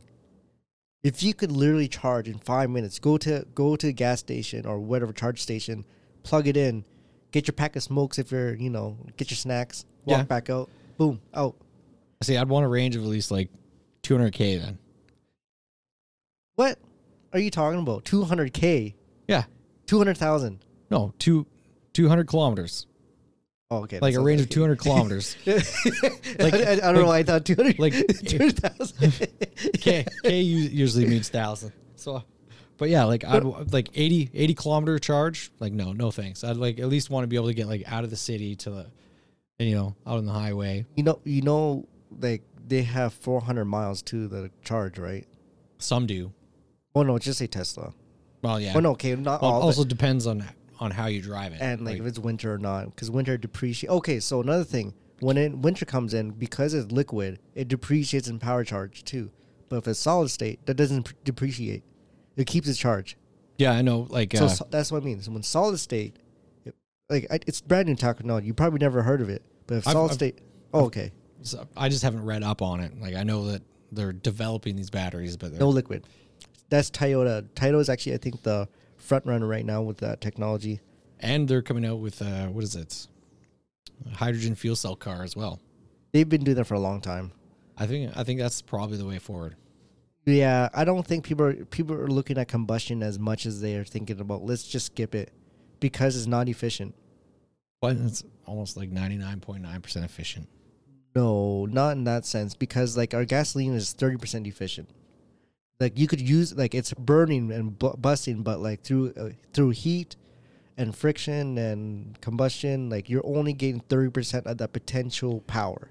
If you could literally charge in five minutes, go to go to a gas station or whatever charge station, plug it in, get your pack of smokes if you're you know get your snacks, walk
Yeah.
back out, boom out.
see i'd want a range of at least like 200k then
What are you talking about? Two hundred k,
yeah
two hundred thousand.
no two 200 kilometers
Oh, okay.
like
that
a
sounds-
range of
okay.
200 kilometers
like, I, I don't know
like-
why I thought 200.
like-
200,000.
k k u- usually means thousand so but yeah like i'd wa- like 80 80 kilometer charge like no no thanks i'd like at least want to be able to get like out of the city to the you know out on the highway
you know, you know, like they have 400 miles to the charge, right?
some do
Oh no, just say Tesla.
well yeah
Oh no, okay, not
Well,
all.
also
Also,
depends on on how you drive it
and like, if it's winter or not, because winter depreciates. Okay, so another thing, when it, winter comes in, because it's liquid, it depreciates in power charge too. But if it's solid state, that doesn't pr- depreciate. It keeps its charge.
yeah i know like
So
uh,
so- that's what I mean. So when solid state, it- like I- it's brand new technology, you probably never heard of it. But if
I've-
solid
I've-
state, oh, okay,
So I just haven't read up on it. Like I know that they're developing these batteries, but they're
no liquid. That's Toyota. Toyota is actually, I think, the front runner right now with that technology.
and they're coming out with uh, what is it? A hydrogen fuel cell car as well.
They've been doing that for a long time.
I think I think that's probably the way forward.
Yeah, I don't think people are, people are looking at combustion as much as they are thinking about. Let's just skip it because it's not efficient.
But it's almost like ninety nine point nine percent efficient.
No, not in that sense because like our gasoline is 30% efficient. Like you could use like it's burning and bu- busting but like through uh, through heat and friction and combustion like you're only getting 30% of that potential power.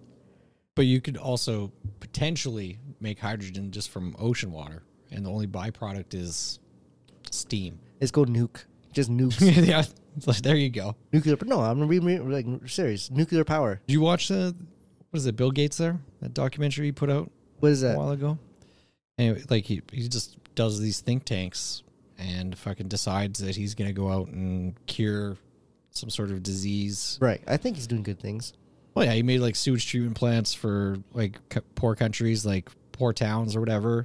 But you could also potentially make hydrogen just from ocean water, and the only byproduct is steam.
Let's go nuke. Just nukes,
yeah, it's like, there you go.
nuclear. No, I'm re- re- like serious. Nuclear power.
Did you watch the what is it? Bill Gates there that documentary he put out
What is
a
that?
while ago. Anyway, like he he just does these think tanks and fucking decides that he's gonna go out and cure some sort of disease.
Right. I think he's doing good things.
Well, yeah, he made like sewage treatment plants for like c- poor countries, like poor towns or whatever.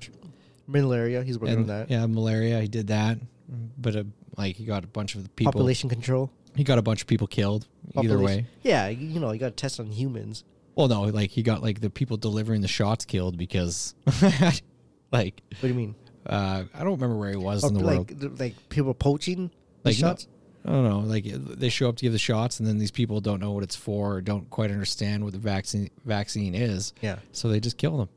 Middle area. He's working
and
on that.
yeah, malaria. He did that, but uh like he got a bunch of the people.
Population control.
He got a bunch of people killed. Either
Population-
way,
Yeah. You you know, you got to test on humans.
well, no, like he got like the people delivering the shots killed because, like,
What do you mean?
uh, I don't remember where he was in the
like,
world.
th- like people poaching the
Like,
shots.
I don't know. Like they show up to give the shots, and then these people don't know what it's for, or don't quite understand what the vaccine vaccine is.
Yeah.
So they just kill them.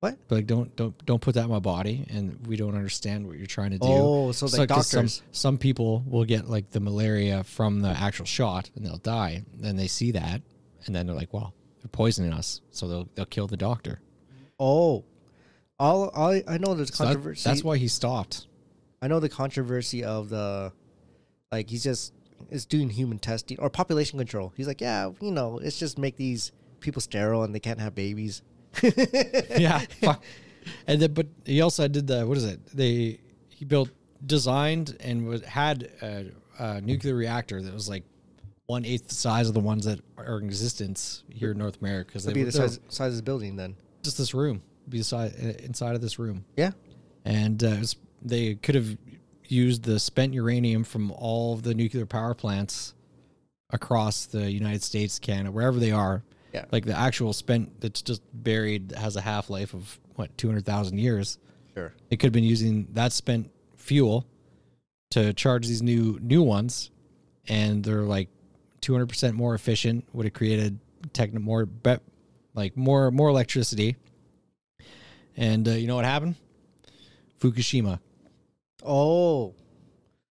What?
But like, don't don't don't put that in my body, and we don't understand what you're trying to do.
Oh, so like
'cause some-
doctors.
Some, people will get like the malaria from the actual shot, and they'll die. Then they see that, and then they're like, "Well, they're poisoning us," so they'll they'll kill the doctor.
Oh, all I I know there's
So that-
controversy.
that's why he stopped.
I know the controversy of the, like he's just is doing human testing or population control. He's like, yeah, you know, it's just make these people sterile and they can't have babies.
yeah. Fuck. And then, but he also did the what is it? They he built, designed, and was, had a, a nuclear reactor that was like one eighth the size of the ones that are in existence here in North America because they
It'd be
were
the
they were
size, size of the building then.
just this room, be the size, inside of this room,
Yeah.
and uh, it was, they could have used the spent uranium from all of the nuclear power plants across the United States, Canada, wherever they are.
Yeah.
Like the actual spent that's just buried that has a half life of what two hundred thousand years.
Sure.
They could have been using that spent fuel to charge these new new ones, and they're like two hundred percent more efficient. Would have created techno more bet like more more electricity. And uh, you know what happened? Fukushima.
Oh.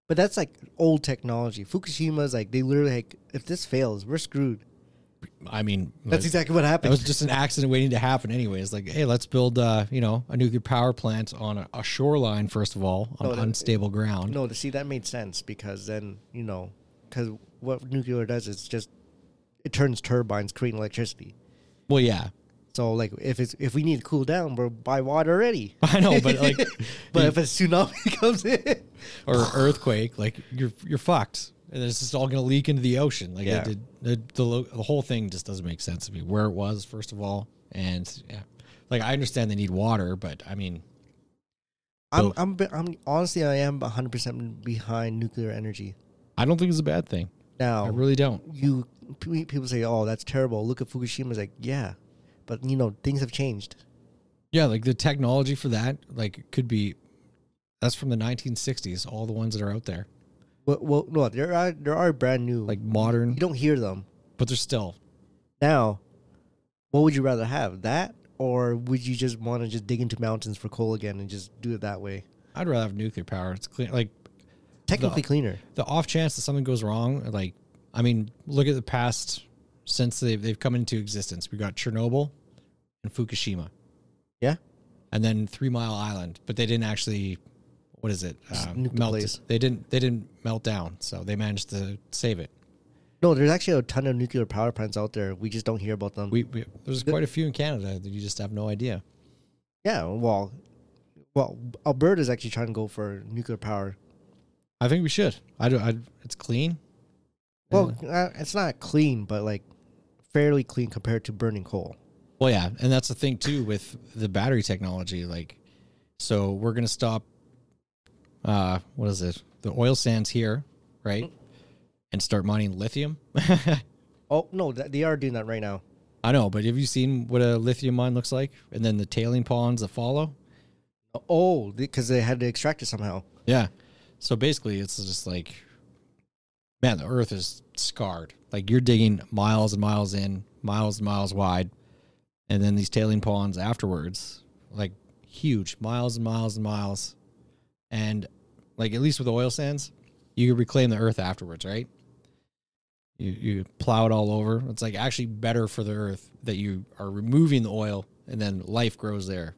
But that's like old technology. Fukushima's like they literally like if this fails, we're screwed.
I mean,
That's
like,
exactly what
that
happened.
was just an accident waiting to happen, anyways. Like, hey, let's build, uh, you know, a nuclear power plant on a, a shoreline first of all, on
No, Oh, that-
unstable ground.
No, to see that made sense because then you know, because what nuclear does is just it turns turbines, creating electricity.
Well, yeah,
So like if it's if we need to cool down, we're by water already.
I know, but like,
But if a tsunami comes in,
or earthquake, like you're you're fucked, and it's just all gonna leak into the ocean. Like,
Yeah.
it did, the, the lo- the whole thing just doesn't make sense to me. Where it was, first of all, and yeah, like I understand they need water, but I mean,
I'm
Build.
I'm be- I'm honestly I am 100 percent behind nuclear energy
I don't think it's a bad thing.
now.
I really don't.
you pe- people say, "Oh, that's terrible." Look at Fukushima. It's like, yeah, but you know things have changed.
Yeah, like the technology for that, like it could be. That's from the 1960s. All the ones that are out there,
Well, well no, there are there are brand new.
like
you
modern,
don't hear them
but they're still
now. What would you rather have that, or would you just want to just dig into mountains for coal again and just do it that way?
I'd rather have nuclear power. It's clean. Like
Technically cleaner.
the off chance that something goes wrong, like I mean, look at the past since they've they've come into existence. We got Chernobyl and Fukushima,
Yeah.
and then Three Mile Island, but they didn't actually. What is it? Uh,
nuke the
melt.
place.
They didn't. They didn't melt down, so they managed to save it.
No, there's actually a ton of nuclear power plants out there. We just don't hear about them.
We, we there's quite a few in Canada that you just have no idea.
yeah. Well, well, Alberta's actually trying to go for nuclear power.
I think we should. I do. I, it's clean.
Well, uh, it's not clean, but like fairly clean compared to burning coal.
Well, yeah, and that's the thing too with the battery technology. Like, so we're gonna stop. Uh, what is it? The oil sands here, right? And start mining lithium.
Oh no, th- they are doing that right now.
I know, but have you seen what a lithium mine looks like? And then the tailing ponds that follow.
Oh, because they had to extract it somehow.
Yeah. So basically, it's just like, man, the Earth is scarred. Like you're digging miles and miles in, miles and miles wide, and then these tailing ponds afterwards, like huge, miles and miles and miles, and like at least with the oil sands, you could reclaim the Earth afterwards, right? You you plow it all over. It's like actually better for the Earth that you are removing the oil, and then life grows there.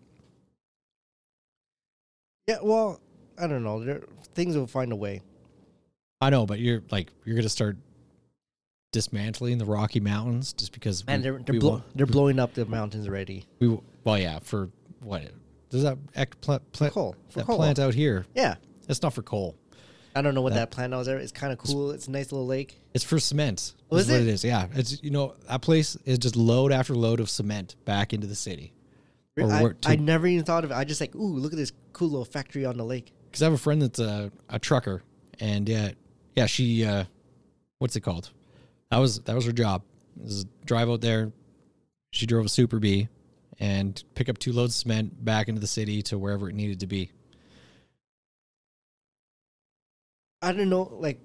Yeah, well, I don't know. There, things will find a way.
I know, but you're like you're gonna start dismantling the Rocky Mountains just because
Man,
we-
they're they're,
we
blow,
won't-
they're blowing up the mountains already.
we w- well yeah for what does that act plant plant
coal, for
that
coal.
plant out here?
Yeah,
It's not for coal.
I don't know what that, plant was there. It's kind of cool. It's a nice little lake.
It's for cement.
Was
is what
it?
it is? Yeah. It's you know that place is just load after load of cement back into the city. Or
I,
where to-
I never even thought of it. I just like, ooh, look at this cool little factory on the lake.
because I have a friend that's a, a trucker, and uh, yeah, she uh, what's it called? That was that was her job. Is drive out there. She drove a Super B and pick up two loads of cement back into the city to wherever it needed to be.
I don't know, like,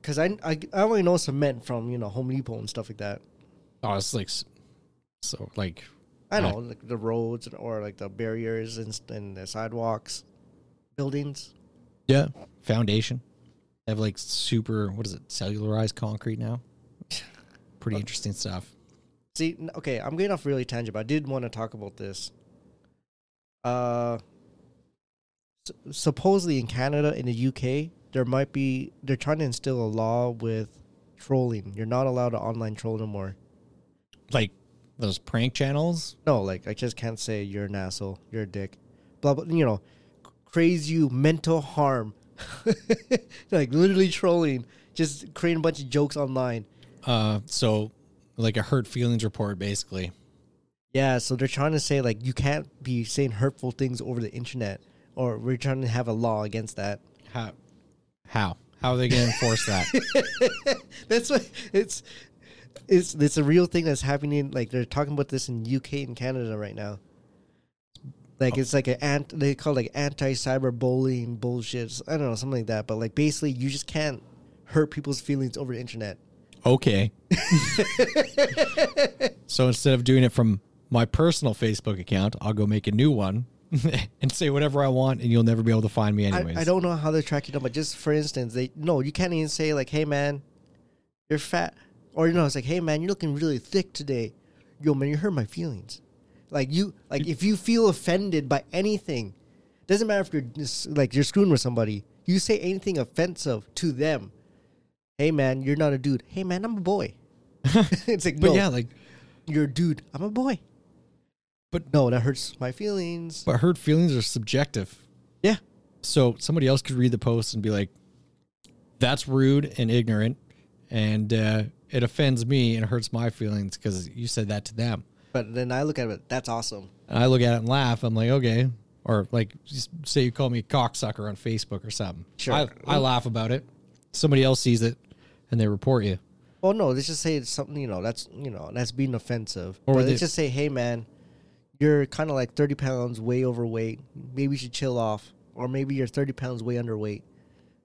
because I, I I only know cement from you know Home Depot and stuff like that.
Oh, it's like s- so like
I
Yeah.
know like the roads and, or like the barriers and, s- and the sidewalks, buildings.
yeah foundation. They have like super what is it cellularized concrete now? Pretty interesting stuff.
See, n- okay, I'm getting off really tangent, but I did want to talk about this. Uh, s- supposedly in Canada, in the UK, there might be they're trying to instill a law with trolling. You're not allowed to online troll no more.
Like those prank channels.
No, like I just can't say you're an asshole, you're a dick, blah blah. You know, c- crazy you mental harm, like literally trolling, just creating a bunch of jokes online.
Uh, so like a hurt feelings report basically.
Yeah, so they're trying to say like you can't be saying hurtful things over the internet, or we're trying to have a law against that.
How? How? How are they going to enforce that?
That's what it's. It's it's a real thing that's happening. Like they're talking about this in UK and Canada right now. Like it's like an ant. They call it like anti cyberbullying bullshit. It's- I don't know something like that. But like basically, you just can't hurt people's feelings over the internet.
okay. so instead of doing it from my personal Facebook account, I'll go make a new one and say whatever I want, and you'll never be able to find me
I,
anyways.
I don't know how they're tracking them, but just for instance, they no, you can't even say like, "Hey man, you're fat," or you know, it's like, "Hey man, you're looking really thick today." Yo man, you hurt my feelings. Like you, like if you feel offended by anything, doesn't matter if you're just, like you're screwing with somebody. You say anything offensive to them. Hey man, you're not a dude. Hey man, I'm a boy. it's like
But
no,
yeah, like,
you're a dude. I'm a boy.
But-
no, that hurts my feelings.
but hurt feelings are subjective.
yeah,
So somebody else could read the post and be like, "That's rude and ignorant, and uh, it offends me and hurts my feelings because you said that to them."
but then I look at it. That's awesome.
And I look at it and laugh. I'm like, okay. Or like, just say you call me a cocksucker on Facebook or something.
Sure.
I, I laugh about it. Somebody else sees it and they report you.
Well, no, let's just say it's something you know that's you know that's being offensive.
Or
Or
they-
let's just say, hey man, you're kind of like thirty pounds way overweight. Maybe you should chill off, or maybe you're thirty pounds way underweight.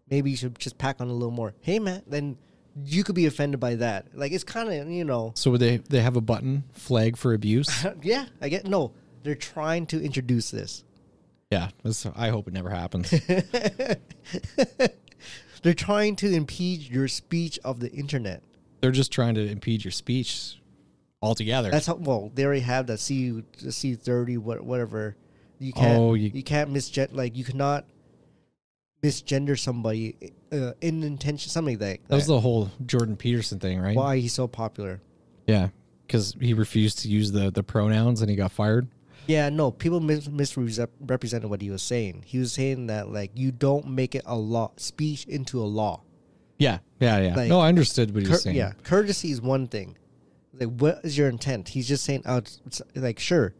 Maybe you should just pack on a little more. Hey man, then you could be offended by that. Like it's kind of you know,
So would they they have a button flag for abuse?
yeah. I get no. They're trying to introduce this.
yeah. That's, I hope it never happens.
They're trying to impede your speech of the internet.
They're just trying to impede your speech altogether.
That's how. Well, they already have that C C thirty what whatever. You can't.
Oh, you-
you, can't misgen like you cannot misgender somebody uh, in intention something like that.
that was the whole Jordan Peterson thing, right?
why he's so popular.
Yeah. Because he refused to use the, the pronouns and he got fired.
Yeah, no, people mis- misrepresented what he was saying. He was saying that like you don't make it a law speech into a law.
Yeah. Yeah. Yeah.
Like-
no, I understood what he was
Cour-
saying.
yeah, courtesy is one thing. Like, what is your intent? He's just saying, oh, it's- it's like, sure,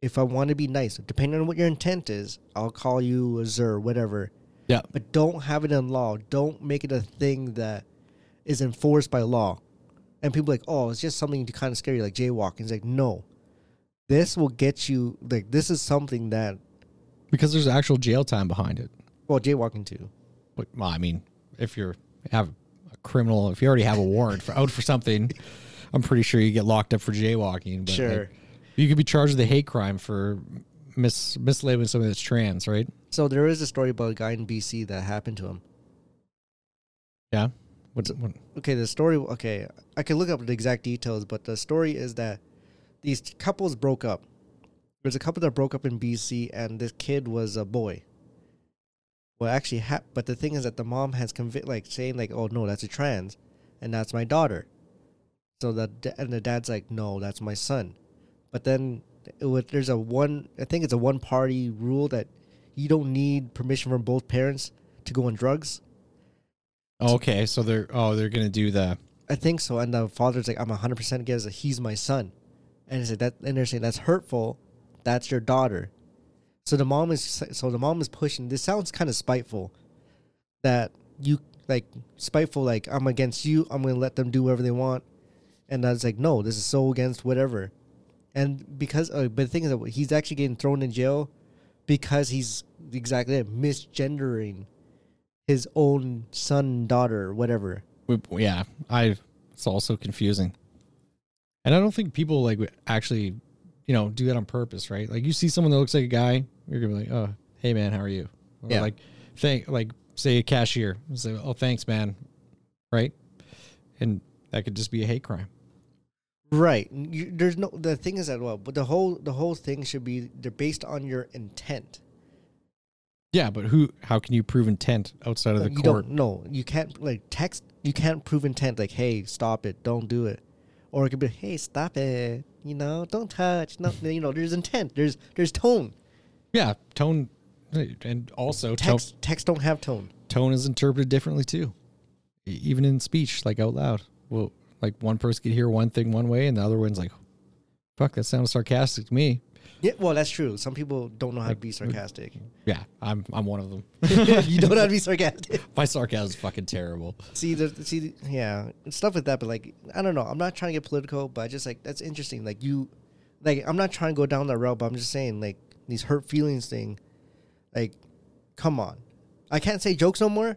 if I want to be nice, depending on what your intent is, I'll call you a Zer, whatever.
Yeah.
But don't have it in law. Don't make it a thing that is enforced by law. And people are like, oh, it's just something to kind of scare you, like jaywalking. It's like, no, this will get you. Like, this is something that,
Because there's actual jail time behind it.
well, jaywalking too.
But, well, I mean, if you're have a criminal, if you already have a warrant for out for something, I'm pretty sure you get locked up for jaywalking. But like,
Sure.
you could be charged with a hate crime for mis mislabeling somebody that's trans, right?
So there is a story about a guy in BC that happened to him.
Yeah. What's what,
okay, the story. Okay, I could look up the exact details, but the story is that these couples broke up. There's a couple that broke up in BC, and this kid was a boy. Well, actually, ha- but the thing is that the mom has convinced, like, saying, like, oh no, that's a trans, and that's my daughter. So the da- and the dad's like, no, that's my son. But then it would, there's a one, I think it's a one party rule that you don't need permission from both parents to go on drugs.
Oh, okay, so they're oh they're gonna do the
I think so. And the father's like, I'm 100% against it. He's my son. And, it's like that, and they're saying, that's hurtful. That's your daughter. So the mom is so the mom is pushing. This sounds kind of spiteful. That you like spiteful, like I'm against you. I'm gonna let them do whatever they want. And I was like, no, this is so against whatever. And because, uh, but the thing is that he's actually getting thrown in jail because he's exactly that, misgendering his own son, daughter, whatever.
we- yeah I it's also confusing, and I don't think people like would actually you know do that on purpose, right? Like you see someone that looks like a guy, you're gonna be like, oh hey man, how are you? Or
Yeah.
Like thank like say a cashier, say oh thanks man, right? And that could just be a hate crime.
Right. You, there's no. The thing is that well, but the whole the whole thing should be they're based on your intent.
Yeah, but who? How can you prove intent outside of the
you
court?
don't no. You can't like text. You can't prove intent. Like, hey, stop it. Don't do it. Or it could be, hey, stop it. You know, don't touch. No, you know, there's intent. There's there's tone.
Yeah, tone, and also tone,
Text text don't have tone.
tone is interpreted differently too, E- even in speech, like out loud. Well, like one person could hear one thing one way, and the other one's like, "Fuck, that sounds sarcastic to me."
Yeah. Well, that's true. Some people don't know how to be sarcastic.
Yeah, I'm I'm one of them.
you don't know how to be sarcastic.
My sarcasm is fucking terrible.
See the see the, yeah stuff like that, but like I don't know. I'm not trying to get political, but I just like that's interesting. Like you, like I'm not trying to go down that route, but I'm just saying like these hurt feelings thing. Like, come on, I can't say jokes no more.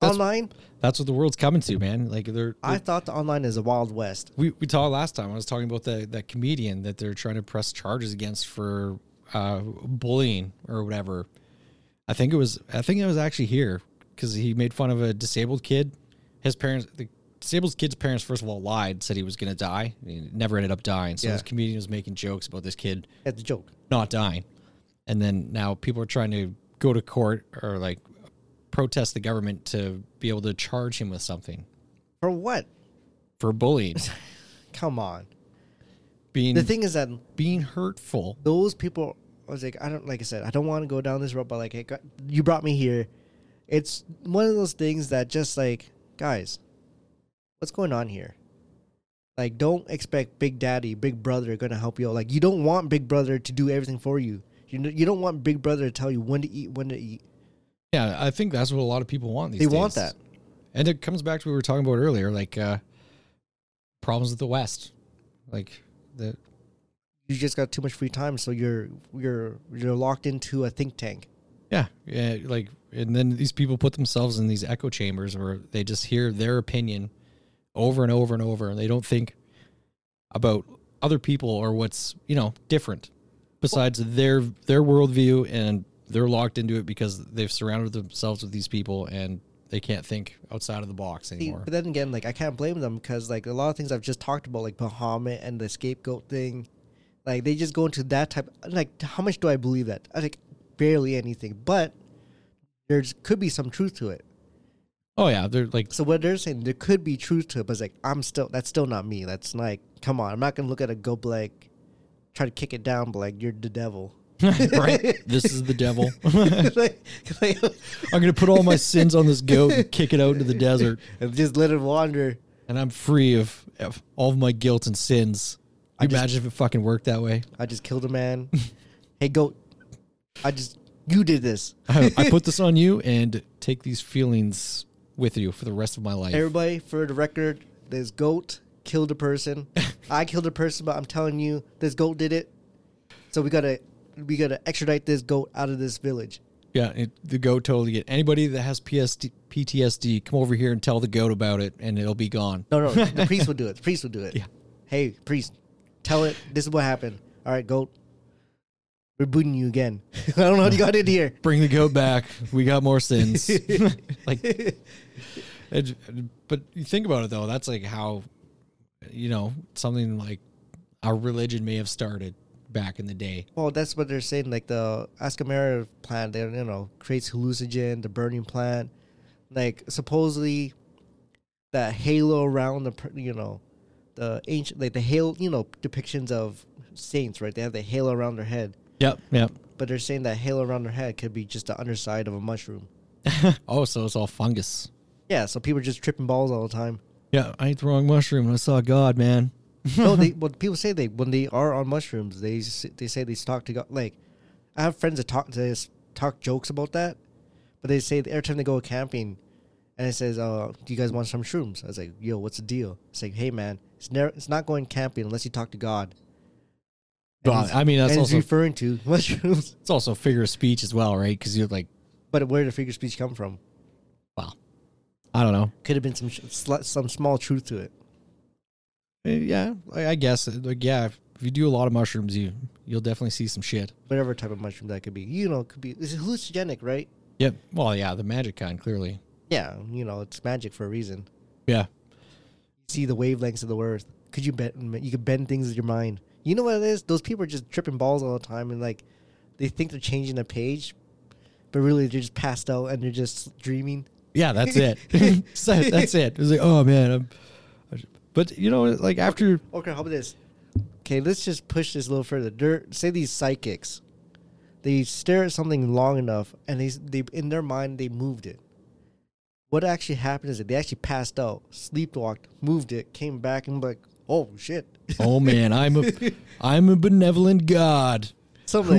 That's-
online,
That's what the world's coming to, man. Like they're,
I thought the online is a wild west.
we we talked last time. I was talking about the that comedian that they're trying to press charges against for uh, bullying or whatever. I think it was I think it was actually here because he made fun of a disabled kid. His parents, the disabled kid's parents, first of all lied, said he was going to die. He never ended up dying. So
Yeah.
this comedian was making jokes about this kid
At the joke,
not dying. And then now people are trying to go to court or like protest the government to be able to charge him with something
for what?
for bullying,
Come on.
being
The thing is that
being hurtful.
those people I was like, I don't like I said, I don't want to go down this road, but like it got, you brought me here. It's one of those things that just like, guys, what's going on here? Like don't expect Big Daddy, Big Brother going to help you out. Like you don't want Big Brother to do everything for you. You know, you don't want Big Brother to tell you when to eat, when to eat.
Yeah, I think that's what a lot of people want these
They
days.
want that.
And it comes back to what we were talking about earlier, like uh problems with the West. Like the
You just got too much free time, so you're you're you're locked into a think tank.
yeah, yeah, like and then these people put themselves in these echo chambers where they just hear their opinion over and over and over and they don't think about other people or what's, you know, different besides their their worldview and they're locked into it because they've surrounded themselves with these people and they can't think outside of the box
See,
anymore.
but then again, like I can't blame them because like a lot of things I've just talked about, like Bahamut and the scapegoat thing, like they just go into that type. Like, how much do I believe that? I like barely anything, but there's could be some truth to it.
Oh yeah, they're like
So what they're saying, there could be truth to it, but it's like I'm still that's still not me. That's like, come on, I'm not gonna look at a go like try to kick it down, but like you're the devil.
right? This is the devil.
like, like,
I'm going to put all my sins on this goat and kick it out into the desert,
and just let it wander.
and I'm free of, of all of my guilt and sins. You imagine if it fucking worked that way.
I just killed a man. hey, goat. I just you did this.
I, I put this on you and take these feelings with you for the rest of my life.
Everybody, for the record, this goat killed a person. I killed a person, but I'm telling you, this goat did it. So we gotta we gotta extradite this goat out of this village.
yeah, it, the goat totally get anybody that has PSD, PTSD. Come over here and tell the goat about it, and it'll be gone.
No, no, the priest will do it. The priest will do it.
Yeah.
Hey, priest, tell it this is what happened. All right, goat. We're booting you again. I don't know how you got in here.
Bring the goat back. We got more sins. like It, but you think about it though, that's like how, you know, something like our religion may have started. back in the day.
Well, that's what they're saying. Like the Ascomera plant, they you know creates hallucinogen. The burning plant, like supposedly, that halo around the per- you know, the ancient like the halo you know depictions of saints, right? They have the halo around their head,
Yep, yep.
but they're saying that halo around their head could be just the underside of a mushroom.
Oh, so it's all fungus.
Yeah, so people are just tripping balls all the time.
Yeah, I ate the wrong mushroom and I saw God, man.
no, they what people say they when they are on mushrooms, they s- they say they talk to God. Like, I have friends that talk they s- talk jokes about that, but they say that every time they go camping, and it says, "Oh, do you guys want some shrooms?" I was like, "Yo, what's the deal?" It's like, "Hey, man, it's never it's not going camping unless you talk to God." And
Well,
he's-
I mean, that's
and he's
also
referring to mushrooms.
it's also figure of speech as well, right? Because you're like,
But where did figure speech come from?
wow, I don't know.
Could have been some sh- sl- some small truth to it.
Uh, Yeah, I, I guess. uh, Like, yeah, if, if you do a lot of mushrooms, you you'll definitely see some shit.
Whatever type of mushroom that could be, you know, could be it's hallucinogenic, right?
Yep. Well, yeah, the magic kind clearly.
Yeah, you know, it's magic for a reason.
Yeah.
see the wavelengths of the earth. Could you bend? You could bend things with your mind. You know what it is? Those people are just tripping balls all the time, and like, they think they're changing a page, but really they're just passed out and they're just dreaming.
Yeah, that's it. So, that's it. It was like, oh man, I'm, I- but you know, like after
Okay, how about this? Okay, let's just push this a little further. They're, say these psychics, they stare at something long enough, and they they in their mind they moved it. What actually happened is that they actually passed out, sleepwalked, moved it, came back, and like, oh shit,
Oh man, I'm a I'm a benevolent god
something.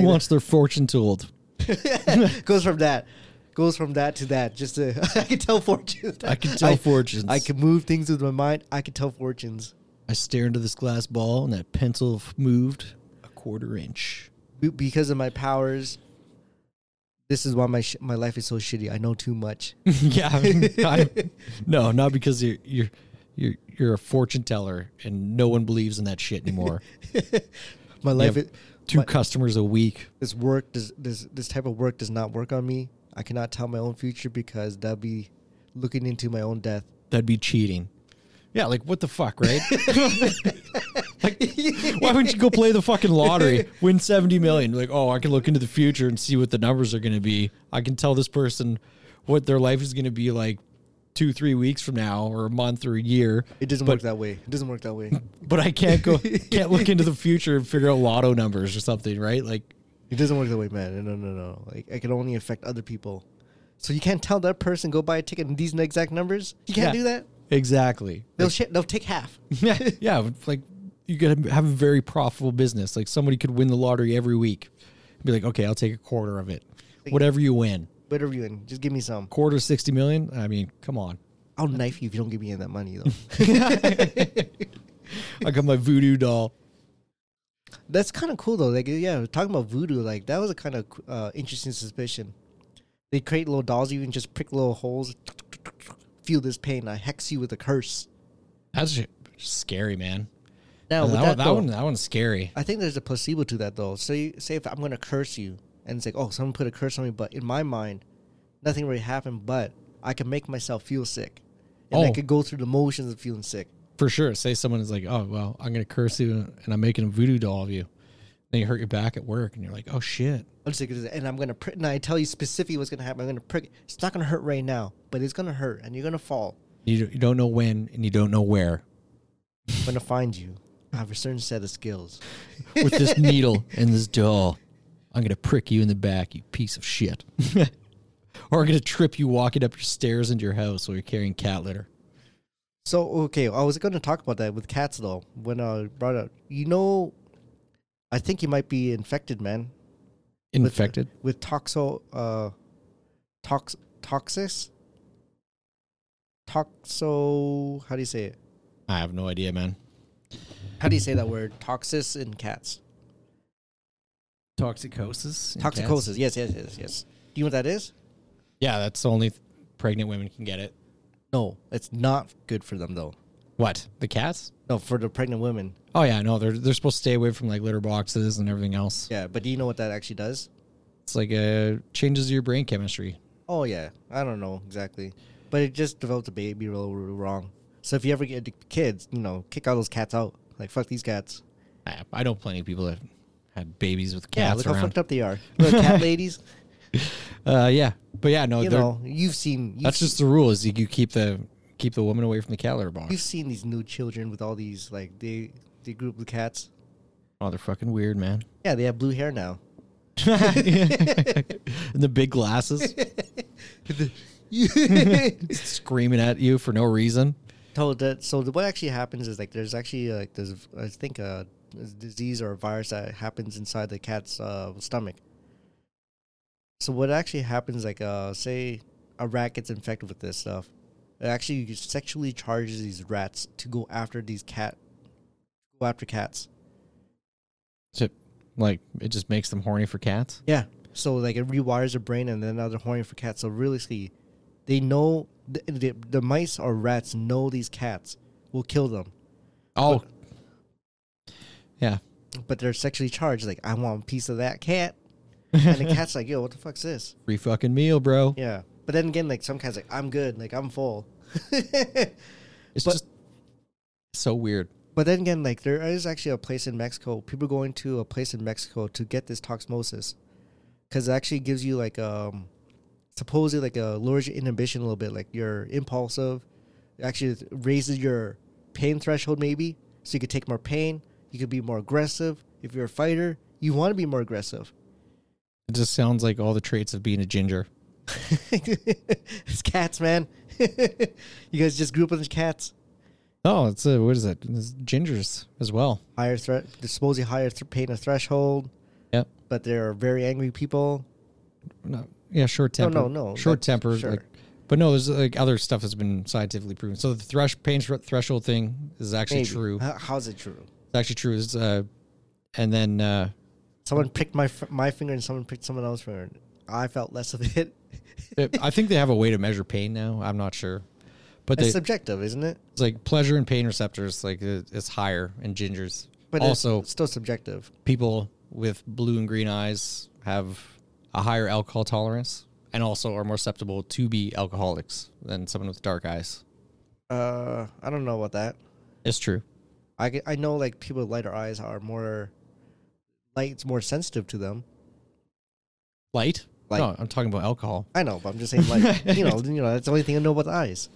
who
like that.
wants their fortune told.
goes from that, goes from that to that. Just to, I can tell fortunes.
I can tell fortunes.
I can move things with my mind. I can tell fortunes.
I stare into this glass ball and that pencil f- moved a quarter inch.
Be- Because of my powers, this is why my sh- my life is so shitty. I know too much.
yeah. I- no, not because you're you're you're you're a fortune teller and no one believes in that shit anymore.
My
You
life
have
is,
two
my-
customers a week.
this work does this this type of work does not work on me. I cannot tell my own future because that'd be looking into my own death.
That'd be cheating. Yeah, like what the fuck, right? like, why wouldn't you go play the fucking lottery, win seventy million? Like, oh, I can look into the future and see what the numbers are going to be. I can tell this person what their life is going to be like two, three weeks from now, or a month, or a year.
It doesn't
But-
work that way. It doesn't work that way.
But I can't go, can't look into the future and figure out lotto numbers or something, right? Like,
It doesn't work that way, man. No, no, no, no. Like I can only affect other people. So you can't tell that person go buy a ticket and these are the exact numbers. You can't
Yeah.
do that.
exactly.
They'll shit. They'll take half.
yeah, yeah. Like you gotta have a very profitable business. Like somebody could win the lottery every week, be like, okay, I'll take a quarter of it, whatever you win.
Whatever you in, just give me some.
Quarter sixty million. I mean, come on.
I'll knife you if you don't give me any of that money though.
I got my voodoo doll.
That's kind of cool though. Like yeah, talking about voodoo, like that was a kind of uh, interesting suspicion. They create little dolls. You can just prick little holes. Feel this pain. I hex you with a curse.
That's sh- scary, man.
Now
Oh, that,
with
one,
that,
that
though,
one, that one's scary.
I think there's a placebo to that though. So you say if I'm gonna curse you, and it's like, oh, someone put a curse on me, but in my mind, nothing really happened. But I can make myself feel sick, and I
Oh.
could go through the motions of feeling sick.
for sure. Say someone is like, "Oh well, I'm gonna curse you, and I'm making a voodoo doll of you." Then you hurt your back at work, and you're like, "Oh shit."
I'm sick, and I'm gonna prick. And I tell you specifically what's gonna happen. I'm gonna prick. It's not gonna hurt right now, but it's gonna hurt, and you're gonna fall.
You you don't know when, and you don't know where.
I'm gonna find you. I have a certain set of skills.
with this needle and this doll. I'm gonna prick you in the back, you piece of shit. or I'm gonna trip you walking up your stairs into your house while you're carrying cat litter.
So okay, I was going to talk about that with cats though. When I brought up, you know, I think you might be infected, man. with-
Infected.
with toxo uh tox toxis toxo how do you say it
I have no idea, man.
how do you say that word toxis in cats
Toxicosis.
toxicosis yes yes yes yes do you know what that is
Yeah, that's only th- pregnant women can get it.
no it's not good for them though
What? The cats?
no for the pregnant women
Oh yeah, no, they're they're supposed to stay away from like litter boxes and everything else.
yeah but do you know what that actually does
It's like uh changes your brain chemistry.
oh yeah i don't know exactly but it just developed a baby real, real wrong so if you ever get kids you know kick all those cats out like fuck these cats
I, I know plenty of people that had babies with
Yeah,
cats
look how
around.
fucked up they are. Look, cat ladies.
Uh, yeah, but yeah, no,
You
they're-
know, you've seen you've,
that's just the rule. Is you, you keep the keep the woman away from the cat litter box.
you've seen these new children with all these like they they grew up with cats.
Oh, they're fucking weird, man.
Yeah, they have blue hair now.
and the big glasses screaming at you for no reason.
Told that. So the, what actually happens is like there's actually uh, like there's I think uh, a disease or a virus that happens inside the cat's uh, stomach. So what actually happens like uh, say a rat gets infected with this stuff, it actually sexually charges these rats to go after these cat, go after cats.
So, like it just makes them horny for cats.
Yeah. So like it rewires their brain, and then now they're horny for cats. So realistically, they know the, the, the mice or rats know these cats will kill them,
Oh, yeah.
but they're sexually charged. Like I want a piece of that cat, and the cat's like, "Yo, what the fuck's this?"
Free fucking meal, bro.
Yeah. But then again, like some cats like I'm good, like I'm full.
It's
But-
just so weird.
but then again, like there is actually a place in Mexico. People going to a place in Mexico to get this toxmosis, because it actually gives you like um, supposedly like a lowers your inhibition a little bit, like you're impulsive. It actually raises your pain threshold maybe, so you could take more pain. You could be more aggressive. If you're a fighter, you want to be more aggressive.
It just sounds like all the traits of being a ginger.
it's cats, man. you guys just grew up with cats.
Oh, it's a, what is it? It's gingers as well.
Higher threat, they're supposedly higher th- pain of threshold,
Yep.
but they're very angry people.
No, yeah, short temper.
no, no,
short
that's-
temper.
sure.
Like, but no, there's like other stuff that's been scientifically proven. So the thresh pain thre- threshold thing is actually
Maybe.
true.
How- how's it true?
It's actually true. It's, uh, and then uh,
Someone picked my f- my finger and someone picked someone else's finger. I felt less of it.
it- I think they have a way to measure pain now. I'm not sure, but they,
It's
it's
subjective, isn't it?
like pleasure and pain receptors like it, it's higher in gingers. But
But it's-
also,
it's still subjective.
people with blue and green eyes have a higher alcohol tolerance and also are more susceptible to be alcoholics than someone with dark eyes.
Uh, I don't know about that.
It's true.
I, g- I know like people with lighter eyes are more light's more sensitive to them.
Light?
Light.
No, I'm talking about alcohol.
I know, but I'm just saying like you know you know that's the only thing I know about the eyes.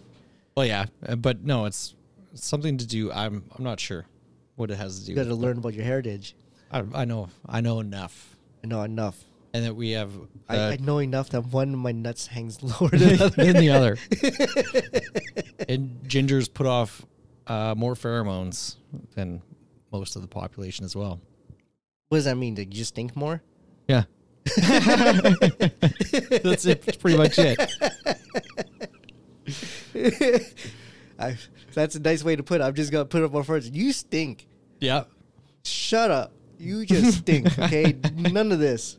Well, yeah, uh, but no, it's something to do. I'm I'm not sure what it has to do.
You got to
with-
learn about your heritage.
I, I know I know enough,
I know enough.
and that we have
I,
uh,
I know enough that one of my nuts hangs lower than the other.
than uh, the other. and gingers put off uh, more pheromones than most of the population as well.
What does that mean? Did you just think more?
Yeah. That's it. That's pretty much it.
I, that's a nice way to put it. I'm just gonna put it up more words. You stink.
Yeah.
Shut up. You just stink. Okay, none of this.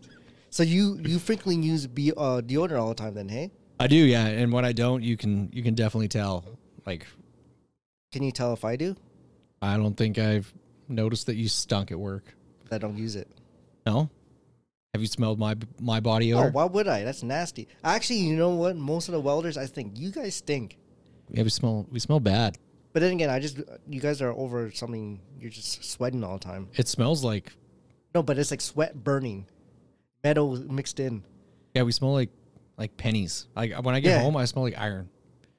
So you you frequently use be, uh, deodorant all the time, then? Hey,
I do, yeah. And when I don't, you can you can definitely tell. Like
can you tell if I do?
I don't think I've noticed that you stunk at work.
I don't use it.
No? Have you smelled my my body
Oh,
odor?
why would I? That's nasty. Actually, you know what? Most of the welders, I think you guys stink.
yeah, we smell we smell bad.
But then again, I just you guys are over something. You're just sweating all the time.
It smells like
No, but it's like sweat burning, metal mixed in.
yeah, we smell like like pennies. Like when I get
Yeah.
home, I smell like iron.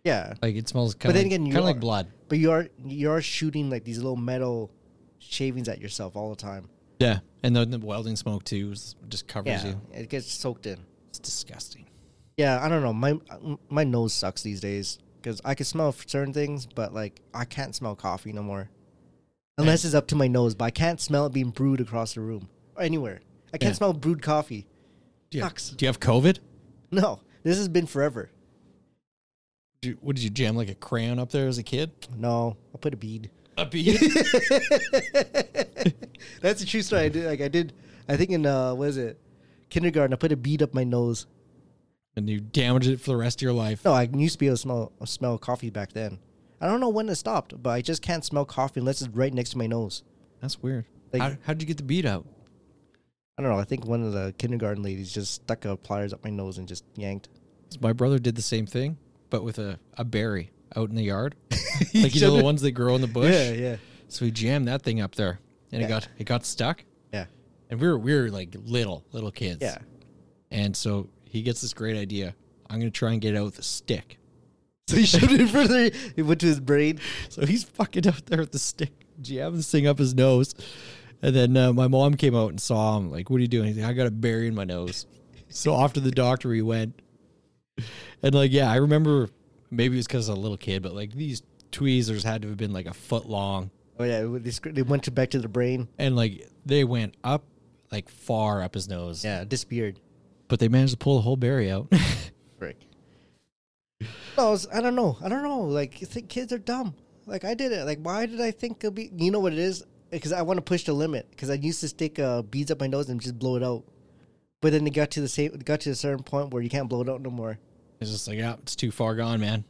Yeah,
Like it smells kind
But
of
then
like,
again, you
kinda like
are-
blood.
But you are you are shooting like these little metal shavings at yourself all the time.
Yeah, and then the welding smoke too is- just covers
Yeah,
you.
it gets soaked in.
It's disgusting.
Yeah, I don't know. My my nose sucks these days because I can smell certain things, but like I can't smell coffee no more, unless it's up to my nose. But I can't smell it being brewed across the room or anywhere. I can't
Yeah.
smell brewed coffee.
Do you have,
Sucks.
do you have COVID?
No, this has been forever.
Did you, what did you jam like a crayon up there as a kid?
No, I'll put a bead.
A bead?
That's a true story. I did like I did. I think in uh, what is it, kindergarten? I put a bead up my nose.
and you damage it for the rest of your life.
No, I used to be able to smell smell coffee back then. I don't know when it stopped, but I just can't smell coffee unless it's right next to my nose.
That's weird.
Like-
how, how'd you get the bead out?
I don't know. I think one of the kindergarten ladies just stuck a pliers up my nose and just yanked.
'Cause My brother did the same thing, but with a, a berry out in the yard. like you know the ones that grow in the bush.
yeah,
So he jammed that thing up there, and it got it got stuck,
yeah.
and we were we were like little little kids.
Yeah.
And so he gets this great idea. I'm gonna try and get it out with a stick.
So he shoved it further. It went to his brain.
So he's fucking out there with the stick, jamming this thing up his nose. And then uh, my mom came out and saw him. Like, what are you doing? He's like, I got a berry in my nose. So off to the doctor he went. And like, yeah, I remember maybe it was because I was a little kid, but like these tweezers had to have been like a foot long.
Oh yeah, it- they, scr- they went to back to the brain.
And like they went up like far up his nose.
Yeah, it disappeared.
But they managed to pull the whole berry out.
Frick. No, it's- I don't know. I don't know. Like, you think kids are dumb. Like, I did it. Like, why did I think it'd be? You know what it is? Because I want to push the limit. Because I used to stick uh, beads up my nose and just blow it out. But then it got to the same. It got to a certain point where you can't blow it out no more.
it's just like, yeah, it's too far gone, man.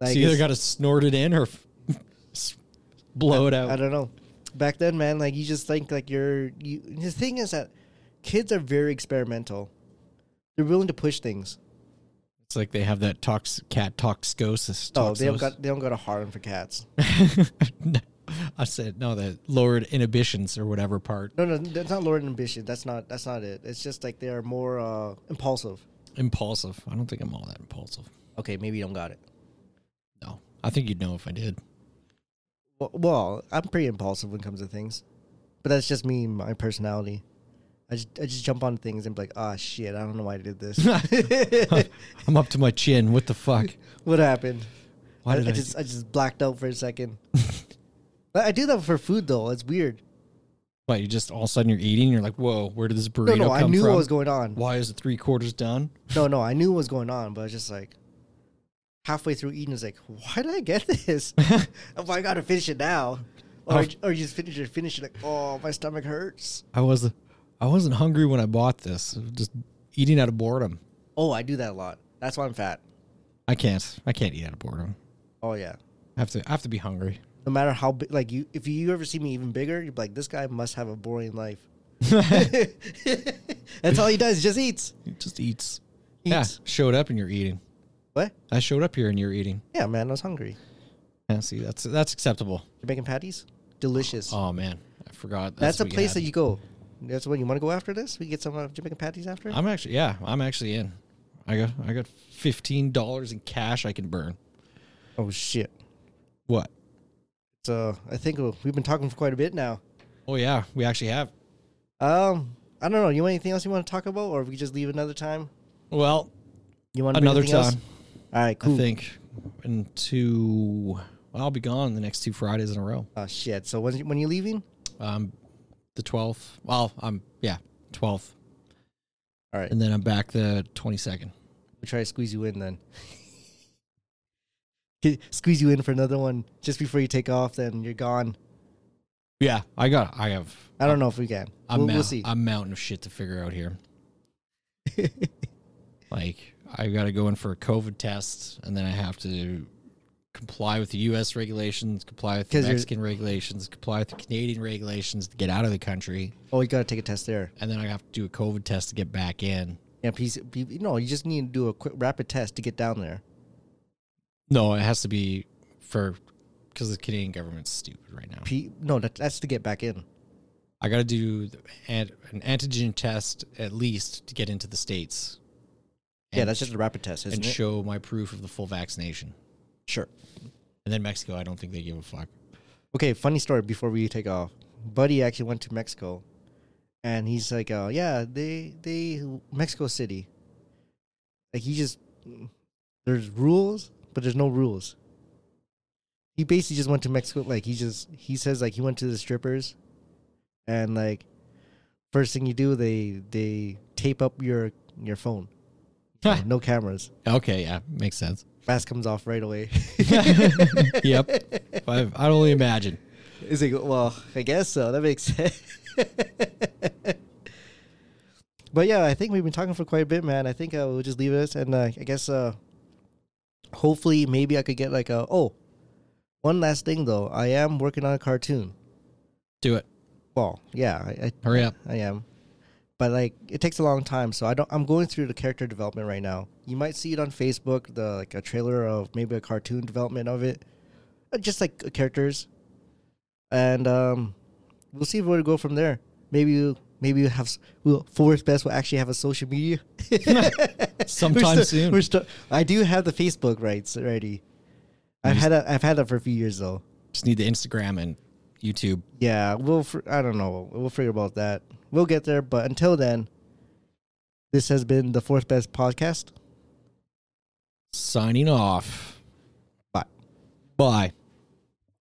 Like,
so you either
it's-
got to snort it in or s- blow it out.
I don't know. Back then, man, like you just think like you're. You, the thing is that kids are very experimental. They're willing to push things.
It's like they have that tox cat toxicosis.
Oh, they don't got they don't got a hard on for cats.
no, I said no. The lowered inhibitions or whatever part.
No, no, that's not Lord Ambition. That's not that's not it. It's just like they are more uh, impulsive.
Impulsive. I don't think I'm all that impulsive.
Okay, maybe you don't got it.
No, I think you'd know if I did.
Well, well, I'm pretty impulsive when it comes to things, but that's just me, and my personality. I just, I just jump on things and be like, ah, shit, I don't know why I did this.
I'm up to my chin. What the fuck?
what happened?
Why
I,
did I?
I just I just blacked out for a second. I I do that for food though. It's weird.
What you just all of a sudden you're eating. You're like, whoa, where did this
No,
burrito
no,
come
I knew
from?
what was going on.
Why is it three quarters done?
No, no, I knew what was going on, but I was just like halfway through eating, it's like, why did I get this? oh, I gotta finish it now. Or,
Oh.
or you just finish it, finish it, like, oh, my stomach hurts.
I was, I wasn't hungry when I bought this. Just eating out of boredom.
Oh, I do that a lot. That's why I'm fat.
I can't. I can't eat out of boredom.
Oh yeah.
I have to. I have to be hungry.
No matter how big, like you, if you ever see me even bigger, you're like, this guy must have a boring life. That's all he does, he just eats.
It just eats. Yeah,
Eats.
showed up and you're eating.
What?
I showed up here and you're eating.
Yeah, man, I was hungry.
Yeah, see, that's that's acceptable.
Jamaican patties, delicious.
Oh man, I forgot.
That's, a
what you
place
had.
that you go. That's when you want to go after this. We get some uh, Jamaican patties after.
I'm actually, yeah, I'm actually in. I got I got fifteen dollars in cash I can burn.
oh shit.
What?
So I think we- we've been talking for quite a bit now.
Oh yeah, we actually have.
Um, I don't know. You want anything else you want to talk about, or we just leave another time?
Well,
You want
another
anything
time,
Else? All right,
I
cool.
think. And two, well, I'll be gone the next two Fridays in a row.
Oh shit. So when when you leaving?
Um, the twelfth. Well, I'm yeah, twelfth,
All right,
and then I'm back the twenty second.
we'll try to squeeze you in then. Get- squeeze you in for another one just before you take off. Then you're gone.
Yeah, I got. I have.
I don't know if we can.
I'm
we'll,
mou-
we'll see.
a mountain of shit to figure out here. like I got to go in for a COVID test, and then I have to comply with the U.S. regulations, comply with the
'Cause you're-
Mexican regulations, comply with the Canadian regulations to get out of the country,
oh, you gotta take a test there.
and then I have to do a COVID test to get back in.
Yeah, please. be- No, you just need to do a quick rapid test to get down there.
No, it has to be for because the Canadian government's stupid right now.
P- no, that, that's to get back in.
I got to do the an an antigen test at least to get into the states.
Yeah,
and
that's
sh-
just a rapid test, isn't
and
it?
show my proof of the full vaccination.
Sure.
And then Mexico, I don't think they give a fuck.
Okay, funny story before we take off. Buddy actually went to Mexico, and he's like, uh, "Yeah, they they Mexico City. Like he just there's rules, but there's no rules. He basically just went to Mexico. Like he just he says like he went to the strippers, and like first thing you do, they they tape up your your phone.
Huh.
no cameras.
Okay, yeah, makes sense.
Mask comes off right away.
yep, I, I'd only imagine.
It's like, well, I guess so. That makes sense. but yeah, I think we've been talking for quite a bit, man. I think uh, we'll just leave it, and uh, I guess uh, hopefully, maybe I could get like a oh, one last thing though. I am working on a cartoon.
Do it.
Well, yeah, I,
Hurry up.
I, I am, but like it takes a long time, so I don't. I'm going through the character development right now. You might see it on Facebook, the like a trailer of maybe a cartoon development of it, Uh, just like uh, characters, and um, we'll see where to go from there. Maybe Maybe we have s- we'll, fourth best will actually have a social media.
Sometime
we
soon.
We're still. I do have the Facebook rights already. I've had a, I've had that for a few years though.
Just need the Instagram and YouTube.
Yeah, we'll. Fr- I don't know. We'll figure about that. We'll get there. But until then, this has been the fourth best podcast.
Signing off.
Bye.
Bye.